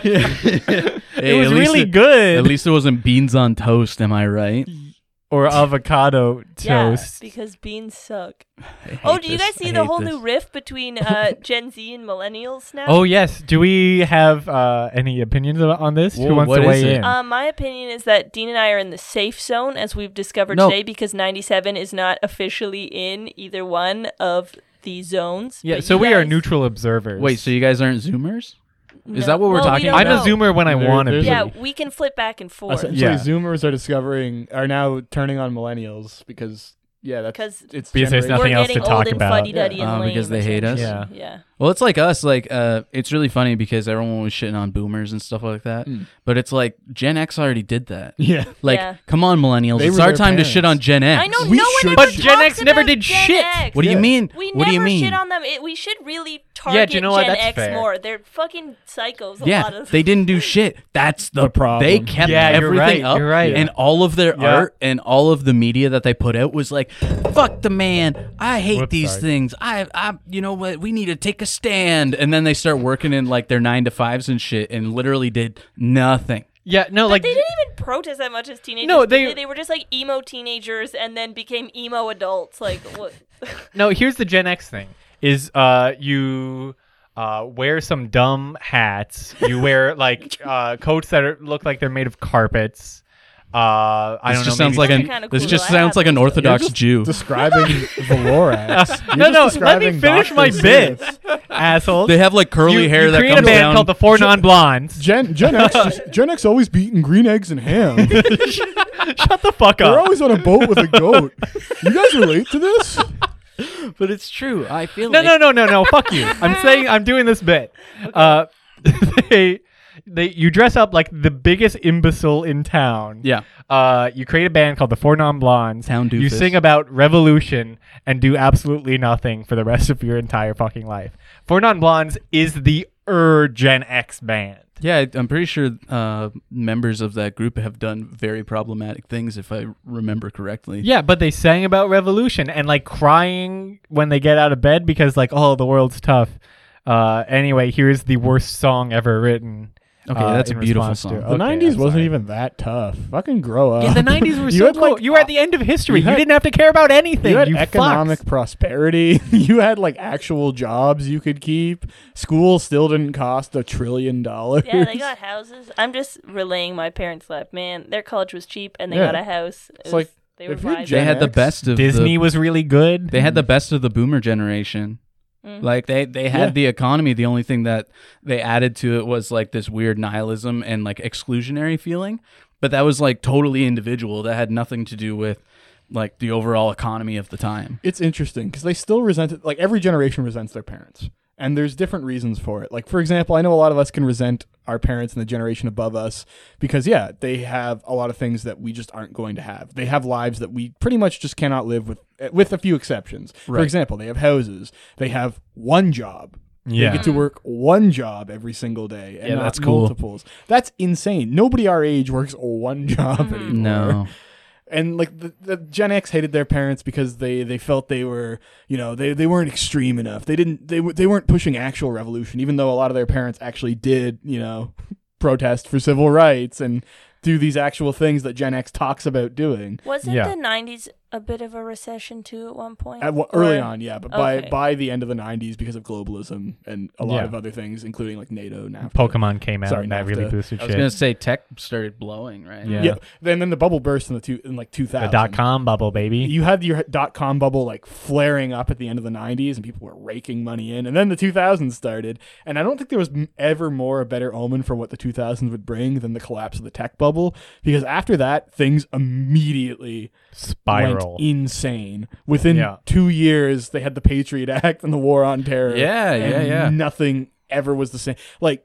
Speaker 2: Hey,
Speaker 4: it was
Speaker 2: at least
Speaker 4: really
Speaker 2: it-
Speaker 4: good.
Speaker 2: At least it wasn't beans on toast, am I right?
Speaker 4: or avocado
Speaker 3: Yeah,
Speaker 4: toast.
Speaker 3: because beans suck.
Speaker 2: I hate
Speaker 3: Oh, do you
Speaker 2: this.
Speaker 3: guys see
Speaker 2: I
Speaker 3: the
Speaker 2: hate
Speaker 3: whole
Speaker 2: this.
Speaker 3: new rift between uh, Gen Z and millennials now?
Speaker 4: Oh yes. Do we have uh, any opinions about, on this?
Speaker 2: Whoa,
Speaker 4: Who wants
Speaker 2: what
Speaker 4: to
Speaker 2: is
Speaker 4: weigh
Speaker 2: it?
Speaker 4: in?
Speaker 3: Uh, my opinion is that Dean and I are in the safe zone, as we've discovered
Speaker 2: No.
Speaker 3: today, because 97 is not officially in either one of the zones.
Speaker 4: yeah.
Speaker 3: But
Speaker 4: So
Speaker 3: you
Speaker 4: we are
Speaker 3: guys
Speaker 4: neutral observers.
Speaker 2: Wait, so you guys aren't Zoomers? is
Speaker 3: know-
Speaker 2: that what we're
Speaker 3: Well, we
Speaker 2: talking
Speaker 3: don't
Speaker 4: I'm
Speaker 3: know.
Speaker 4: a zoomer when I
Speaker 5: There-
Speaker 4: want to be.
Speaker 5: there's
Speaker 3: Yeah, we can flip back and forth.
Speaker 5: Essentially,
Speaker 4: Yeah.
Speaker 5: Zoomers are discovering are now turning on millennials because yeah, that's
Speaker 3: 'Cause-
Speaker 5: it's
Speaker 4: Because there's
Speaker 5: generational.
Speaker 4: nothing
Speaker 3: we're
Speaker 4: else to
Speaker 3: getting
Speaker 4: talk
Speaker 3: old and
Speaker 4: about.
Speaker 3: fuddy-duddy
Speaker 5: Yeah.
Speaker 3: and
Speaker 2: Oh,
Speaker 3: lame,
Speaker 2: because they hate us?
Speaker 3: essentially. Yeah.
Speaker 2: Well, it's like us. Like, uh, it's really funny because everyone was shitting on boomers and stuff like that.
Speaker 5: Mm.
Speaker 2: But it's like Gen X already did that.
Speaker 5: Yeah,
Speaker 2: Like,
Speaker 3: Yeah.
Speaker 2: come on, millennials,
Speaker 5: They
Speaker 2: it's
Speaker 5: were
Speaker 2: our
Speaker 5: their
Speaker 2: time
Speaker 5: parents.
Speaker 2: to shit on Gen X.
Speaker 3: I know
Speaker 5: We
Speaker 3: no one
Speaker 5: should-
Speaker 3: ever
Speaker 5: But
Speaker 4: Gen
Speaker 3: talks
Speaker 4: X never
Speaker 3: about
Speaker 4: did
Speaker 3: Gen
Speaker 4: shit.
Speaker 3: X.
Speaker 2: What do
Speaker 5: Yeah.
Speaker 2: you mean?
Speaker 3: We
Speaker 2: what do
Speaker 3: never
Speaker 2: you mean?
Speaker 3: shit on them. It, we should really
Speaker 4: you
Speaker 3: target
Speaker 4: know what?
Speaker 3: Gen
Speaker 4: That's
Speaker 3: X
Speaker 4: fair.
Speaker 3: more. They're fucking psychos. A lot
Speaker 2: yeah,
Speaker 3: of
Speaker 2: they didn't do shit. That's the,
Speaker 5: The problem.
Speaker 2: They kept
Speaker 4: Yeah, you're
Speaker 2: everything
Speaker 4: right,
Speaker 2: up,
Speaker 4: you're right.
Speaker 2: and all of their
Speaker 4: Yeah.
Speaker 2: art and all of the media that they put out was like, "Fuck the man! I hate
Speaker 4: Whoops,
Speaker 2: these
Speaker 4: sorry.
Speaker 2: things. I, I, you know what? We need to take a stand." And then they start working in like their nine to fives and shit, and literally did nothing.
Speaker 4: Yeah. No.
Speaker 3: But
Speaker 4: like.
Speaker 3: they didn't even protest that much as teenagers.
Speaker 4: No,
Speaker 3: did
Speaker 4: they-
Speaker 3: they were just like emo teenagers and then became emo adults. Like what?
Speaker 4: No, here's the Gen X thing: is uh, you uh, wear some dumb hats. You wear like uh, coats that are, look like they're made of carpets. Uh, I
Speaker 2: This
Speaker 4: don't
Speaker 2: just
Speaker 4: know.
Speaker 2: sounds like
Speaker 3: Those
Speaker 4: maybe-
Speaker 2: an
Speaker 3: are kinda
Speaker 2: this
Speaker 3: cool,
Speaker 2: just
Speaker 3: though. I
Speaker 2: sounds
Speaker 3: have
Speaker 2: like an
Speaker 3: those.
Speaker 2: Orthodox Jew.
Speaker 5: describing the Lorax. You're
Speaker 4: no,
Speaker 5: just
Speaker 4: no. Let me
Speaker 5: describing
Speaker 4: finish my
Speaker 5: Dr.
Speaker 4: bit,
Speaker 5: Seuss.
Speaker 4: asshole.
Speaker 2: They have like curly
Speaker 4: you,
Speaker 2: hair
Speaker 4: you
Speaker 2: that
Speaker 4: create
Speaker 2: comes
Speaker 4: a band
Speaker 2: down.
Speaker 4: called the Four Non Blondes.
Speaker 5: Gen Gen X just- Gen X always be eating green eggs and ham.
Speaker 4: Shut the fuck
Speaker 5: They're
Speaker 4: up.
Speaker 5: always on a boat with a goat. You guys relate to this?
Speaker 2: but it's true. I feel
Speaker 4: No,
Speaker 2: like
Speaker 4: no, no, no, no. Fuck you. I'm saying I'm doing this bit. Uh, they, they, you dress up like the biggest imbecile in town.
Speaker 2: Yeah.
Speaker 4: Uh, you create a band called the Four Non Blondes.
Speaker 2: Town
Speaker 4: You
Speaker 2: doofus.
Speaker 4: sing about revolution and do absolutely nothing for the rest of your entire fucking life. Four Non Blondes is the er Gen X band.
Speaker 2: Yeah, I- I'm pretty sure uh, members of that group have done very problematic things, if I remember correctly.
Speaker 4: Yeah, but they sang about revolution and like crying when they get out of bed because like oh the world's tough. Uh, anyway, here's the worst song ever written.
Speaker 2: Okay,
Speaker 4: uh,
Speaker 2: that's a
Speaker 4: in
Speaker 2: beautiful
Speaker 4: response
Speaker 2: song. The
Speaker 4: To,
Speaker 5: The
Speaker 4: Okay,
Speaker 5: nineties
Speaker 4: I'm
Speaker 5: wasn't
Speaker 4: sorry.
Speaker 5: even that tough. Fucking grow up.
Speaker 4: Yeah, the nineties were
Speaker 5: You
Speaker 4: so
Speaker 5: had,
Speaker 4: cool.
Speaker 5: like,
Speaker 4: you were at the end of history.
Speaker 5: you
Speaker 4: You,
Speaker 5: had-
Speaker 4: didn't have to care about anything.
Speaker 5: you
Speaker 4: You,
Speaker 5: had
Speaker 4: fucks.
Speaker 5: economic prosperity. You had like actual jobs you could keep. School still didn't cost a trillion dollars.
Speaker 3: Yeah, they got houses. I'm just relaying my parents' life. Man, their college was cheap and they
Speaker 5: Yeah.
Speaker 3: got a house. It
Speaker 5: It's
Speaker 3: was-
Speaker 5: like,
Speaker 3: they were
Speaker 5: if you're
Speaker 3: vibing.
Speaker 2: they
Speaker 5: Gen
Speaker 2: had the
Speaker 5: X.
Speaker 2: best of
Speaker 4: Disney
Speaker 2: The,
Speaker 4: was really good.
Speaker 2: they had the best of the Boomer generation.
Speaker 3: Mm.
Speaker 2: Like they, they had
Speaker 5: Yeah.
Speaker 2: the economy. The only thing that they added to it was like this weird nihilism and like exclusionary feeling, but that was like totally individual. That had nothing to do with like the overall economy of the time.
Speaker 5: It's interesting because they still resent it. Like every generation resents their parents, and there's different reasons for it. Like for example, I know a lot of us can resent our parents and the generation above us because yeah, they have a lot of things that we just aren't going to have. They have lives that we pretty much just cannot live with, eh, with a few exceptions. For
Speaker 2: Right.
Speaker 5: example, they have houses. They have one job.
Speaker 4: Yeah.
Speaker 5: They get to work one job every single day and
Speaker 2: Yeah,
Speaker 5: not
Speaker 2: that's cool.
Speaker 5: multiples. That's insane. Nobody our age works one job anymore
Speaker 2: No,
Speaker 5: and like the, the Gen X hated their parents because they they felt they were you know they, they weren't extreme enough. They didn't they w- they weren't pushing actual revolution, even though a lot of their parents actually did you know protest for civil rights and do these actual things that Gen X talks about doing.
Speaker 3: Wasn't
Speaker 4: Yeah.
Speaker 3: the 90s a bit of a recession too at one point?
Speaker 5: At, wa- early
Speaker 3: Or-
Speaker 5: on, yeah, but by
Speaker 3: Okay.
Speaker 5: by the end of the '90s, because of globalism and a lot
Speaker 4: Yeah.
Speaker 5: of other things, including like NATO, NAFTA,
Speaker 4: Pokemon came out
Speaker 5: Sorry,
Speaker 4: and that
Speaker 5: NAFTA.
Speaker 4: really boosted
Speaker 2: I was
Speaker 4: shit.
Speaker 2: gonna say tech started blowing, right?
Speaker 4: Yeah.
Speaker 5: Yeah, then then the bubble burst in the two in like 2000.
Speaker 4: the dot com bubble, baby.
Speaker 5: you had your dot com bubble like flaring up at the end of the 90s and people were raking money in and then the 2000s started and i don't think there was m- ever more a better omen for what the 2000s would bring than the collapse of the tech bubble because after that things immediately
Speaker 2: e-
Speaker 4: Spiral.
Speaker 5: went insane within
Speaker 4: Yeah.
Speaker 5: 2 years they had the patriot act and the war on terror
Speaker 2: Yeah,
Speaker 5: and
Speaker 2: yeah, yeah.
Speaker 5: nothing ever was the same like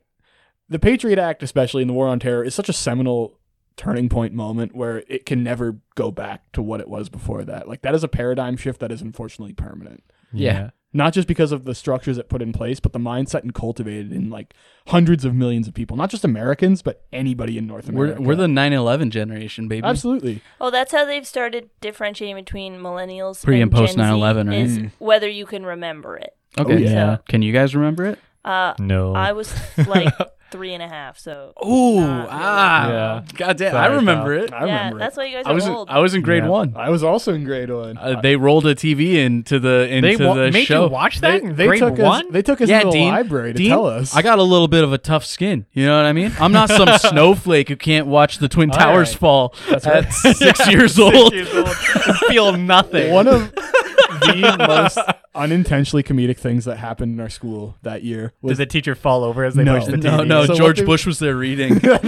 Speaker 5: the patriot act especially and the war on terror is such a seminal turning point moment where it can never go back to what it was before that. Like that is a paradigm shift that is unfortunately permanent.
Speaker 2: Yeah.
Speaker 5: Not just because of the structures it put in place, but the mindset and cultivated in like hundreds of millions of people, not just Americans, but anybody in North
Speaker 2: We're,
Speaker 5: America.
Speaker 2: we're the 9/11 generation, baby.
Speaker 5: absolutely
Speaker 3: Oh, that's how they've started differentiating between millennials
Speaker 2: Pre and post
Speaker 3: Gen Z
Speaker 2: 9/11, right?
Speaker 3: Is
Speaker 5: Mm.
Speaker 3: whether you can remember it.
Speaker 2: Okay.
Speaker 5: Oh, yeah.
Speaker 2: Can you guys remember it?
Speaker 3: Uh,
Speaker 4: No.
Speaker 3: I was like three and a half, so
Speaker 2: Oh,
Speaker 3: Not
Speaker 2: ah,
Speaker 4: really.
Speaker 2: God damn, I
Speaker 4: Sorry,
Speaker 2: remember it.
Speaker 5: I
Speaker 3: yeah,
Speaker 5: remember.
Speaker 3: that's why you guys
Speaker 2: I
Speaker 3: are
Speaker 2: was in,
Speaker 3: old.
Speaker 2: I was in grade
Speaker 4: Yeah.
Speaker 2: one.
Speaker 5: I was also in grade one.
Speaker 2: Uh, they rolled a TV into the
Speaker 4: they
Speaker 2: into
Speaker 4: wa-
Speaker 2: the
Speaker 4: made
Speaker 2: show.
Speaker 4: you watch that in grade
Speaker 5: took
Speaker 4: one.
Speaker 5: Us, they took us
Speaker 2: yeah,
Speaker 5: to the
Speaker 2: Dean,
Speaker 5: library to
Speaker 2: Dean,
Speaker 5: tell us.
Speaker 2: I got a little bit of a tough skin. You know what I mean? I'm not some snowflake who can't watch the Twin
Speaker 4: All
Speaker 2: Towers
Speaker 4: right.
Speaker 2: fall at six years old.
Speaker 4: feel nothing.
Speaker 5: one of the most unintentionally comedic things that happened in our school that year
Speaker 4: Did
Speaker 5: was
Speaker 4: the teacher fall over as they
Speaker 5: No.
Speaker 4: watched the
Speaker 2: No,
Speaker 4: TV?
Speaker 2: no,
Speaker 5: So what
Speaker 2: George
Speaker 5: they-
Speaker 2: Bush was there reading.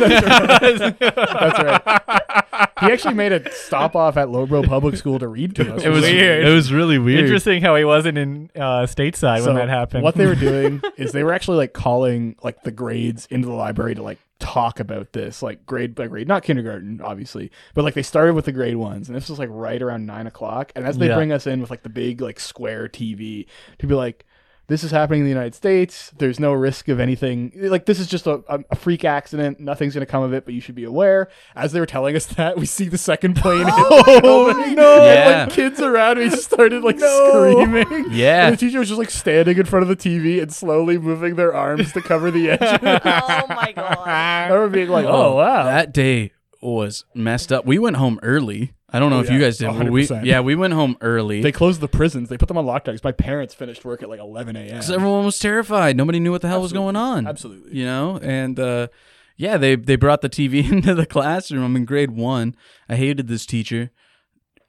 Speaker 5: That's right. He actually made a stop off at Lowbro Public School to read to us.
Speaker 2: It was
Speaker 4: Weird.
Speaker 2: It was really weird.
Speaker 4: Interesting how he wasn't in uh, stateside
Speaker 5: So
Speaker 4: when that happened.
Speaker 5: What they were doing is they were actually like calling like the grades into the library to like talk about this, like grade by grade, not kindergarten, obviously, but like they started with the grade ones, and this was like right around nine o'clock. And as they
Speaker 4: Yeah.
Speaker 5: bring us in with like the big like square TV to be like. This is happening in the United States. There's no risk of anything. Like this is just a, a a freak accident. Nothing's going to come of it, but you should be aware. As they were telling us that, we see the second plane. hit the
Speaker 4: Oh,
Speaker 5: building,
Speaker 2: no.
Speaker 5: and,
Speaker 2: Yeah.
Speaker 5: like kids around me started like screaming.
Speaker 2: Yeah.
Speaker 5: And the teacher was just like standing in front of the TV and slowly moving their arms to cover the edge.
Speaker 3: oh my god.
Speaker 5: I remember being like,
Speaker 2: Oh,
Speaker 5: oh, wow.
Speaker 2: That day was messed up. We went home early. I don't know
Speaker 5: Oh,
Speaker 2: if
Speaker 5: yeah.
Speaker 2: you guys did. but We,
Speaker 5: 100%.
Speaker 2: yeah, we went home early.
Speaker 5: they closed the prisons. They put them on lockdowns. My parents finished work at like 11 a.m.
Speaker 2: because everyone was terrified. Nobody knew what the hell was going on.
Speaker 5: Absolutely.
Speaker 2: You know, and uh, yeah, they they brought the TV into the classroom. I'm in grade one. I hated this teacher.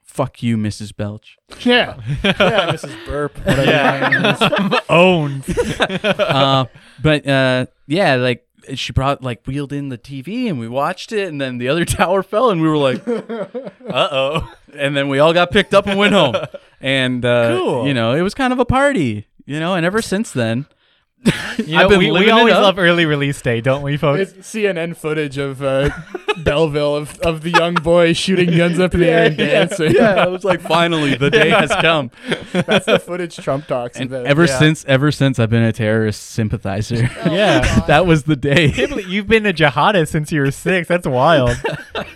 Speaker 2: Fuck you, Mrs. Belch.
Speaker 5: Yeah. yeah, Mrs. Burp. Whatever yeah.
Speaker 4: owned.
Speaker 2: uh, but uh, yeah, like she brought like wheeled in the TV and we watched it, and then the other tower fell, and we were like, uh oh, and then we all got picked up and went home, and uh,
Speaker 4: Cool.
Speaker 2: you know it was kind of a party, you know, and ever since then,
Speaker 4: You
Speaker 2: I've
Speaker 4: know,
Speaker 2: been
Speaker 4: we,
Speaker 2: living
Speaker 4: we
Speaker 2: it
Speaker 4: always
Speaker 2: up.
Speaker 4: love early release day, don't we, folks?
Speaker 5: It's CNN footage of uh, Belleville of, of the young boy shooting guns up in the air and dancing.
Speaker 2: yeah, it was like finally the day has come,
Speaker 5: That's the footage Trump talks
Speaker 2: and
Speaker 5: about.
Speaker 2: ever
Speaker 4: Yeah.
Speaker 2: since ever since I've been a terrorist sympathizer.
Speaker 3: Oh my
Speaker 4: Yeah.
Speaker 3: God.
Speaker 2: that was the day.
Speaker 4: Typically, You've been a jihadist since you were six. That's wild.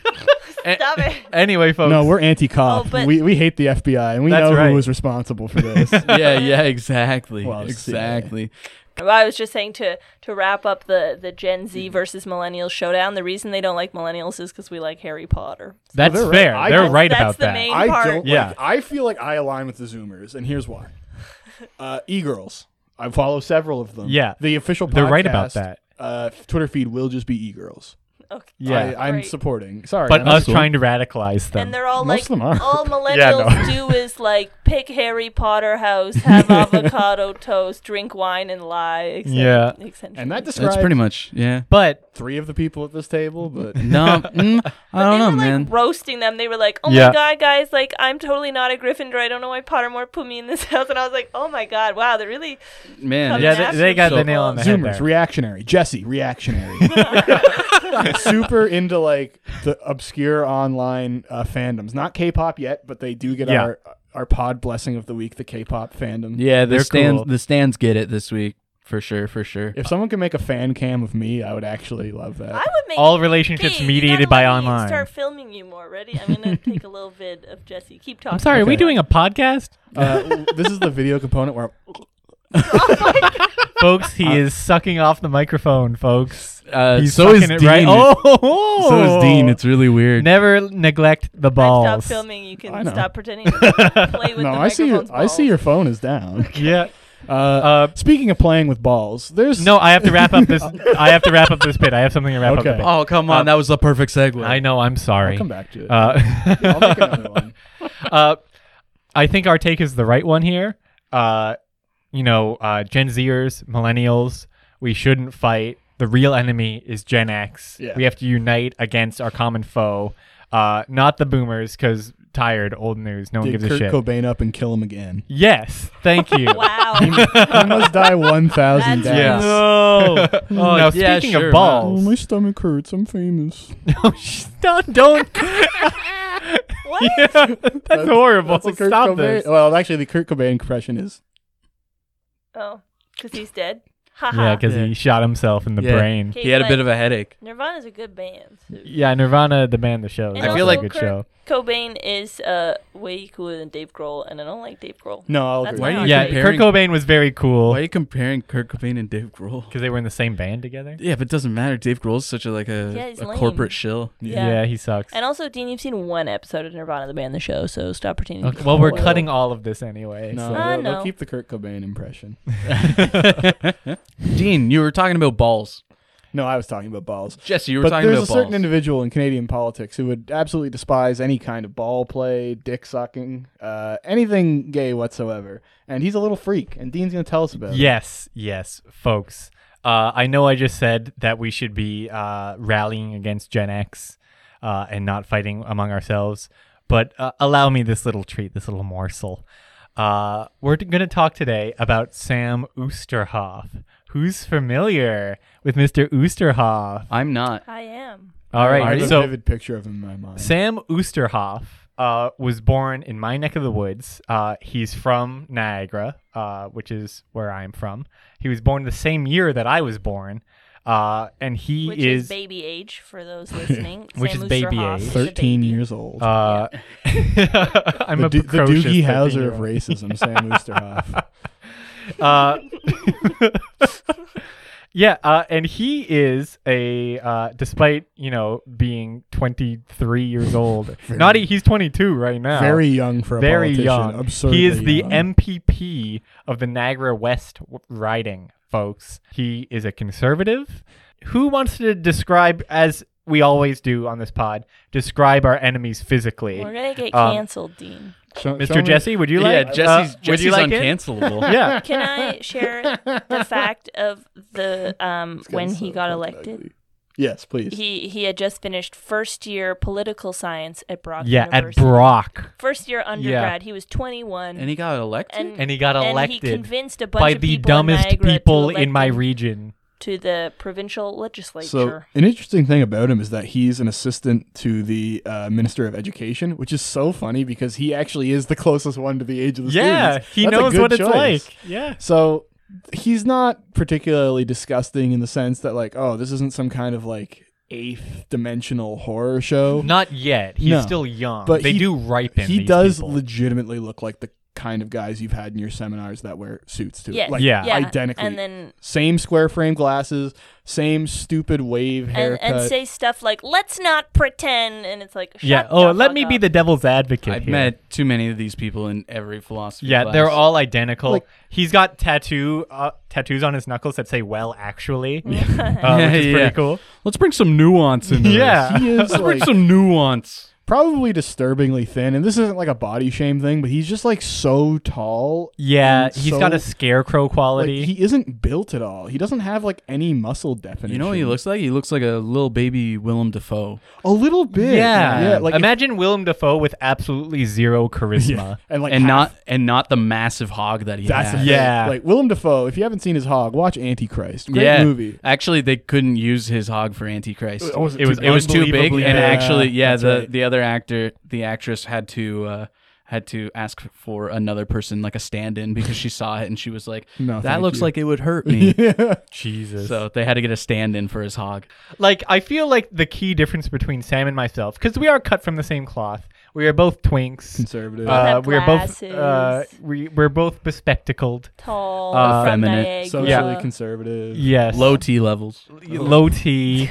Speaker 3: Stop it.
Speaker 4: anyway, folks.
Speaker 5: no, we're anti-cop.
Speaker 3: Oh, but-
Speaker 5: we, we hate the FBI, and we
Speaker 4: That's
Speaker 5: know
Speaker 4: right.
Speaker 5: who was responsible for this.
Speaker 2: yeah, yeah, exactly,
Speaker 5: Well, it's CIA.
Speaker 2: exactly.
Speaker 3: Well, I was just saying to to wrap up the the Gen Z versus millennials showdown. The reason they don't like millennials is because we like Harry Potter.
Speaker 4: that's
Speaker 5: Well, they're
Speaker 4: fair.
Speaker 5: right. I-
Speaker 4: They're
Speaker 5: That's-
Speaker 4: right
Speaker 3: that's
Speaker 4: about
Speaker 3: the
Speaker 4: that.
Speaker 3: main-
Speaker 5: I
Speaker 3: part.
Speaker 5: don't.
Speaker 4: Yeah.
Speaker 5: Like, I feel like I align with the Zoomers, and here's why. Uh, e girls. I follow several of them.
Speaker 4: Yeah.
Speaker 5: The official. Podcast,
Speaker 4: They're right about that.
Speaker 5: Uh, Twitter feed will just be e girls.
Speaker 3: Okay.
Speaker 4: Yeah.
Speaker 5: I, I'm
Speaker 3: Great.
Speaker 5: supporting. Sorry,
Speaker 4: but
Speaker 5: I'm
Speaker 4: us
Speaker 5: just-
Speaker 4: trying to radicalize them.
Speaker 3: And they're all
Speaker 5: Most
Speaker 3: like,
Speaker 5: of them are.
Speaker 3: all
Speaker 4: Yeah,
Speaker 3: millennials
Speaker 4: no.
Speaker 3: do is like pick Harry Potter house, have avocado toast, drink wine, and lie. Except,
Speaker 4: Yeah.
Speaker 3: except-
Speaker 5: and that describes
Speaker 2: That's pretty much yeah.
Speaker 4: but
Speaker 5: three of the people at this table. But
Speaker 2: No, mm, I
Speaker 3: they
Speaker 2: don't know,
Speaker 3: were like
Speaker 2: man.
Speaker 3: roasting them. They were like, "Oh
Speaker 4: Yeah.
Speaker 3: my god, guys! Like, I'm totally not a Gryffindor. I don't know why Pottermore put me in this house." And I was like, "Oh my god, wow! They're really
Speaker 2: Man,
Speaker 3: Coming
Speaker 4: yeah,
Speaker 2: it's-
Speaker 4: they,
Speaker 3: National
Speaker 4: they got the
Speaker 2: So-
Speaker 4: nail on the head
Speaker 5: Zoomers,
Speaker 4: there.
Speaker 5: reactionary. Jesse, reactionary. Super into like the obscure online uh, fandoms. Not K-pop yet, but they do get
Speaker 4: Yeah.
Speaker 5: our our pod blessing of the week, the K-pop fandom.
Speaker 2: yeah, the
Speaker 4: They're
Speaker 2: stands
Speaker 4: cool.
Speaker 2: the stands get it this week for sure, for sure.
Speaker 5: If someone could make a fan cam of me, I would actually love that.
Speaker 3: I would make
Speaker 4: all relationships
Speaker 3: Hey, you gotta
Speaker 4: mediated by
Speaker 3: let me
Speaker 4: online.
Speaker 3: Start filming you more. Ready? I'm gonna take a little vid of Jesse. Keep talking.
Speaker 4: I'm sorry, are we
Speaker 5: Okay.
Speaker 4: doing a podcast?
Speaker 5: Uh, this is the video component where
Speaker 4: folks, he is sucking off the microphone, folks.
Speaker 2: Uh,
Speaker 4: He's
Speaker 2: so is
Speaker 4: sucking it
Speaker 2: Dean.
Speaker 4: right. Oh,
Speaker 2: So is Dean. It's really weird.
Speaker 4: never neglect the
Speaker 3: Balls. Stop
Speaker 4: balls.
Speaker 3: filming. You
Speaker 5: I
Speaker 3: can
Speaker 5: know.
Speaker 3: stop pretending. to play with
Speaker 5: no,
Speaker 3: the
Speaker 5: I see your
Speaker 3: microphone's
Speaker 5: I see
Speaker 3: balls.
Speaker 5: your phone is down.
Speaker 4: Yeah.
Speaker 5: Uh,
Speaker 4: Uh,
Speaker 5: speaking of playing with balls, there's
Speaker 4: no, I have to wrap up this. I have to wrap up this bit. I have something to wrap
Speaker 5: Okay.
Speaker 4: up. the
Speaker 2: oh come on,
Speaker 4: Um,
Speaker 2: that was the perfect segue.
Speaker 4: bit. I know. I'm sorry.
Speaker 5: I'll come back to it.
Speaker 4: Uh,
Speaker 5: I'll make another one.
Speaker 4: uh, I think our take is the right one here. Uh, you know, uh, Gen Zers, millennials, we shouldn't fight. The real enemy is Gen X.
Speaker 5: Yeah.
Speaker 4: We have to unite against our common foe, uh, not the boomers, because tired, old news. No one
Speaker 5: Dig
Speaker 4: gives a
Speaker 5: Kurt
Speaker 4: shit.
Speaker 5: Cobain up and kill him again.
Speaker 4: yes, thank you.
Speaker 3: Wow.
Speaker 5: I must die one thousand
Speaker 3: That's
Speaker 5: deaths.
Speaker 3: Yeah.
Speaker 2: No. oh,
Speaker 4: now,
Speaker 2: yeah,
Speaker 4: speaking
Speaker 2: sure,
Speaker 4: of
Speaker 5: Oh,
Speaker 4: balls,
Speaker 5: my stomach hurts. I'm famous.
Speaker 4: don't, don't.
Speaker 3: what?
Speaker 4: that's, horrible.
Speaker 5: That's a Kurt
Speaker 4: Stop
Speaker 5: Cobain. Oh.
Speaker 4: this.
Speaker 5: Well, actually, the Kurt Cobain compression is
Speaker 3: Oh, because he's dead. Haha.
Speaker 4: Ah. Yeah, because
Speaker 2: Yeah.
Speaker 4: he shot himself in the
Speaker 2: Yeah.
Speaker 4: brain.
Speaker 2: He had a bit of a headache.
Speaker 3: Nirvana's a good band. too.
Speaker 4: Yeah, Nirvana, the band, the show.
Speaker 3: And
Speaker 4: is
Speaker 2: I feel
Speaker 4: also
Speaker 2: like-
Speaker 4: a good
Speaker 3: Kurt
Speaker 4: show.
Speaker 3: Cobain is uh way cooler than Dave Grohl, and I don't like Dave Grohl.
Speaker 5: No, I'll
Speaker 3: That's
Speaker 5: agree.
Speaker 3: why I
Speaker 5: Why do
Speaker 3: like
Speaker 5: you-
Speaker 4: Yeah,
Speaker 2: comparing-
Speaker 4: Kurt Cobain was very cool
Speaker 2: Why are you comparing Kurt Cobain and Dave Grohl?
Speaker 4: because they were in the same band together.
Speaker 2: Yeah, but it doesn't matter. Dave Grohl's such a like a,
Speaker 3: Yeah, he's
Speaker 2: a
Speaker 3: lame.
Speaker 2: corporate shill.
Speaker 3: Yeah.
Speaker 4: he sucks.
Speaker 3: And also, Dean, you've seen one episode of Nirvana the band, the show, so stop pretending.
Speaker 4: Okay, Well, we're cutting all of this anyway.
Speaker 5: No,
Speaker 4: so-
Speaker 3: Uh,
Speaker 5: they'll, they'll
Speaker 3: no.
Speaker 5: keep the Kurt Cobain impression.
Speaker 2: Dean, you were talking about balls.
Speaker 5: No, I was talking about balls.
Speaker 2: Jesse, you were
Speaker 5: But
Speaker 2: talking
Speaker 5: there's
Speaker 2: about
Speaker 5: a certain
Speaker 2: balls.
Speaker 5: individual in Canadian politics who would absolutely despise any kind of ball play, dick sucking, uh, anything gay whatsoever. And he's a little freak, and Dean's going to tell us about it.
Speaker 4: Yes, yes, folks. Uh, I know I just said that we should be uh, rallying against Gen X uh, and not fighting among ourselves, but uh, allow me this little treat, this little morsel. Uh, we're going to talk today about Sam Oosterhoff. Who's familiar with Mr. Oosterhoff?
Speaker 2: I'm not.
Speaker 3: I am.
Speaker 4: All
Speaker 5: I
Speaker 4: right,
Speaker 5: have a
Speaker 4: so
Speaker 5: vivid picture of him in my mind.
Speaker 4: Sam Oosterhoff uh, was born in my neck of the woods. Uh, he's from Niagara, uh, which is where I'm from. He was born the same year that I was born, uh, and he
Speaker 3: Which
Speaker 4: is,
Speaker 3: is, baby age for those listening.
Speaker 4: Which
Speaker 3: Sam
Speaker 4: is baby
Speaker 3: Oosterhoff
Speaker 4: age.
Speaker 3: is a
Speaker 5: 13
Speaker 3: baby.
Speaker 5: years old.
Speaker 4: uh, I'm
Speaker 5: the,
Speaker 4: a
Speaker 5: do- the
Speaker 4: precocious
Speaker 5: Doogie Howser of
Speaker 4: 13-year-old.
Speaker 5: racism, Sam Oosterhoff.
Speaker 4: Uh, yeah, uh, and he is a uh, despite you know being 23 years old. not he, he's 22 right now.
Speaker 5: Very young for a
Speaker 4: very
Speaker 5: politician.
Speaker 4: young.
Speaker 5: Absurdly
Speaker 4: he is the
Speaker 5: young.
Speaker 4: MPP of the Niagara West w- riding, folks. He is a conservative who wants to describe, as we always do on this pod, describe our enemies physically.
Speaker 3: We're gonna get
Speaker 4: Um,
Speaker 3: canceled, Dean.
Speaker 5: Show- show
Speaker 4: Mr.
Speaker 5: me-
Speaker 4: Jesse, would you like?
Speaker 2: yeah,
Speaker 4: uh,
Speaker 2: Jesse's,
Speaker 4: would
Speaker 2: Jesse's
Speaker 4: you like it?
Speaker 2: uncancelable.
Speaker 4: Yeah.
Speaker 3: Can I share the fact of the um
Speaker 5: It's
Speaker 3: when
Speaker 5: gonna
Speaker 3: he
Speaker 5: sound
Speaker 3: got
Speaker 5: fucking
Speaker 3: elected?
Speaker 5: ugly. Yes, please.
Speaker 3: He he had just finished first year political science at Brock
Speaker 4: Yeah, at
Speaker 3: University.
Speaker 4: Brock.
Speaker 3: First year undergrad, he was 21,
Speaker 2: And he got elected?
Speaker 3: And-
Speaker 4: And he got
Speaker 3: and
Speaker 4: elected
Speaker 3: he convinced a bunch
Speaker 4: by
Speaker 3: of
Speaker 4: the
Speaker 3: people in
Speaker 4: dumbest
Speaker 3: Niagara to
Speaker 4: people
Speaker 3: elect
Speaker 4: in my
Speaker 3: him
Speaker 4: region.
Speaker 3: to the provincial legislature.
Speaker 5: So, an interesting thing about him is that he's an assistant to the uh, Minister of Education, which is so funny because he actually is the closest one to the age of the
Speaker 4: Yeah,
Speaker 5: students.
Speaker 4: he
Speaker 5: That's a
Speaker 4: knows
Speaker 5: good
Speaker 4: what it's
Speaker 5: choice.
Speaker 4: like. Yeah.
Speaker 5: So, he's not particularly disgusting in the sense that, like, oh, this isn't some kind of like eighth dimensional horror show.
Speaker 4: Not yet. He's
Speaker 5: No.
Speaker 4: still young.
Speaker 5: But
Speaker 4: they
Speaker 5: he-
Speaker 4: do ripen.
Speaker 5: he
Speaker 4: these
Speaker 5: does
Speaker 4: people.
Speaker 5: legitimately look like the kind of guys you've had in your seminars that wear suits to
Speaker 3: yes,
Speaker 5: like
Speaker 4: Yeah.
Speaker 3: yeah,
Speaker 5: identically
Speaker 3: and then
Speaker 5: same square frame glasses same stupid wave
Speaker 3: and,
Speaker 5: haircut
Speaker 3: and say stuff like "Let's not pretend," and it's like, Shut
Speaker 4: yeah. Oh,
Speaker 3: the
Speaker 4: let
Speaker 3: fuck
Speaker 4: me be
Speaker 3: up.
Speaker 4: the devil's advocate.
Speaker 2: I've
Speaker 4: here.
Speaker 2: met too many of these people in every philosophy
Speaker 4: Yeah,
Speaker 2: class.
Speaker 4: they're all identical.
Speaker 5: Like-
Speaker 4: He's got tattoo uh, tattoos on his knuckles that say "Well, actually," uh, which is
Speaker 2: Yeah.
Speaker 4: pretty cool.
Speaker 2: Let's bring some nuance into this.
Speaker 4: Yeah.
Speaker 5: he is
Speaker 2: Let's bring
Speaker 5: like
Speaker 2: some nuance.
Speaker 5: probably disturbingly thin and this isn't like a body shame thing but he's just like so tall
Speaker 4: Yeah,
Speaker 5: and
Speaker 4: he's
Speaker 5: so-
Speaker 4: got a scarecrow
Speaker 5: like,
Speaker 4: quality.
Speaker 5: he isn't built at all he doesn't have like any muscle definition
Speaker 2: You know what he looks like? He looks like a little baby Willem Dafoe.
Speaker 5: a little bit
Speaker 4: yeah.
Speaker 5: yeah like
Speaker 4: imagine Willem Dafoe with absolutely zero charisma.
Speaker 5: and like
Speaker 2: and
Speaker 5: half-
Speaker 2: not and not the massive hog that he
Speaker 5: that's the
Speaker 2: has.
Speaker 5: thing.
Speaker 4: Yeah.
Speaker 5: like Willem Dafoe. If you haven't seen his Hog, watch Antichrist. Great
Speaker 2: yeah.
Speaker 5: movie.
Speaker 2: Actually, they couldn't use his hog for Antichrist.
Speaker 5: Oh, was
Speaker 4: It was
Speaker 5: too
Speaker 2: it was too big,
Speaker 4: unbelievably
Speaker 2: and
Speaker 4: big.
Speaker 2: actually,
Speaker 5: Yeah,
Speaker 2: yeah,
Speaker 5: that's
Speaker 2: the
Speaker 5: right.
Speaker 2: the other actor, the actress, had to. Uh, had to ask for another person, like a stand-in, because she saw it and she was like,
Speaker 5: No,
Speaker 2: "That
Speaker 5: thank
Speaker 2: looks
Speaker 5: you."
Speaker 2: like it would hurt me."
Speaker 4: Jesus.
Speaker 2: so they had to get a stand-in for his hog.
Speaker 4: like I feel like the key difference between Sam and myself, because we are cut from the same cloth. We are both twinks.
Speaker 5: conservative.
Speaker 4: Uh,
Speaker 3: have
Speaker 4: we are both. Uh,
Speaker 3: glasses.
Speaker 4: we we're both bespectacled.
Speaker 3: tall,
Speaker 4: Uh,
Speaker 3: from
Speaker 2: Effeminate.
Speaker 3: Niagara.
Speaker 5: socially
Speaker 4: Yeah.
Speaker 5: conservative.
Speaker 4: Yes.
Speaker 2: Low T levels,
Speaker 4: Low T.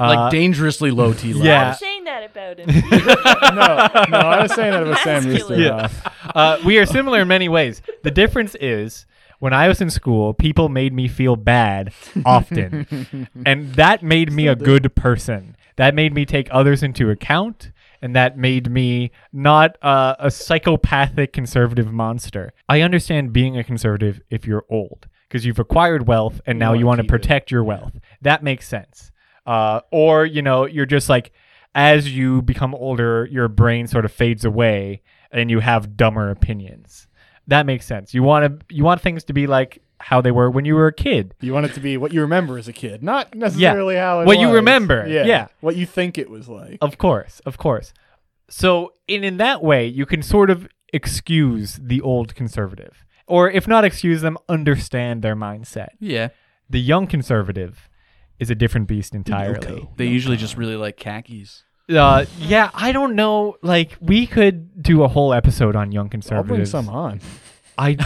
Speaker 4: Uh,
Speaker 2: like dangerously low T levels.
Speaker 4: yeah.
Speaker 3: Stop saying that about him.
Speaker 5: no, no, I was saying that about Sam
Speaker 3: Masculine.
Speaker 5: Rooster.
Speaker 4: Yeah. uh, we are similar in many ways. The difference is when I was in school, people made me feel bad often. and that made me a good person. That made me take others into account. And that made me not uh, a psychopathic conservative monster. I understand being a conservative if you're old because you've acquired wealth and now
Speaker 5: wanna
Speaker 4: you want to
Speaker 5: keep it.
Speaker 4: protect your wealth. That makes sense. Uh, or, you know, you're just like, as you become older, your brain sort of fades away and you have dumber opinions. That makes sense. You want to you want things to be like how they were when you were a kid.
Speaker 5: You want it to be what you remember as a kid, not necessarily how it
Speaker 4: What you
Speaker 5: was.
Speaker 4: remember.
Speaker 5: Yeah.
Speaker 4: Yeah.
Speaker 5: What you think it was like.
Speaker 4: Of course, of course. So, in in that way, you can sort of excuse the old conservative, or if not excuse them, understand their mindset.
Speaker 2: yeah.
Speaker 4: The young conservative is a different beast entirely.
Speaker 2: They usually just really like khakis.
Speaker 4: Uh, yeah, I don't know. Like, we could do a whole episode on young
Speaker 5: I'll bring
Speaker 4: conservatives.
Speaker 5: some on.
Speaker 4: I,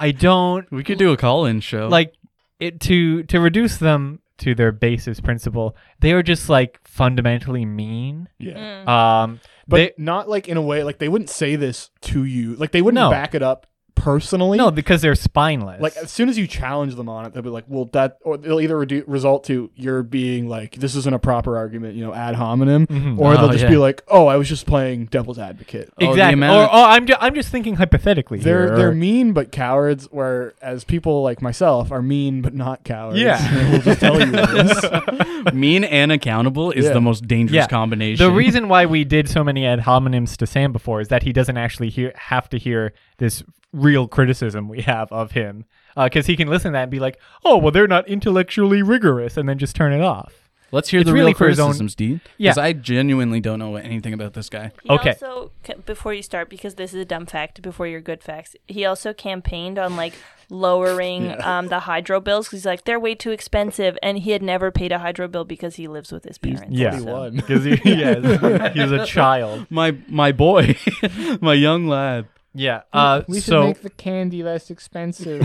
Speaker 4: I don't
Speaker 2: We could do a call-in show.
Speaker 4: like it to to reduce them to their basis principle. They are just like fundamentally mean.
Speaker 5: Yeah.
Speaker 4: Um,
Speaker 5: But
Speaker 4: they,
Speaker 5: not like in a way like they wouldn't say this to you. Like they wouldn't
Speaker 4: No.
Speaker 5: back it up personally.
Speaker 4: no, because they're spineless.
Speaker 5: Like as soon as you challenge them on it, they'll be like, "Well, that," or they'll either redu- result to you're being like, "This isn't a proper argument," you know, ad hominem,
Speaker 4: Mhm.
Speaker 5: or they'll
Speaker 2: Oh,
Speaker 5: just
Speaker 2: yeah.
Speaker 5: be like, "Oh, I was just playing devil's advocate."
Speaker 2: Oh, the
Speaker 4: exactly.
Speaker 2: amount
Speaker 4: or
Speaker 2: of-
Speaker 4: oh, I'm ju- I'm just thinking hypothetically.
Speaker 5: They're
Speaker 4: here.
Speaker 5: they're mean but cowards, whereas people like myself are mean but not cowards.
Speaker 4: Yeah.
Speaker 5: And we'll just tell you this.
Speaker 2: mean and accountable is
Speaker 5: Yeah.
Speaker 2: the most dangerous
Speaker 4: Yeah.
Speaker 2: combination.
Speaker 4: the reason why we did so many ad hominems to Sam before is that he doesn't actually hear have to hear this real criticism we have of him because he can listen to that and be like, oh well, they're not intellectually rigorous, and then just turn it off.
Speaker 2: Let's hear
Speaker 4: It's
Speaker 2: the
Speaker 4: really
Speaker 2: real
Speaker 4: for his own-
Speaker 2: criticisms, Dean.
Speaker 4: Yeah.
Speaker 2: Because I genuinely don't know anything about this guy.
Speaker 3: He
Speaker 4: Okay.
Speaker 3: also, c- before you start, because this is a dumb fact, before your good facts, he also campaigned on like lowering um, the hydro bills 'cause he's like they're way too expensive, and he had never paid a hydro bill because he lives with his parents.
Speaker 4: Yeah.
Speaker 3: so-
Speaker 5: 41.
Speaker 4: Because he, yes, he was a child.
Speaker 2: My my boy, my young lad.
Speaker 4: Yeah. Uh, so
Speaker 5: the candy less expensive.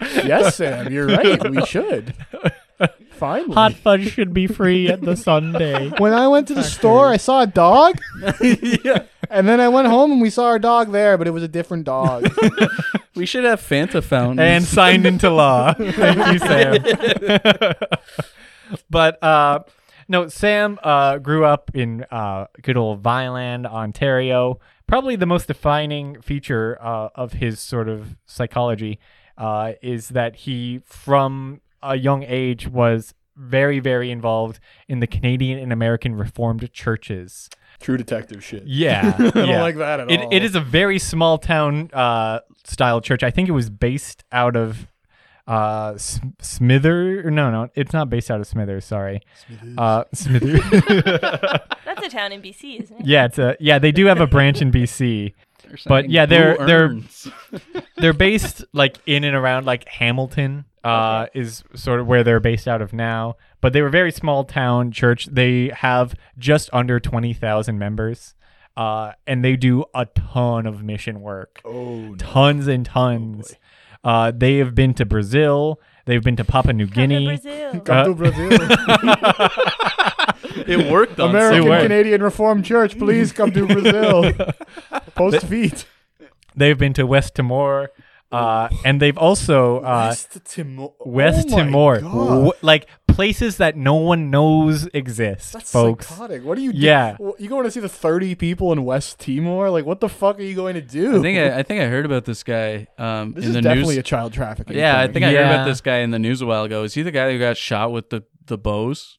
Speaker 5: yes, Sam, you're right. We should. Finally.
Speaker 4: hot fudge should be free at the Sunday.
Speaker 5: When I went to the store, I saw a dog. And then I went home and we saw our dog there, but it was a different dog.
Speaker 2: We should have Fanta fountains.
Speaker 4: and signed into law. Thank you, Sam. but uh, no, Sam uh, grew up in uh, good old Vineland, Ontario. Probably the most defining feature uh, of his sort of psychology uh, is that he, from a young age, was very, very involved in the Canadian and American Reformed churches.
Speaker 5: True detective shit.
Speaker 4: Yeah,
Speaker 5: I don't
Speaker 4: yeah.
Speaker 5: like that at
Speaker 4: it,
Speaker 5: all.
Speaker 4: It is a very small town uh, style church. I think it was based out of uh, S- Smither. No, no, it's not based out of Smithers. Sorry, uh, Smither.
Speaker 3: That's a town in BC, isn't it?
Speaker 4: yeah, it's a yeah. They do have a branch in BC.
Speaker 2: Or something.
Speaker 4: but yeah, they're-
Speaker 2: Blue
Speaker 4: they're-
Speaker 2: urns.
Speaker 4: They're based like in and around like Hamilton. Uh, is sort of where they're based out of now, but they were a very small town church. They have just under twenty thousand members, uh, and they do a ton of mission work.
Speaker 5: Oh, no. Oh,
Speaker 4: tons and tons. uh, they have been to Brazil. They've been to Papua New
Speaker 3: Come to
Speaker 4: Guinea.
Speaker 3: Brazil.
Speaker 5: Come to Brazil.
Speaker 2: Uh, It worked on
Speaker 5: American
Speaker 4: It worked.
Speaker 5: Canadian Reformed Church, please come to Brazil. Post feet.
Speaker 4: They've been to West Timor. Uh, and they've also uh,
Speaker 5: Timor. oh
Speaker 4: West Timor, Wh- like places that no one knows exist,
Speaker 5: That's
Speaker 4: folks.
Speaker 5: psychotic. What are you? do-
Speaker 4: Yeah.
Speaker 5: Wh- you going to see the thirty people in West Timor? Like, what the fuck are you going to do?
Speaker 2: I think I, I think I heard about this guy um,
Speaker 5: this
Speaker 2: in
Speaker 5: is
Speaker 2: the
Speaker 5: definitely
Speaker 2: news.
Speaker 5: a child trafficking.
Speaker 2: yeah, I
Speaker 5: thing.
Speaker 2: think I heard
Speaker 4: Yeah.
Speaker 2: about this guy in the news a while ago. Is he the guy who got shot with the the bows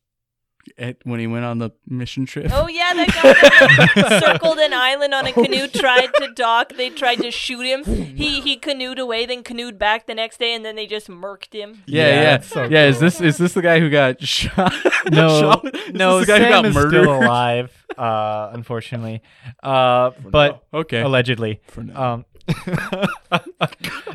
Speaker 2: at, when he went on the mission trip?
Speaker 3: Oh yeah, that guy that circled an island
Speaker 4: Oh,
Speaker 3: on a canoe, tried to dock. They tried to shoot him. He he canoed away, then canoed back the next day, and then they just murked him.
Speaker 2: Yeah,
Speaker 4: Yeah,
Speaker 2: yeah, yeah.
Speaker 4: that's so
Speaker 2: Is this is this the guy who got shot?
Speaker 4: No,
Speaker 2: shot? Is
Speaker 4: no,
Speaker 2: this the guy
Speaker 4: Sam
Speaker 2: who got
Speaker 4: is
Speaker 2: murdered.
Speaker 4: still alive, uh, unfortunately. Uh, but
Speaker 2: okay.
Speaker 4: allegedly.
Speaker 5: For now.
Speaker 4: Um,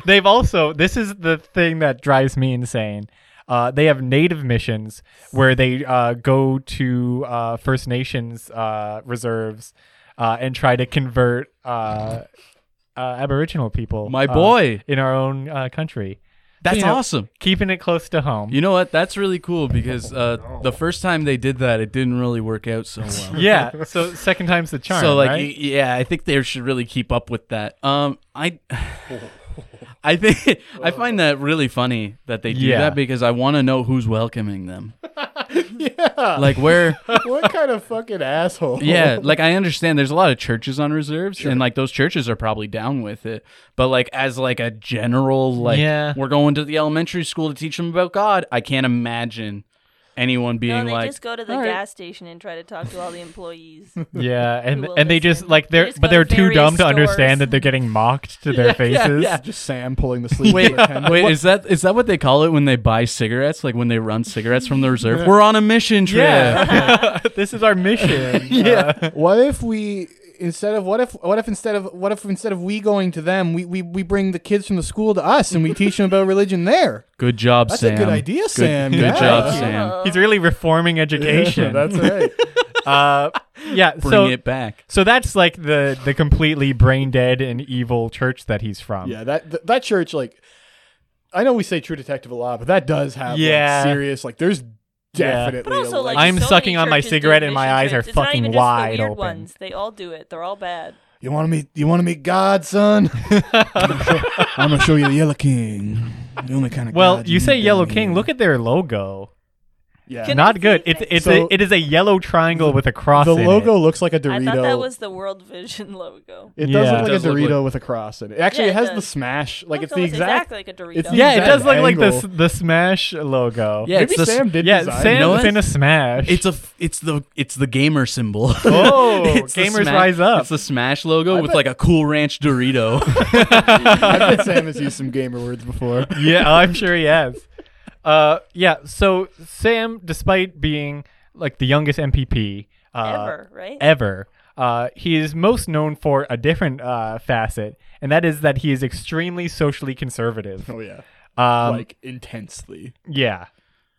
Speaker 4: they've also this is the thing that drives me insane. Uh, they have native missions where they uh, go to uh, First Nations uh, reserves uh, and try to convert uh, uh, Aboriginal people.
Speaker 2: My
Speaker 4: uh,
Speaker 2: boy.
Speaker 4: in our own uh, country.
Speaker 2: That's
Speaker 4: you know,
Speaker 2: awesome.
Speaker 4: Keeping it close to home.
Speaker 2: You know what? That's really cool because uh, the first time they did that, it didn't really work out so well.
Speaker 4: yeah. So second time's the charm.
Speaker 2: so like,
Speaker 4: right?
Speaker 2: y- yeah, I think they should really keep up with that. Um, I, I think I find that really funny that they do
Speaker 4: Yeah.
Speaker 2: that because I want to know who's welcoming them.
Speaker 5: yeah.
Speaker 2: Like where?
Speaker 5: what kind of fucking asshole?
Speaker 2: yeah, like I understand there's a lot of churches on reserves and like those churches are probably down with it. But like as like a general like
Speaker 4: Yeah.
Speaker 2: we're going to the elementary school to teach them about God, I can't imagine anyone
Speaker 3: No,
Speaker 2: being
Speaker 3: they
Speaker 2: like
Speaker 3: just go to the
Speaker 2: "All right,
Speaker 3: gas station and try to talk to all the employees.
Speaker 4: yeah, and
Speaker 3: will
Speaker 4: and they just
Speaker 3: listen.
Speaker 4: like
Speaker 3: They
Speaker 4: they're
Speaker 3: just go
Speaker 4: but
Speaker 3: to
Speaker 4: they're too
Speaker 3: various
Speaker 4: dumb to
Speaker 3: stores.
Speaker 4: understand that they're getting mocked to their faces.
Speaker 2: yeah.
Speaker 5: Just Sam pulling the sleeve.
Speaker 2: Wait,
Speaker 5: from the tent.
Speaker 2: wait, is that is that what they call it when they buy cigarettes? Like when they run cigarettes from the reserve? We're on a mission trip.
Speaker 4: Yeah. this is our mission. yeah.
Speaker 5: What if we instead of what if what if instead of what if instead of we going to them, we we, we bring the kids from the school to us and we teach them about religion there.
Speaker 2: Good job,
Speaker 5: That's a
Speaker 2: Sam.
Speaker 5: good idea, Sam.
Speaker 2: Good
Speaker 5: Yeah.
Speaker 2: job,
Speaker 5: Yeah.
Speaker 2: Sam.
Speaker 3: Oh.
Speaker 4: Uh, He's really reforming education.
Speaker 5: Yeah, that's right.
Speaker 4: uh, yeah.
Speaker 2: Bring
Speaker 4: so
Speaker 2: it back.
Speaker 4: so that's like the the completely brain dead and evil church that he's
Speaker 2: Um,
Speaker 4: from.
Speaker 5: yeah, that th- that church like I know we say True Detective a lot, but that does have like,
Speaker 4: Yeah.
Speaker 5: serious like there's definitely
Speaker 3: But also,
Speaker 5: a
Speaker 3: like,
Speaker 5: leg-
Speaker 4: I'm
Speaker 3: so
Speaker 4: sucking
Speaker 3: many
Speaker 4: on my
Speaker 3: churches do
Speaker 4: cigarette and my
Speaker 3: mission
Speaker 4: eyes are
Speaker 3: trips. It's not
Speaker 4: fucking
Speaker 3: even just the
Speaker 4: wide
Speaker 3: weird
Speaker 4: open.
Speaker 3: Ones. They all do it. They're all bad.
Speaker 5: you want to meet you want to meet God, son. I'm gonna show you the Yellow King. The only kind of
Speaker 4: Well,
Speaker 5: God
Speaker 4: you say
Speaker 5: need
Speaker 4: Yellow
Speaker 5: down
Speaker 4: King.
Speaker 5: here.
Speaker 4: Look at their logo.
Speaker 5: yeah.
Speaker 3: Can I
Speaker 4: Not
Speaker 3: see
Speaker 4: good.
Speaker 3: it?
Speaker 4: It's it's
Speaker 5: So-
Speaker 4: a, it is a yellow triangle with a cross.
Speaker 5: the
Speaker 4: in it.
Speaker 5: logo looks like a Dorito.
Speaker 3: I thought that was the World Vision logo.
Speaker 5: It does
Speaker 4: Yeah.
Speaker 5: look
Speaker 4: It
Speaker 5: like
Speaker 2: does
Speaker 5: a
Speaker 2: look
Speaker 5: Dorito
Speaker 2: like-
Speaker 5: with a cross in it. Actually,
Speaker 3: Yeah,
Speaker 5: it
Speaker 3: it
Speaker 5: has the
Speaker 3: does.
Speaker 5: smash. Like
Speaker 3: Looks
Speaker 5: it's the
Speaker 3: almost
Speaker 5: exact.
Speaker 3: exactly like a Dorito.
Speaker 5: it's the
Speaker 4: Yeah, it
Speaker 5: Exact
Speaker 4: does look like the
Speaker 5: angle.
Speaker 4: s- the Smash logo.
Speaker 2: Yeah,
Speaker 5: Maybe
Speaker 2: it's the,
Speaker 5: Sam did.
Speaker 4: yeah,
Speaker 5: design
Speaker 4: Sam
Speaker 5: it.
Speaker 2: You know
Speaker 4: was
Speaker 2: what?
Speaker 4: in a Smash.
Speaker 2: It's a f- it's the it's the gamer symbol.
Speaker 4: Oh,
Speaker 2: It's the
Speaker 4: gamers rise up.
Speaker 2: It's the Smash logo
Speaker 5: I
Speaker 2: with
Speaker 5: bet-
Speaker 2: like a Cool Ranch Dorito.
Speaker 5: I bet Sam has used some gamer words before.
Speaker 4: yeah, I'm sure he has. Uh, yeah. So Sam, despite being like the youngest MPP uh,
Speaker 3: ever, right?
Speaker 4: ever, uh, he is most known for a different uh, facet, and that is that he is extremely socially conservative.
Speaker 5: Oh yeah,
Speaker 4: Um,
Speaker 5: like intensely.
Speaker 4: yeah.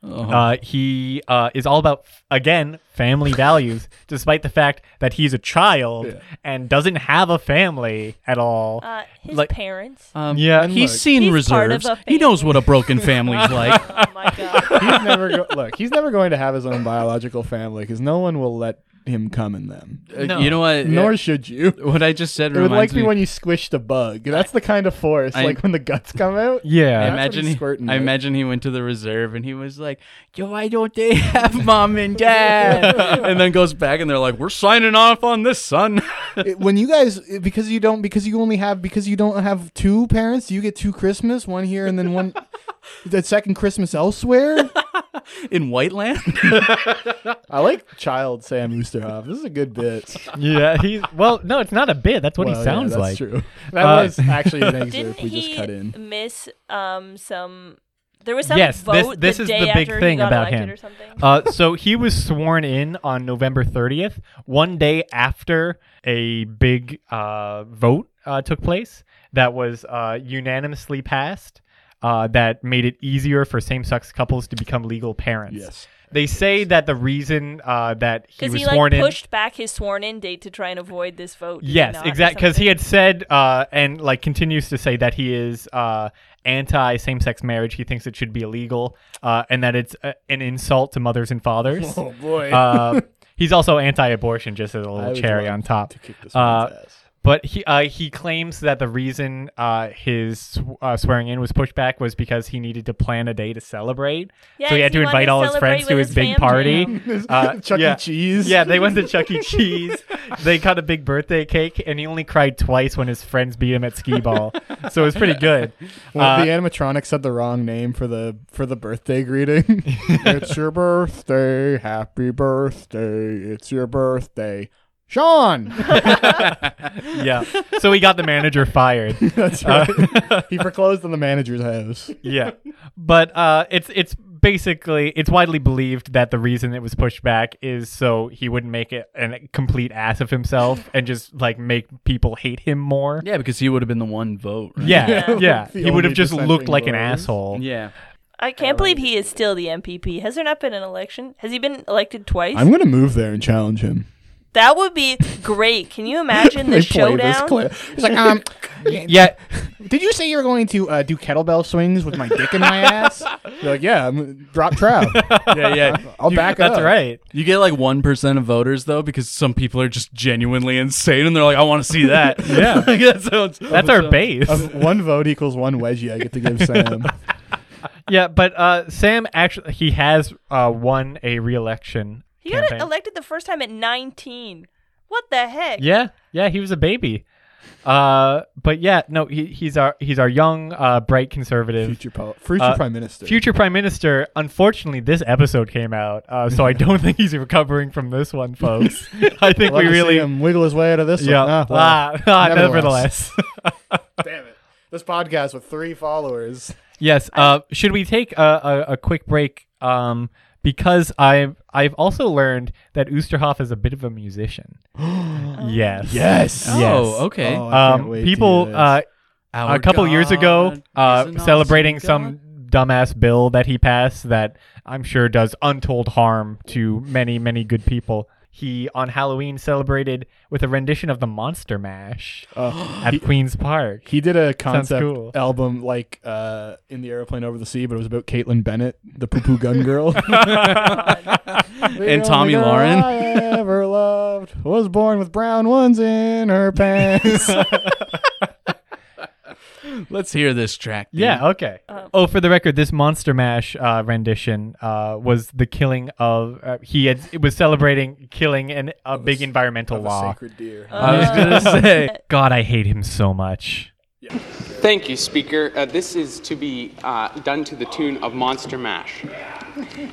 Speaker 2: Oh.
Speaker 4: Uh, he uh, is all about again family values, despite the fact that he's a child
Speaker 5: Yeah.
Speaker 4: and doesn't have a family at all.
Speaker 3: Uh, his
Speaker 4: Like- uh,
Speaker 3: parents.
Speaker 2: Um,
Speaker 4: Yeah, and
Speaker 2: he's
Speaker 5: look-
Speaker 2: seen
Speaker 3: He's part of
Speaker 2: reserves.
Speaker 3: a
Speaker 2: He knows
Speaker 3: family.
Speaker 2: what a broken family's like.
Speaker 3: oh my god.
Speaker 5: He's never go- look. He's never going to have his own biological family because no one will let him come in them.
Speaker 2: Uh,
Speaker 4: No.
Speaker 2: You know what?
Speaker 5: Nor should you.
Speaker 2: what I just said
Speaker 5: It would
Speaker 2: reminds
Speaker 5: like me when you squished a bug. That's the kind of force,
Speaker 2: I-
Speaker 5: like when the guts come out.
Speaker 2: I
Speaker 4: Yeah.
Speaker 5: that's what
Speaker 2: imagine
Speaker 5: he's
Speaker 2: he,
Speaker 5: squirting
Speaker 2: I
Speaker 5: with.
Speaker 2: imagine he went to the reserve and he was like, "Yo, why don't they have mom and dad?" and then goes back and they're like, "We're signing off on this, son."
Speaker 5: It- when you guys, it- because you don't, because you only have, because you don't have two parents, you get two Christmas, one here and then one, the second Christmas elsewhere.
Speaker 2: In Whiteland.
Speaker 5: I like child Sam Oosterhoff. This is a good bit.
Speaker 4: yeah. He's well. No, it's not a bit. That's what
Speaker 5: Well,
Speaker 4: he
Speaker 5: yeah,
Speaker 4: sounds
Speaker 5: that's
Speaker 4: like.
Speaker 5: True. That
Speaker 4: Uh,
Speaker 5: was actually an
Speaker 3: Didn't
Speaker 5: excerpt we
Speaker 3: he
Speaker 5: just cut in.
Speaker 3: miss um some? There was some
Speaker 4: Yes, this-
Speaker 3: vote
Speaker 4: this
Speaker 3: the
Speaker 4: is
Speaker 3: day
Speaker 4: the big
Speaker 3: after he
Speaker 4: thing
Speaker 3: got
Speaker 4: about
Speaker 3: elected
Speaker 4: him.
Speaker 3: or something.
Speaker 4: Uh, so he was sworn in on November 30th, one day after a big uh, vote uh, took place that was uh, unanimously passed. Uh, that made it easier for same-sex couples to become legal parents.
Speaker 5: Yes.
Speaker 4: they say that the reason uh, that he
Speaker 3: Because
Speaker 4: was
Speaker 3: he,
Speaker 4: sworn
Speaker 3: like
Speaker 4: in.
Speaker 3: pushed back his sworn in date to try and avoid this vote. did he
Speaker 4: Yes,
Speaker 3: not, or
Speaker 4: exactly. Because he
Speaker 3: something?
Speaker 4: had said uh, and like continues to say that he is uh, anti same-sex marriage. He thinks it should be illegal uh, and that it's uh an insult to mothers and fathers.
Speaker 5: Oh boy.
Speaker 4: uh, he's also anti-abortion, just as a little
Speaker 5: would
Speaker 4: cherry
Speaker 5: love
Speaker 4: on top.
Speaker 5: to kick this man's
Speaker 4: Uh,
Speaker 5: ass.
Speaker 4: But he uh, he claims that the reason uh, his sw- uh, swearing in was pushed back was because he needed to plan a day to celebrate.
Speaker 3: Yeah,
Speaker 4: so he
Speaker 3: 'cause
Speaker 4: had to
Speaker 3: he wanted
Speaker 4: invite
Speaker 3: to
Speaker 4: all his
Speaker 3: celebrate
Speaker 4: friends to
Speaker 3: with
Speaker 4: his,
Speaker 3: his family.
Speaker 4: big party.
Speaker 5: Uh,
Speaker 4: uh,
Speaker 5: Chuck
Speaker 4: yeah.
Speaker 5: E. Cheese.
Speaker 4: Yeah, they went to Chuck E. Cheese. They cut a big birthday cake, and he only cried twice when his friends beat him at skee ball. So it was pretty good.
Speaker 5: When
Speaker 4: Uh,
Speaker 5: the animatronic said the wrong name for the for the birthday greeting. it's your birthday, happy birthday. It's your birthday, Sean.
Speaker 4: yeah. So he got the manager fired.
Speaker 5: That's right. he foreclosed on the manager's house.
Speaker 4: yeah but uh it's it's basically it's widely believed that the reason it was pushed back is so he wouldn't make it an- a complete ass of himself and just like make people hate him more
Speaker 2: yeah, because he would have been the one vote. right?
Speaker 4: yeah yeah,
Speaker 3: Yeah.
Speaker 5: The
Speaker 4: he would have
Speaker 5: only
Speaker 4: just looked
Speaker 5: dissenting
Speaker 4: like an
Speaker 5: voice.
Speaker 4: asshole
Speaker 2: Yeah.
Speaker 3: I can't believe he is still the MPP. Has there not been an election? Has he been elected twice?
Speaker 5: I'm gonna move there and challenge him.
Speaker 3: that would be great. Can you imagine the showdown?
Speaker 5: He's like, um,
Speaker 4: yeah
Speaker 5: did you say you were going to uh, do kettlebell swings with my dick in my ass? You're like, yeah, I'm drop trout.
Speaker 2: Yeah, yeah.
Speaker 5: I'll back
Speaker 4: that's
Speaker 5: up.
Speaker 4: right
Speaker 2: You get like 1% of voters though because some people are just genuinely insane and they're like, "I want to see that."
Speaker 4: Yeah.
Speaker 2: Like, that sounds-
Speaker 4: that's our base
Speaker 5: Of one vote equals one wedgie I get to give Sam.
Speaker 4: yeah but uh sam actually he has uh won a reelection
Speaker 3: He got
Speaker 4: campaign.
Speaker 3: elected the first time at 19. What the heck?
Speaker 4: Yeah, yeah, he was a baby. Uh, but yeah, no, he, he's our he's our young, uh, bright conservative
Speaker 5: Future, pol- future
Speaker 4: Uh,
Speaker 5: prime minister.
Speaker 4: future prime minister. Unfortunately, this episode came out, uh, so I don't think he's recovering from this one, folks. I think
Speaker 5: Love
Speaker 4: we
Speaker 5: to see
Speaker 4: really,
Speaker 5: him wiggle his way out of this
Speaker 4: yeah.
Speaker 5: one. Ah, well,
Speaker 4: Ah, ah,
Speaker 5: Nevertheless.
Speaker 4: nevertheless,
Speaker 5: Damn it. This podcast with three followers.
Speaker 4: yes. Uh, should we take a, a, a quick break? Um, because I've I've also learned that Oosterhoff is a bit of a musician. yes.
Speaker 5: yes.
Speaker 4: Oh,
Speaker 2: Oh, okay.
Speaker 5: Oh, I can't
Speaker 4: Um,
Speaker 5: wait to
Speaker 4: people
Speaker 5: hear this.
Speaker 4: uh,
Speaker 2: Our
Speaker 4: a couple years ago
Speaker 2: God is an
Speaker 4: uh,
Speaker 2: awesome
Speaker 4: celebrating
Speaker 2: God.
Speaker 4: some dumbass bill that he passed that I'm sure does untold harm to many, many good people. He on Halloween celebrated with a rendition of the Monster Mash
Speaker 5: Uh,
Speaker 4: at
Speaker 5: he-
Speaker 4: Queens Park.
Speaker 5: He did a concept
Speaker 4: cool.
Speaker 5: album like uh, in the airplane over the sea, but it was about Caitlyn Bennett, the poo poo gun girl.
Speaker 2: and Tommy Lauren.
Speaker 5: I ever loved was born with brown ones in her pants.
Speaker 2: Let's hear this track. dude.
Speaker 4: Yeah, okay. oh, for the record, this Monster Mash uh, rendition uh, was the killing of uh, he had it was celebrating killing an, a big
Speaker 5: s-
Speaker 4: environmental law.
Speaker 5: sacred deer. Um,
Speaker 4: I was gonna
Speaker 2: Uh.
Speaker 4: say, God, I hate him so much.
Speaker 6: Thank you, Speaker. Uh, this is to be uh, done to the tune of Monster Mash.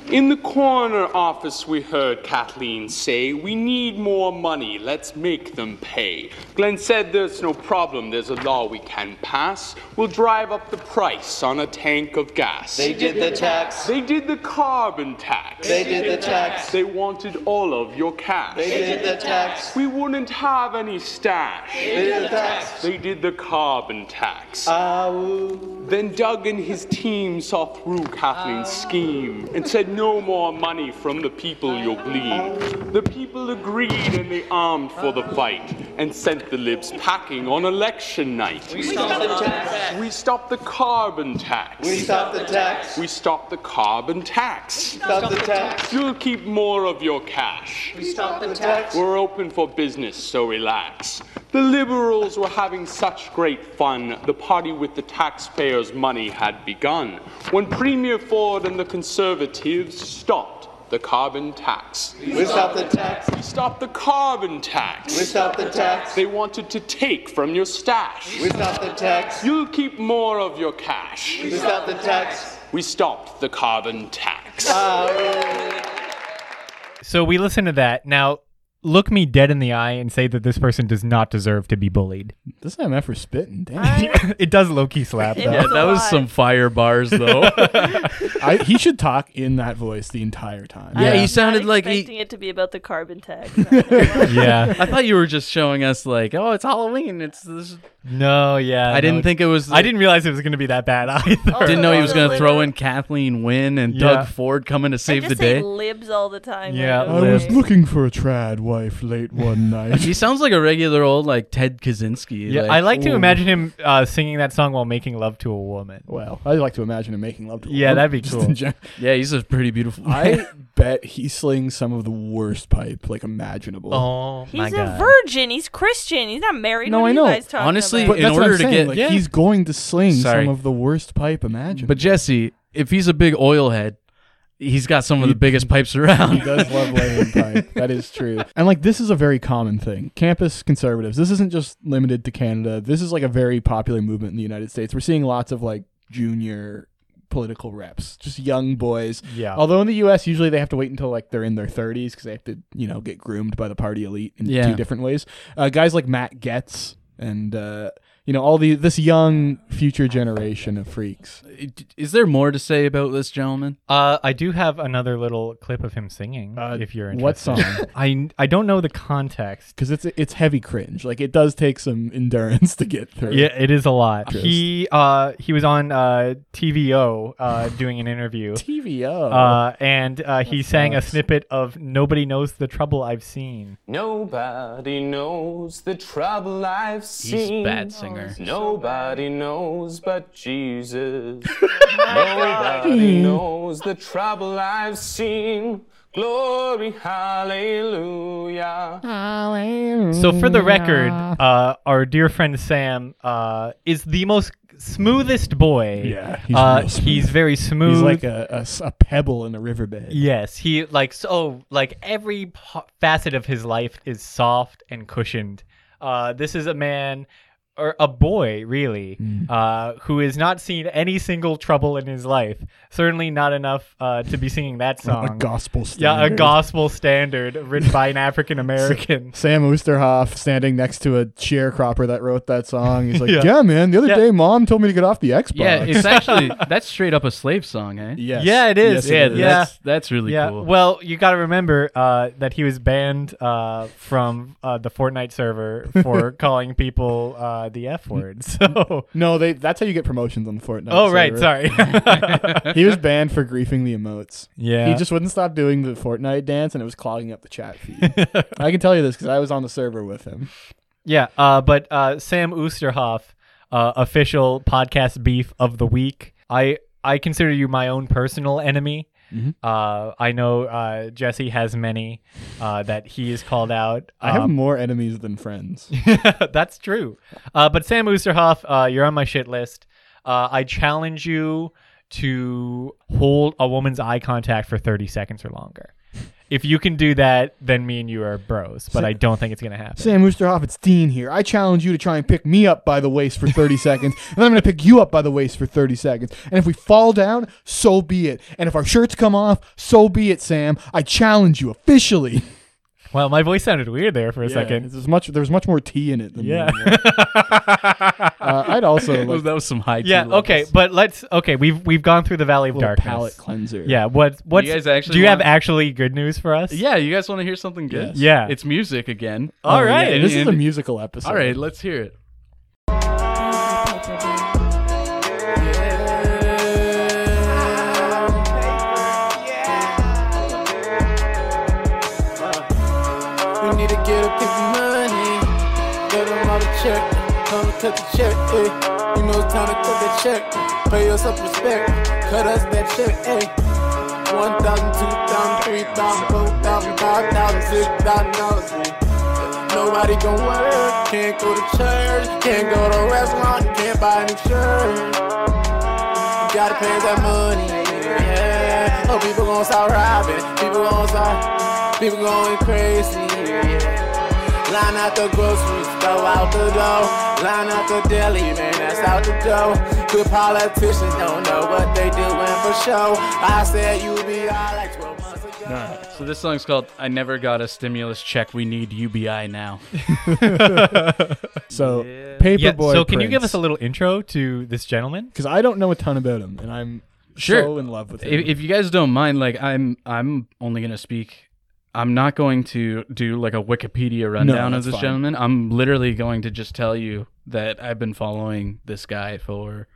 Speaker 6: In the corner office, we heard Kathleen say, We need more money. Let's make them pay. Glenn said, There's no problem. There's a law we can pass. We'll drive up the price on a tank of gas.
Speaker 7: They did the tax.
Speaker 6: They did the carbon tax.
Speaker 7: They did the tax.
Speaker 6: They wanted all of your cash.
Speaker 7: They did the tax.
Speaker 6: We wouldn't have any stash.
Speaker 7: They did the tax.
Speaker 6: They did the carbon tax.
Speaker 7: Ah, woo.
Speaker 6: Then Doug and his team saw through Kathleen's scheme and said, No more money from the people you'll bleed. The people agreed and they armed for the fight and sent the libs packing on election night.
Speaker 7: We stopped the tax.
Speaker 6: We stopped the carbon tax.
Speaker 7: We stopped the tax.
Speaker 6: We stopped the carbon tax.
Speaker 7: Stopped the tax.
Speaker 6: You'll keep more of your cash.
Speaker 7: We stopped the tax.
Speaker 6: We're open for business, so relax. The Liberals were having such great fun, the party with the taxpayers' money had begun. When Premier Ford and the Conservatives stopped the carbon tax.
Speaker 7: We stopped the tax.
Speaker 6: Stop the carbon
Speaker 7: We
Speaker 6: tax.
Speaker 7: stopped the tax.
Speaker 6: They wanted to take from your stash.
Speaker 7: We stopped the tax.
Speaker 6: You'll keep more of your cash.
Speaker 7: We stopped the tax.
Speaker 6: We stopped the carbon tax.
Speaker 4: So we listen to that. Now, look me dead in the eye and say that this person does not deserve to be bullied.
Speaker 5: this MF is spitting. Damn.
Speaker 4: it does low key slap
Speaker 3: It
Speaker 4: though.
Speaker 2: Yeah, that was
Speaker 3: Alive.
Speaker 2: some fire bars though.
Speaker 5: I, he should talk in that voice the entire time.
Speaker 2: yeah,
Speaker 3: I'm
Speaker 2: he sounded
Speaker 3: not
Speaker 2: like
Speaker 3: expecting
Speaker 2: he.
Speaker 3: it to be about the carbon tax.
Speaker 4: yeah.
Speaker 2: I thought you were just showing us like, oh, it's Halloween. It's this.
Speaker 4: No, Oh. yeah.
Speaker 2: I didn't think it was.
Speaker 4: I didn't realize it was going to be that bad either.
Speaker 3: Also-
Speaker 2: Didn't know he was
Speaker 3: Also,
Speaker 2: gonna
Speaker 3: like-
Speaker 2: throw in Kathleen Wynne and
Speaker 4: Yeah.
Speaker 2: Doug Ford coming to
Speaker 3: I
Speaker 2: save the
Speaker 3: just say
Speaker 2: day.
Speaker 3: libs all the time.
Speaker 4: Yeah,
Speaker 3: like,
Speaker 5: I
Speaker 3: okay.
Speaker 5: was looking for a trad wife late one night.
Speaker 2: He sounds like a regular old like Ted Kaczynski.
Speaker 4: Yeah, I like to imagine him uh, singing that song while making love to a woman.
Speaker 5: well, I like to imagine him making love to. a
Speaker 4: Yeah,
Speaker 5: woman,
Speaker 4: that'd be
Speaker 5: just
Speaker 4: cool.
Speaker 5: in gen-
Speaker 2: Yeah, he's a pretty beautiful.
Speaker 5: I bet he slings some of the worst pipe like imaginable.
Speaker 4: Oh
Speaker 3: He's a virgin. He's Christian. He's not married.
Speaker 5: No,
Speaker 3: what
Speaker 5: I
Speaker 3: are
Speaker 5: know.
Speaker 3: You guys talking
Speaker 2: Honestly,
Speaker 3: about?
Speaker 5: But
Speaker 2: in
Speaker 5: that's what
Speaker 2: order
Speaker 5: I'm
Speaker 2: to
Speaker 5: saying.
Speaker 2: get-
Speaker 5: like,
Speaker 2: yeah.
Speaker 5: he's going to sling
Speaker 2: Sorry.
Speaker 5: some of the worst pipe imaginable.
Speaker 2: but Jesse, if he's a big oil head, he's got some of the biggest pipes
Speaker 5: He
Speaker 2: around.
Speaker 5: does love laying pipe. That is true. And like this is a very common thing. Campus conservatives. This isn't just limited to Canada. This is like a very popular movement in the United States. We're seeing lots of like junior political reps, just young boys.
Speaker 4: Yeah.
Speaker 5: Although in the US usually they have to wait until like they're in their 30s cuz they have to, you know, get groomed by the party elite in
Speaker 2: Yeah.
Speaker 5: two different ways. Uh, guys like Matt Getz and uh you know, all the this young future generation of freaks.
Speaker 2: Is there more to say about this gentleman?
Speaker 4: Uh, I do have another little clip of him singing.
Speaker 5: Uh,
Speaker 4: if you're interested,
Speaker 5: what song?
Speaker 4: I I don't know the context.
Speaker 5: because it's it's heavy cringe. Like it does take some endurance to get through.
Speaker 4: Yeah, it is a lot.
Speaker 5: Just-
Speaker 4: He uh he was on uh TVO uh doing an interview.
Speaker 5: TVO.
Speaker 4: Uh, and uh, he sang a
Speaker 5: sucks.
Speaker 4: snippet of "Nobody Knows the Trouble I've Seen."
Speaker 6: Nobody knows the trouble I've seen.
Speaker 2: He's a bad singer.
Speaker 6: Nobody knows but Jesus. Nobody knows the trouble I've seen. Glory, hallelujah.
Speaker 4: So, for the record, uh, our dear friend Sam uh, is the most smoothest boy.
Speaker 5: Yeah,
Speaker 4: he's,
Speaker 5: he's
Speaker 4: uh,
Speaker 5: real smooth.
Speaker 4: he's very smooth.
Speaker 5: he's like a, a s- a pebble in a riverbed.
Speaker 4: yes, he like so like every p- facet of his life is soft and cushioned. Uh, this is a man or a boy really uh, who has not seen any single trouble in his life. Certainly not enough uh, to be singing that song.
Speaker 1: A gospel standard.
Speaker 4: yeah, a gospel standard written by an African American.
Speaker 1: Sam Oosterhoff standing next to a sharecropper that wrote that song. He's like,
Speaker 4: Yeah.
Speaker 1: yeah, man, the other
Speaker 4: Yeah.
Speaker 1: day mom told me to get off the Xbox.
Speaker 2: Yeah, it's actually that's straight up a slave song, eh?
Speaker 1: Yes.
Speaker 4: Yeah, it is.
Speaker 1: Yes,
Speaker 2: yeah,
Speaker 4: is.
Speaker 2: that's that's really
Speaker 4: yeah.
Speaker 2: cool.
Speaker 4: Well, you got to remember uh, that he was banned uh, from uh, the Fortnite server for calling people uh, the F word. So.
Speaker 1: No, they. That's how you get promotions on the Fortnite.
Speaker 4: Oh right,
Speaker 1: server.
Speaker 4: sorry.
Speaker 1: He was banned for griefing the emotes.
Speaker 4: yeah.
Speaker 1: He just wouldn't stop doing the Fortnite dance, and it was clogging up the chat feed. I can tell you this because I was on the server with him.
Speaker 4: Yeah, uh, but uh, Sam Oosterhoff, uh, official podcast beef of the week. I I consider you my own personal enemy.
Speaker 1: Mm-hmm.
Speaker 4: Uh, I know uh, Jesse has many uh, that he is called out.
Speaker 1: I have
Speaker 4: Um,
Speaker 1: more enemies than friends.
Speaker 4: that's true. Uh, but Sam Oosterhoff, uh, you're on my shit list. Uh, I challenge you to hold a woman's eye contact for 30 seconds or longer. If you can do that, then me and you are bros. But I don't think it's gonna happen.
Speaker 1: Sam Oosterhoff, it's Dean here. I challenge you to try and pick me up by the waist for 30 seconds, and I'm going to pick you up by the waist for 30 seconds. And if we fall down, so be it. And if our shirts come off, so be it, Sam. I challenge you officially.
Speaker 4: Well, my voice sounded weird there for a second.
Speaker 1: There's much, there's much more tea in it than
Speaker 4: Yeah.
Speaker 1: me. Uh, I'd also like
Speaker 2: that was some high.
Speaker 4: yeah. Okay. But let's. Okay. We've we've gone through the valley of
Speaker 1: a little
Speaker 4: darkness.
Speaker 1: palate cleanser.
Speaker 4: Yeah. What what
Speaker 2: guys actually
Speaker 4: do you have
Speaker 2: want-
Speaker 4: actually good news for us?
Speaker 2: Yeah, you guys want to hear something
Speaker 1: Yes.
Speaker 2: good?
Speaker 4: Yeah.
Speaker 2: It's music again. Oh,
Speaker 4: All right.
Speaker 1: Oh, This is
Speaker 2: and-
Speaker 1: a musical episode.
Speaker 2: All right, let's hear it.
Speaker 7: We need to get a piece of money. Let them out a check. Time to cut the check. ayy. You know it's time to cut that check. Pay us up respect. Cut us that check. Ay. 1,000, 2,000, 3,000, 4,000, 5,000, 6,000 dollars. ayy. Nobody gon' work. Can't go to church. Can't go to a restaurant. Can't buy any shirt. You gotta pay that money. Yeah. Oh, people gon' start robbing. People gon' start. People going crazy. Yeah. Line out the grocery store, out the door. Line out the deli, man, that's out the door. Good politicians don't know what they doing for show. I said you be alright 12 months ago.
Speaker 2: So this song's called "I Never Got a Stimulus Check. We Need UBI Now."
Speaker 1: So, Paperboy.
Speaker 4: Yeah, so can you give us a little intro to this gentleman?
Speaker 1: Because I don't know a ton about him, and I'm
Speaker 2: Sure.
Speaker 1: so in love with him.
Speaker 2: if, if you guys don't mind, like I'm, I'm only gonna speak. I'm not going to do like a Wikipedia rundown of
Speaker 1: that's
Speaker 2: this
Speaker 1: fine.
Speaker 2: gentleman. I'm literally going to just tell you that I've been following this guy for,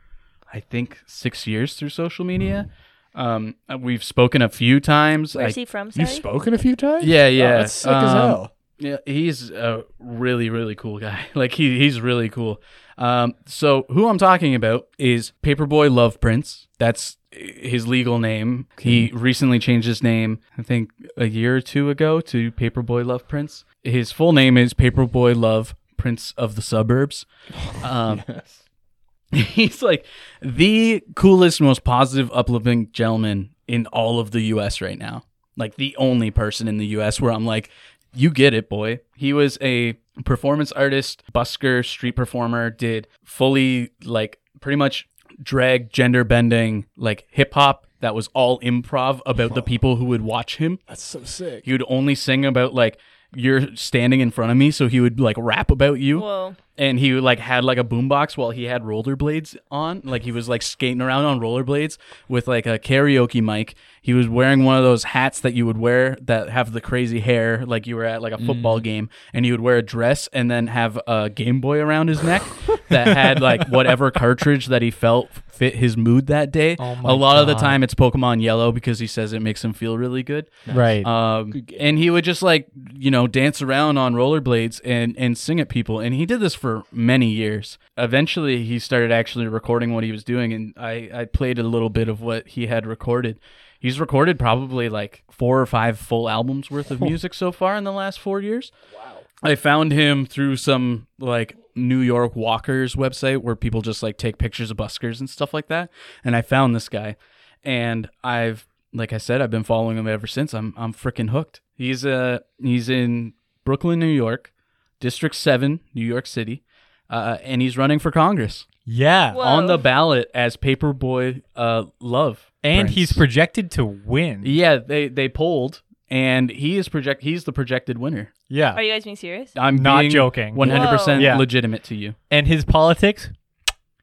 Speaker 2: I think, six years through social media.
Speaker 1: Hmm.
Speaker 2: Um, we've spoken a few times.
Speaker 3: Where's
Speaker 2: I-
Speaker 3: he from? Sorry?
Speaker 1: You've spoken a few times?
Speaker 2: Yeah, yeah.
Speaker 1: Oh, that's sick as
Speaker 2: Um,
Speaker 1: hell.
Speaker 2: Yeah, he's a really, really cool guy. Like he, he's really cool. Um, so who I'm talking about is Paperboy Love Prince. That's his legal name. He recently changed his name, I think, a year or two ago to Paperboy Love Prince. His full name is Paperboy Love Prince of the Suburbs. Um, he's like the coolest, most positive, uplifting gentleman in all of the U.S. right now. Like the only person in the U.S. where I'm like, you get it, boy. He was a performance artist, busker, street performer, did fully like pretty much drag, gender bending, like hip hop. That was all improv about the people who would watch him
Speaker 1: That's so sick.
Speaker 2: he would only sing about like you're standing in front of me so he would like rap about you
Speaker 3: Whoa.
Speaker 2: and he like had like a boombox while he had rollerblades on like he was like skating around on rollerblades with like a karaoke mic he was wearing one of those hats that you would wear that have the crazy hair like you were at like a football game and he would wear a dress and then have a game boy around his neck that had like whatever cartridge that he felt fit his mood that day a lot of the time it's pokemon yellow because he says it makes him feel really good
Speaker 4: Right.
Speaker 2: um, and he would just like you know dance around on rollerblades and and sing at people. And he did this for many years. Eventually, he started actually recording what he was doing, and I I played a little bit of what he had recorded. He's recorded probably like four or five full albums worth of music so far in the last four years. I found him through some like New York Walkers website where people just like take pictures of buskers and stuff like that. And I found this guy, and I've like I said, I've been following him ever since. I'm I'm freaking hooked. He's uh he's in Brooklyn, New York, District Seven, New York City. uh, and he's running for Congress
Speaker 4: Yeah.
Speaker 3: Whoa.
Speaker 2: on the ballot as Paperboy uh, Love,
Speaker 4: and
Speaker 2: Prince.
Speaker 4: he's projected to win.
Speaker 2: yeah they they polled and he is project he's the projected winner.
Speaker 4: Yeah.
Speaker 3: Are you guys being serious?
Speaker 2: I'm
Speaker 4: Not
Speaker 2: being
Speaker 4: joking.
Speaker 2: one hundred percent
Speaker 4: Whoa. Yeah.
Speaker 2: legitimate to you.
Speaker 4: And his politics,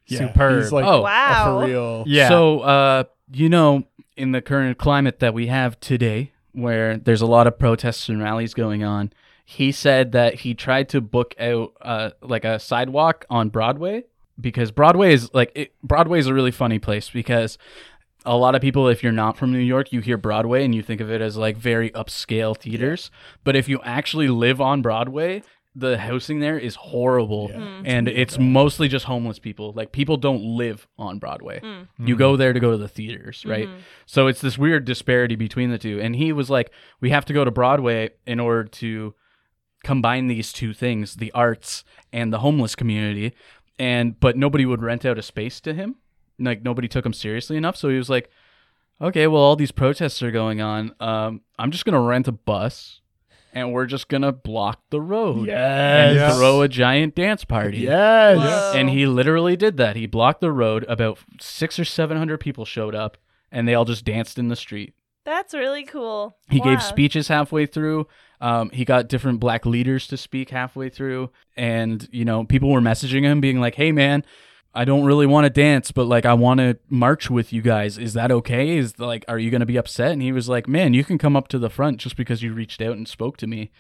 Speaker 1: Yeah,
Speaker 4: superb.
Speaker 1: He's like
Speaker 2: Oh.
Speaker 1: oh,
Speaker 3: Wow.
Speaker 1: for real.
Speaker 4: yeah.
Speaker 2: So, uh, you know, in the current climate that we have today, where there's a lot of protests and rallies going on, he said that he tried to book out uh, like a sidewalk on Broadway because Broadway is like it, Broadway is a really funny place because a lot of people, if you're not from New York, you hear Broadway and you think of it as like very upscale theaters. But if you actually live on Broadway, the housing there is horrible and it's mostly just homeless people. Like people don't live on Broadway. You go there to go to the theaters, right? So it's this weird disparity between the two. And he was like, we have to go to Broadway in order to combine these two things, the arts and the homeless community. And but nobody would rent out a space to him like nobody took him seriously enough. So he was like, okay, well, all these protests are going on. Um, I'm just gonna rent a bus, and we're just gonna block the road and
Speaker 1: Yes.
Speaker 2: throw a giant dance party.
Speaker 1: Yes.
Speaker 3: Whoa.
Speaker 2: And he literally did that. He blocked the road. About six or seven hundred people showed up, and they all just danced in the street.
Speaker 3: That's really cool.
Speaker 2: He
Speaker 3: Wow.
Speaker 2: gave speeches halfway through. Um, he got different black leaders to speak halfway through. And, you know, people were messaging him being like, hey, man, I don't really want to dance, but like, I want to march with you guys. Is that okay? Is like, are you going to be upset? And he was like, man, you can come up to the front just because you reached out and spoke to me.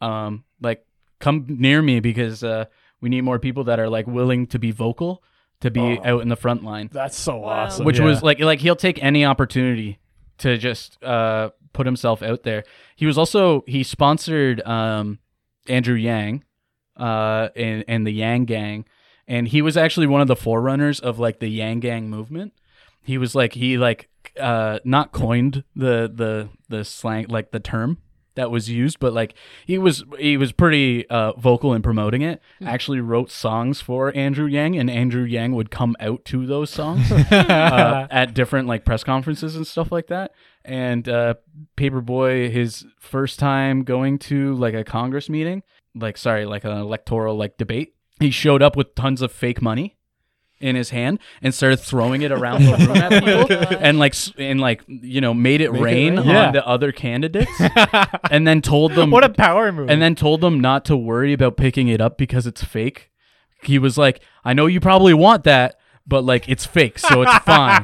Speaker 2: Um, like, come near me because uh, we need more people that are like willing to be vocal to be out in the front line
Speaker 1: That's so
Speaker 3: Wow.
Speaker 1: awesome.
Speaker 2: which
Speaker 4: Yeah.
Speaker 2: was like like he'll take any opportunity to just uh put himself out there. He was also he sponsored um Andrew Yang uh and and the Yang Gang and he was actually one of the forerunners of like the Yang Gang movement. He was like he like uh not coined the the the slang like the term that was used but like he was he was pretty uh vocal in promoting it actually wrote songs for andrew yang and andrew yang would come out to those songs uh, at different like press conferences and stuff like that. And uh, Paperboy, his first time going to like a Congress meeting, like sorry, like an electoral like debate, he showed up with tons of fake money in his hand and started throwing it around the room at people and like s- and like you know made it rain on
Speaker 4: Yeah.
Speaker 2: the other candidates and then told them
Speaker 4: what a power move.
Speaker 2: and then told them not to worry about picking it up because it's fake. He was like, "I know you probably want that, but like it's fake, so it's fine."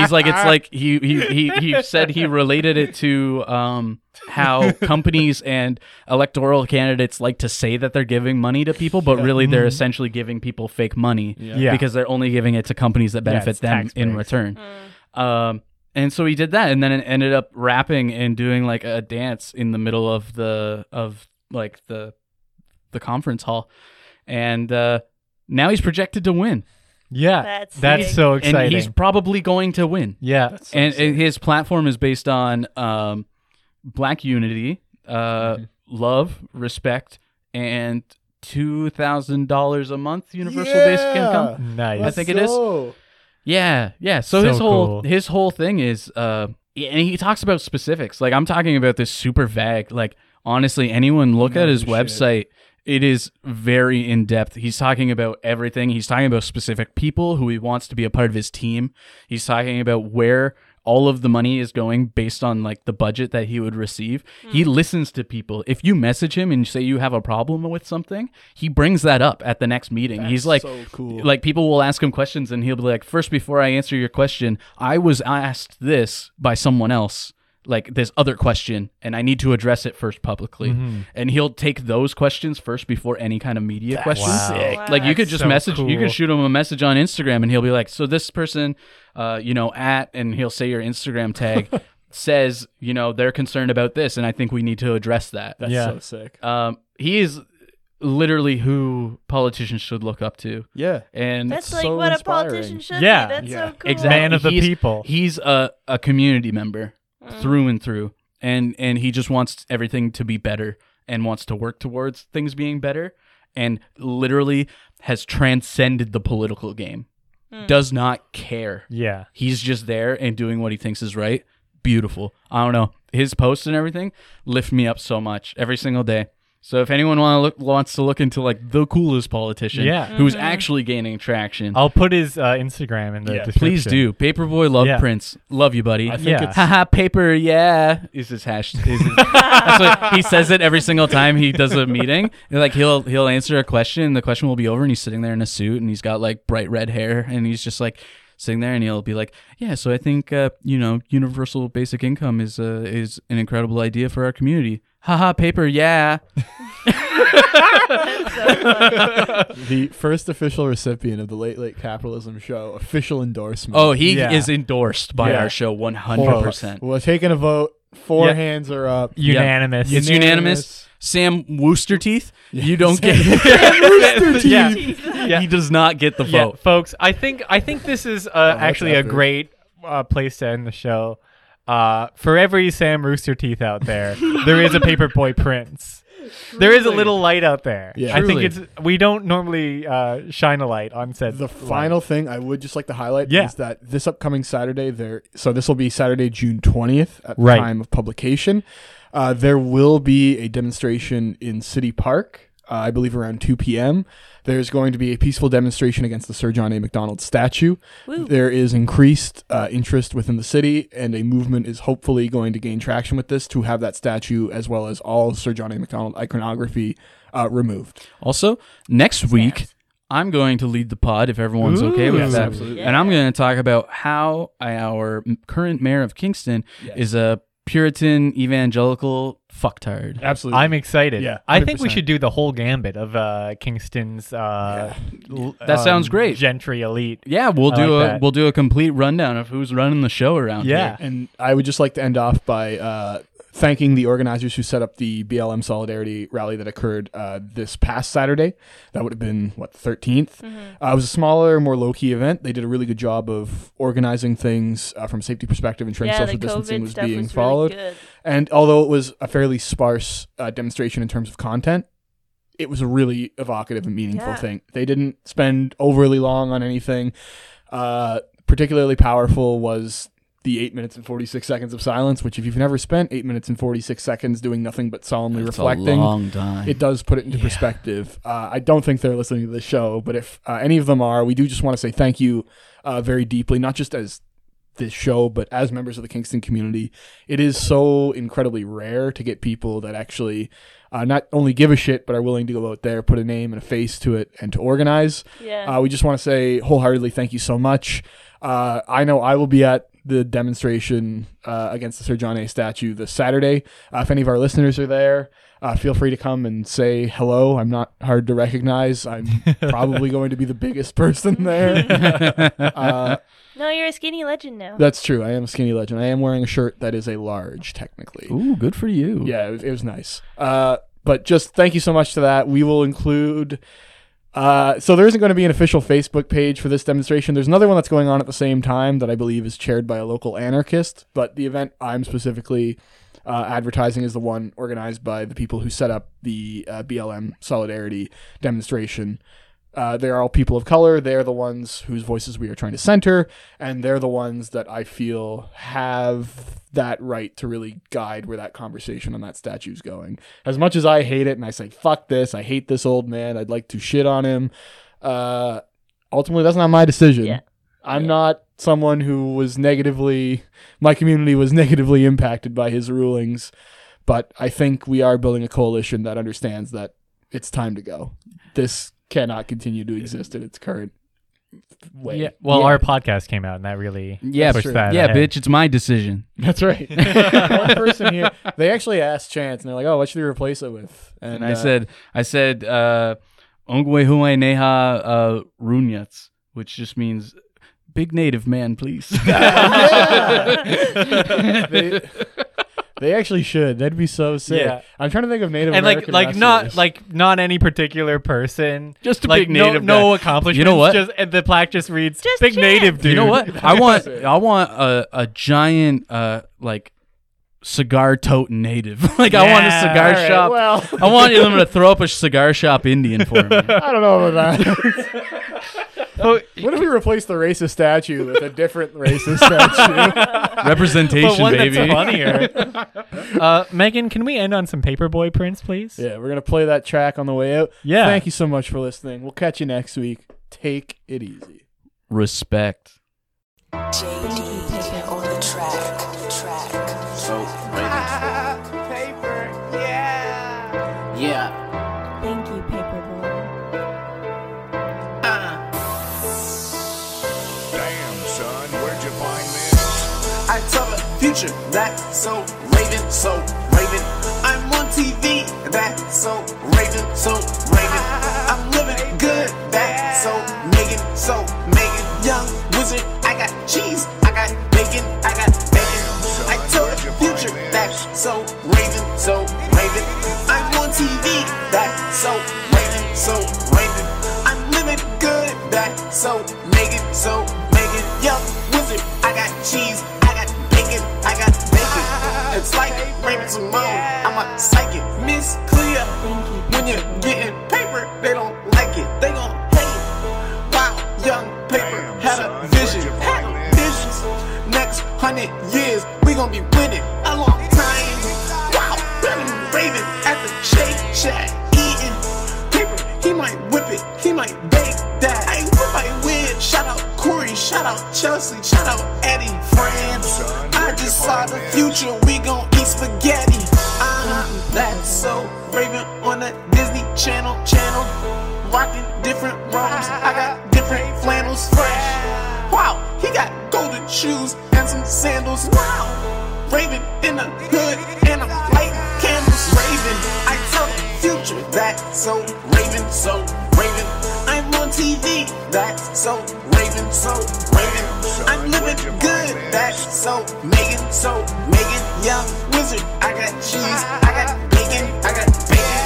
Speaker 2: He's like, "It's like he he he, he said he related it to um, how companies and electoral candidates like to say that they're giving money to people, but really they're essentially giving people fake money
Speaker 4: Mm-hmm. Yeah.
Speaker 2: because they're only giving it to companies that
Speaker 4: Yeah,
Speaker 2: benefit
Speaker 4: it's
Speaker 2: them
Speaker 4: tax
Speaker 2: in
Speaker 4: breaks.
Speaker 2: return." Um, and so he did that, and then it ended up rapping and doing like a dance in the middle of the of like the the conference hall, and uh, now he's projected to win,
Speaker 4: yeah,
Speaker 3: That's sick.
Speaker 4: so
Speaker 2: and
Speaker 4: exciting.
Speaker 2: he's probably going to win.
Speaker 4: yeah,
Speaker 2: and, and his platform is based on um, black unity, uh,
Speaker 4: Mm-hmm.
Speaker 2: love, respect, and two thousand dollars a month universal basic
Speaker 1: Yeah.
Speaker 2: income.
Speaker 4: nice.
Speaker 2: I think it is. Yeah, yeah. So,
Speaker 4: So
Speaker 2: his whole
Speaker 4: cool.
Speaker 2: his whole thing is uh yeah, and he talks about specifics. Like I'm talking about this super vague. Like honestly, anyone look at his website. It is very in depth. He's talking about everything. He's talking about specific people who he wants to be a part of his team. He's talking about where all of the money is going based on like the budget that he would receive. He
Speaker 4: Hmm.
Speaker 2: listens to people. If you message him and say you have a problem with something, he brings that up at the next meeting. he's like
Speaker 1: so cool.
Speaker 2: like people will ask him questions and he'll be like, first, before I answer your question, I was asked this by someone else, like this other question, and I need to address it first publicly.
Speaker 4: Mm-hmm.
Speaker 2: And he'll take those questions first before any kind of media questions.
Speaker 4: sick.
Speaker 3: Wow.
Speaker 2: Like you could
Speaker 4: That's
Speaker 2: just
Speaker 4: so
Speaker 2: message, you
Speaker 4: cool.
Speaker 2: could shoot him a message on Instagram and he'll be like, so this person, uh, you know, at, and he'll say your Instagram tag. says you know they're concerned about this and i think we need to address that
Speaker 1: That's
Speaker 4: Yeah.
Speaker 1: so sick.
Speaker 2: um he is literally who politicians should look up to
Speaker 1: Yeah.
Speaker 2: and
Speaker 3: That's
Speaker 1: It's
Speaker 3: like
Speaker 1: so
Speaker 3: what
Speaker 1: inspiring.
Speaker 3: a politician should
Speaker 4: Yeah.
Speaker 3: be. That's
Speaker 1: Yeah.
Speaker 3: so cool.
Speaker 2: Exactly.
Speaker 4: Man of the
Speaker 2: He's-
Speaker 4: people.
Speaker 2: He's a, a community member
Speaker 3: Mm.
Speaker 2: through and through. And and he just wants everything to be better and wants to work towards things being better and literally has transcended the political game.
Speaker 3: Hmm.
Speaker 2: Does not care.
Speaker 4: Yeah,
Speaker 2: He's just there and doing what he thinks is right. Beautiful. I don't know. His posts and everything lift me up so much every single day. So if anyone want to look, wants to look into like the coolest politician,
Speaker 4: Yeah.
Speaker 2: who's actually gaining traction,
Speaker 4: I'll put his uh, Instagram in the
Speaker 5: Yeah,
Speaker 2: please
Speaker 4: description.
Speaker 2: do. Paperboy love
Speaker 4: Yeah.
Speaker 2: Prince, love you, buddy. I
Speaker 4: think Yeah. it's-
Speaker 2: haha paper. Yeah, is his hash. Is his, that's what, he says it every single time he does a meeting. And, like he'll he'll answer a question, and the question will be over, and he's sitting there in a suit, and he's got like bright red hair, and he's just like sitting there, and he'll be like, "Yeah, so I think uh, you know universal basic income is uh, is an incredible idea for our community." Haha paper. Yeah.
Speaker 5: the first official recipient of the Late Late Capitalism show, official endorsement.
Speaker 2: Oh, he
Speaker 4: Yeah.
Speaker 2: is endorsed by
Speaker 5: Yeah.
Speaker 2: our show one
Speaker 5: Four.
Speaker 2: hundred percent.
Speaker 5: We're taking a vote. Four
Speaker 2: Yeah.
Speaker 5: hands are up.
Speaker 4: Unanimous.
Speaker 2: It's unanimous. Sam Wooster Teeth, you don't get.
Speaker 4: Yeah. Yeah.
Speaker 2: He does not get the
Speaker 4: Yeah,
Speaker 2: vote.
Speaker 4: folks. I think I think this is uh, actually a
Speaker 5: epic.
Speaker 4: great uh, place to end the show. Uh, for every Sam Rooster Teeth out there, there is a Paperboy Prince. There is a little light out there.
Speaker 5: Yeah.
Speaker 4: I
Speaker 2: Truly.
Speaker 4: think it's we don't normally uh, shine a light on said
Speaker 5: The
Speaker 4: light.
Speaker 5: final thing I would just like to highlight
Speaker 4: Yeah.
Speaker 5: is that this upcoming Saturday, there. So this will be Saturday, June twentieth, at the
Speaker 4: Right.
Speaker 5: time of publication. Uh, there will be a demonstration in City Park. Uh, I believe around 2 p.m. There's going to be a peaceful demonstration against the Sir John A. Macdonald statue.
Speaker 3: Woo.
Speaker 5: There is increased uh, interest within the city, and a movement is hopefully going to gain traction with this to have that statue as well as all Sir John A. Macdonald iconography uh, removed.
Speaker 2: Also, next week I'm going to lead the pod if everyone's okay with
Speaker 5: Yes,
Speaker 2: that,
Speaker 5: absolutely.
Speaker 2: and I'm going to talk about how our m- current mayor of Kingston is a Puritan evangelical fucktard.
Speaker 5: Absolutely.
Speaker 4: I'm excited.
Speaker 5: Yeah,
Speaker 4: I think we
Speaker 5: 100%.
Speaker 4: should do the whole gambit of uh, Kingston's. Uh, l-
Speaker 2: That sounds great.
Speaker 4: Gentry elite.
Speaker 2: Yeah, we'll
Speaker 4: I
Speaker 2: do a
Speaker 4: like that.
Speaker 2: we'll do a complete rundown of who's running the show around
Speaker 4: Yeah.
Speaker 5: And I would just like to end off by uh, thanking the organizers who set up the BLM solidarity rally that occurred uh, this past Saturday. That would have been what the 13th.
Speaker 3: Mm-hmm.
Speaker 5: Uh, it was a smaller, more low key event. They did a really good job of organizing things uh, from a safety perspective, ensuring
Speaker 3: yeah, the
Speaker 5: social
Speaker 3: COVID
Speaker 5: distancing was
Speaker 3: stuff
Speaker 5: being
Speaker 3: was
Speaker 5: followed.
Speaker 3: really good.
Speaker 5: And although it was a fairly sparse uh, demonstration in terms of content, it was a really evocative and meaningful
Speaker 3: Yeah.
Speaker 5: thing. They didn't spend overly long on anything. Uh, particularly powerful was the eight minutes and 46 seconds of silence, which, if you've never spent eight minutes and 46 seconds doing nothing but solemnly
Speaker 2: here. It's
Speaker 5: reflecting,
Speaker 2: a long time.
Speaker 5: it does put it into
Speaker 2: Yeah.
Speaker 5: perspective. Uh, I don't think they're listening to the show, but if uh, any of them are, we do just want to say thank you uh, very deeply, not just as this show, but as members of the Kingston community. It is so incredibly rare to get people that actually uh, not only give a shit, but are willing to go out there, put a name and a face to it, and to organize.
Speaker 3: Yeah.
Speaker 5: Uh, we just want to say wholeheartedly thank you so much. Uh, I know I will be at the demonstration uh, against the Sir John A. statue this Saturday. Uh, if any of our listeners are there, uh, feel free to come and say hello. I'm not hard to recognize. I'm probably going to be the biggest person there. Uh,
Speaker 3: no, you're a skinny legend now.
Speaker 5: that's true. I am a skinny legend. I am wearing a shirt that is a large, technically.
Speaker 2: Ooh, good for you.
Speaker 5: Yeah, it was, it was nice. Uh, but just thank you so much to that. We will include. Uh, so there isn't going to be an official Facebook page for this demonstration. There's another one that's going on at the same time that I believe is chaired by a local anarchist. But the event I'm specifically uh, advertising is the one organized by the people who set up the uh, BLM solidarity demonstration. Uh, they are all people of color. They're the ones whose voices we are trying to center, and they're the ones that I feel have that right to really guide where that conversation on that statue's going. As much as I hate it, and I say fuck this, I hate this old man. I'd like to shit on him. Uh, ultimately, that's not my decision.
Speaker 3: Yeah.
Speaker 5: I'm not someone who was negatively. My community was negatively impacted by his rulings, but I think we are building a coalition that understands that it's time to go. This cannot continue to exist in its current way.
Speaker 4: Yeah. Well,
Speaker 2: Yeah.
Speaker 4: our podcast came out, and that really
Speaker 2: Yeah,
Speaker 4: pushed
Speaker 2: sure.
Speaker 4: that.
Speaker 2: yeah,
Speaker 4: ahead.
Speaker 2: bitch, it's my decision.
Speaker 5: That's right. One person here, they actually asked Chance, and they're like, "Oh, what should we replace it with?"
Speaker 2: And I
Speaker 5: uh,
Speaker 2: said, I said, uh, Ongwe Huay Neha uh, Runyats, which just means big native man, please.
Speaker 5: uh, they, they actually should. That'd be so sick.
Speaker 4: Yeah.
Speaker 5: I'm trying to think of Native
Speaker 4: and like
Speaker 5: American
Speaker 4: like not
Speaker 5: wrestlers.
Speaker 4: like not any particular person.
Speaker 2: Just a
Speaker 4: like,
Speaker 2: big
Speaker 4: no,
Speaker 2: native
Speaker 4: No
Speaker 2: guy.
Speaker 4: accomplishments.
Speaker 2: You know what?
Speaker 4: Just and the plaque just reads
Speaker 3: Just
Speaker 4: big
Speaker 3: Chance.
Speaker 4: native dude.
Speaker 2: you know what? I want, I want a, a giant, uh, like cigar toting native. like I want a
Speaker 4: Yeah,
Speaker 2: cigar
Speaker 4: all right,
Speaker 2: shop.
Speaker 5: well.
Speaker 2: I want them to throw up a cigar shop Indian for me.
Speaker 5: I don't know about that.
Speaker 4: Oh,
Speaker 1: What if we replace the racist statue with a different racist statue?
Speaker 4: but
Speaker 2: Representation,
Speaker 4: one
Speaker 2: baby.
Speaker 4: that's funnier. uh, Megan, can we end on some paperboy prints, please?
Speaker 1: yeah, we're gonna play that track on the way out.
Speaker 4: Yeah.
Speaker 1: Thank you so much for listening. We'll catch you next week. Take it easy.
Speaker 2: Respect.
Speaker 8: JD living on the track, track.
Speaker 7: Paper, yeah.
Speaker 9: Thank you, Paperboy.
Speaker 10: Damn, son, where'd you find this?
Speaker 7: I tell the future that so Raven, so Raven. I'm on TV that so Raven, so Raven. I'm living good that so Megan, so Megan. Young wizard, I got cheese, I got bacon, I got bacon. I tell the future that so Raven, so Raven. I'm on TV that so Raven, so Raven. I'm living good that so Megan, so Megan. Young wizard, I got cheese, I got bacon, I got bacon. It's like Raymond Simone, I'm a psychic. Miss Clea, when you're getting paper, they don't like it, they gon' hate it. Wow, young paper
Speaker 10: Damn,
Speaker 7: had
Speaker 10: son,
Speaker 7: a
Speaker 10: where'd
Speaker 7: vision,
Speaker 10: you find
Speaker 7: had a
Speaker 10: this?
Speaker 7: visions. Next hundred years, we gon' be winning a long time. Wow, Raven, Raven at the Shake Shack eating paper. He might whip it, he might bake that. Hey, we might win. Shout out Corey, shout out Chelsea, shout out Eddie, friends. I just saw the future. We gon' eat spaghetti. Uh, that's so Raven on the Disney Channel channel. Rocking different rhymes. I got different flannels fresh. Wow, he got golden shoes and some sandals. Wow, Raven in the hood and a light candles. Raven, I tell the future that so Raven, so Raven. I'm on TV that so Raven, so Raven. I'm living good that so Megan, so Megan. Young wizard, I got cheese, I got bacon, I got bacon.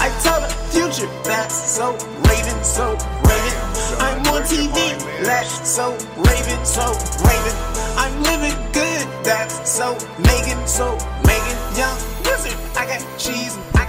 Speaker 7: I tell the future that so Raven, so Raven. I'm on TV that so Raven, so Raven. I'm living good that so Megan, so Megan. Young wizard, I got cheese, I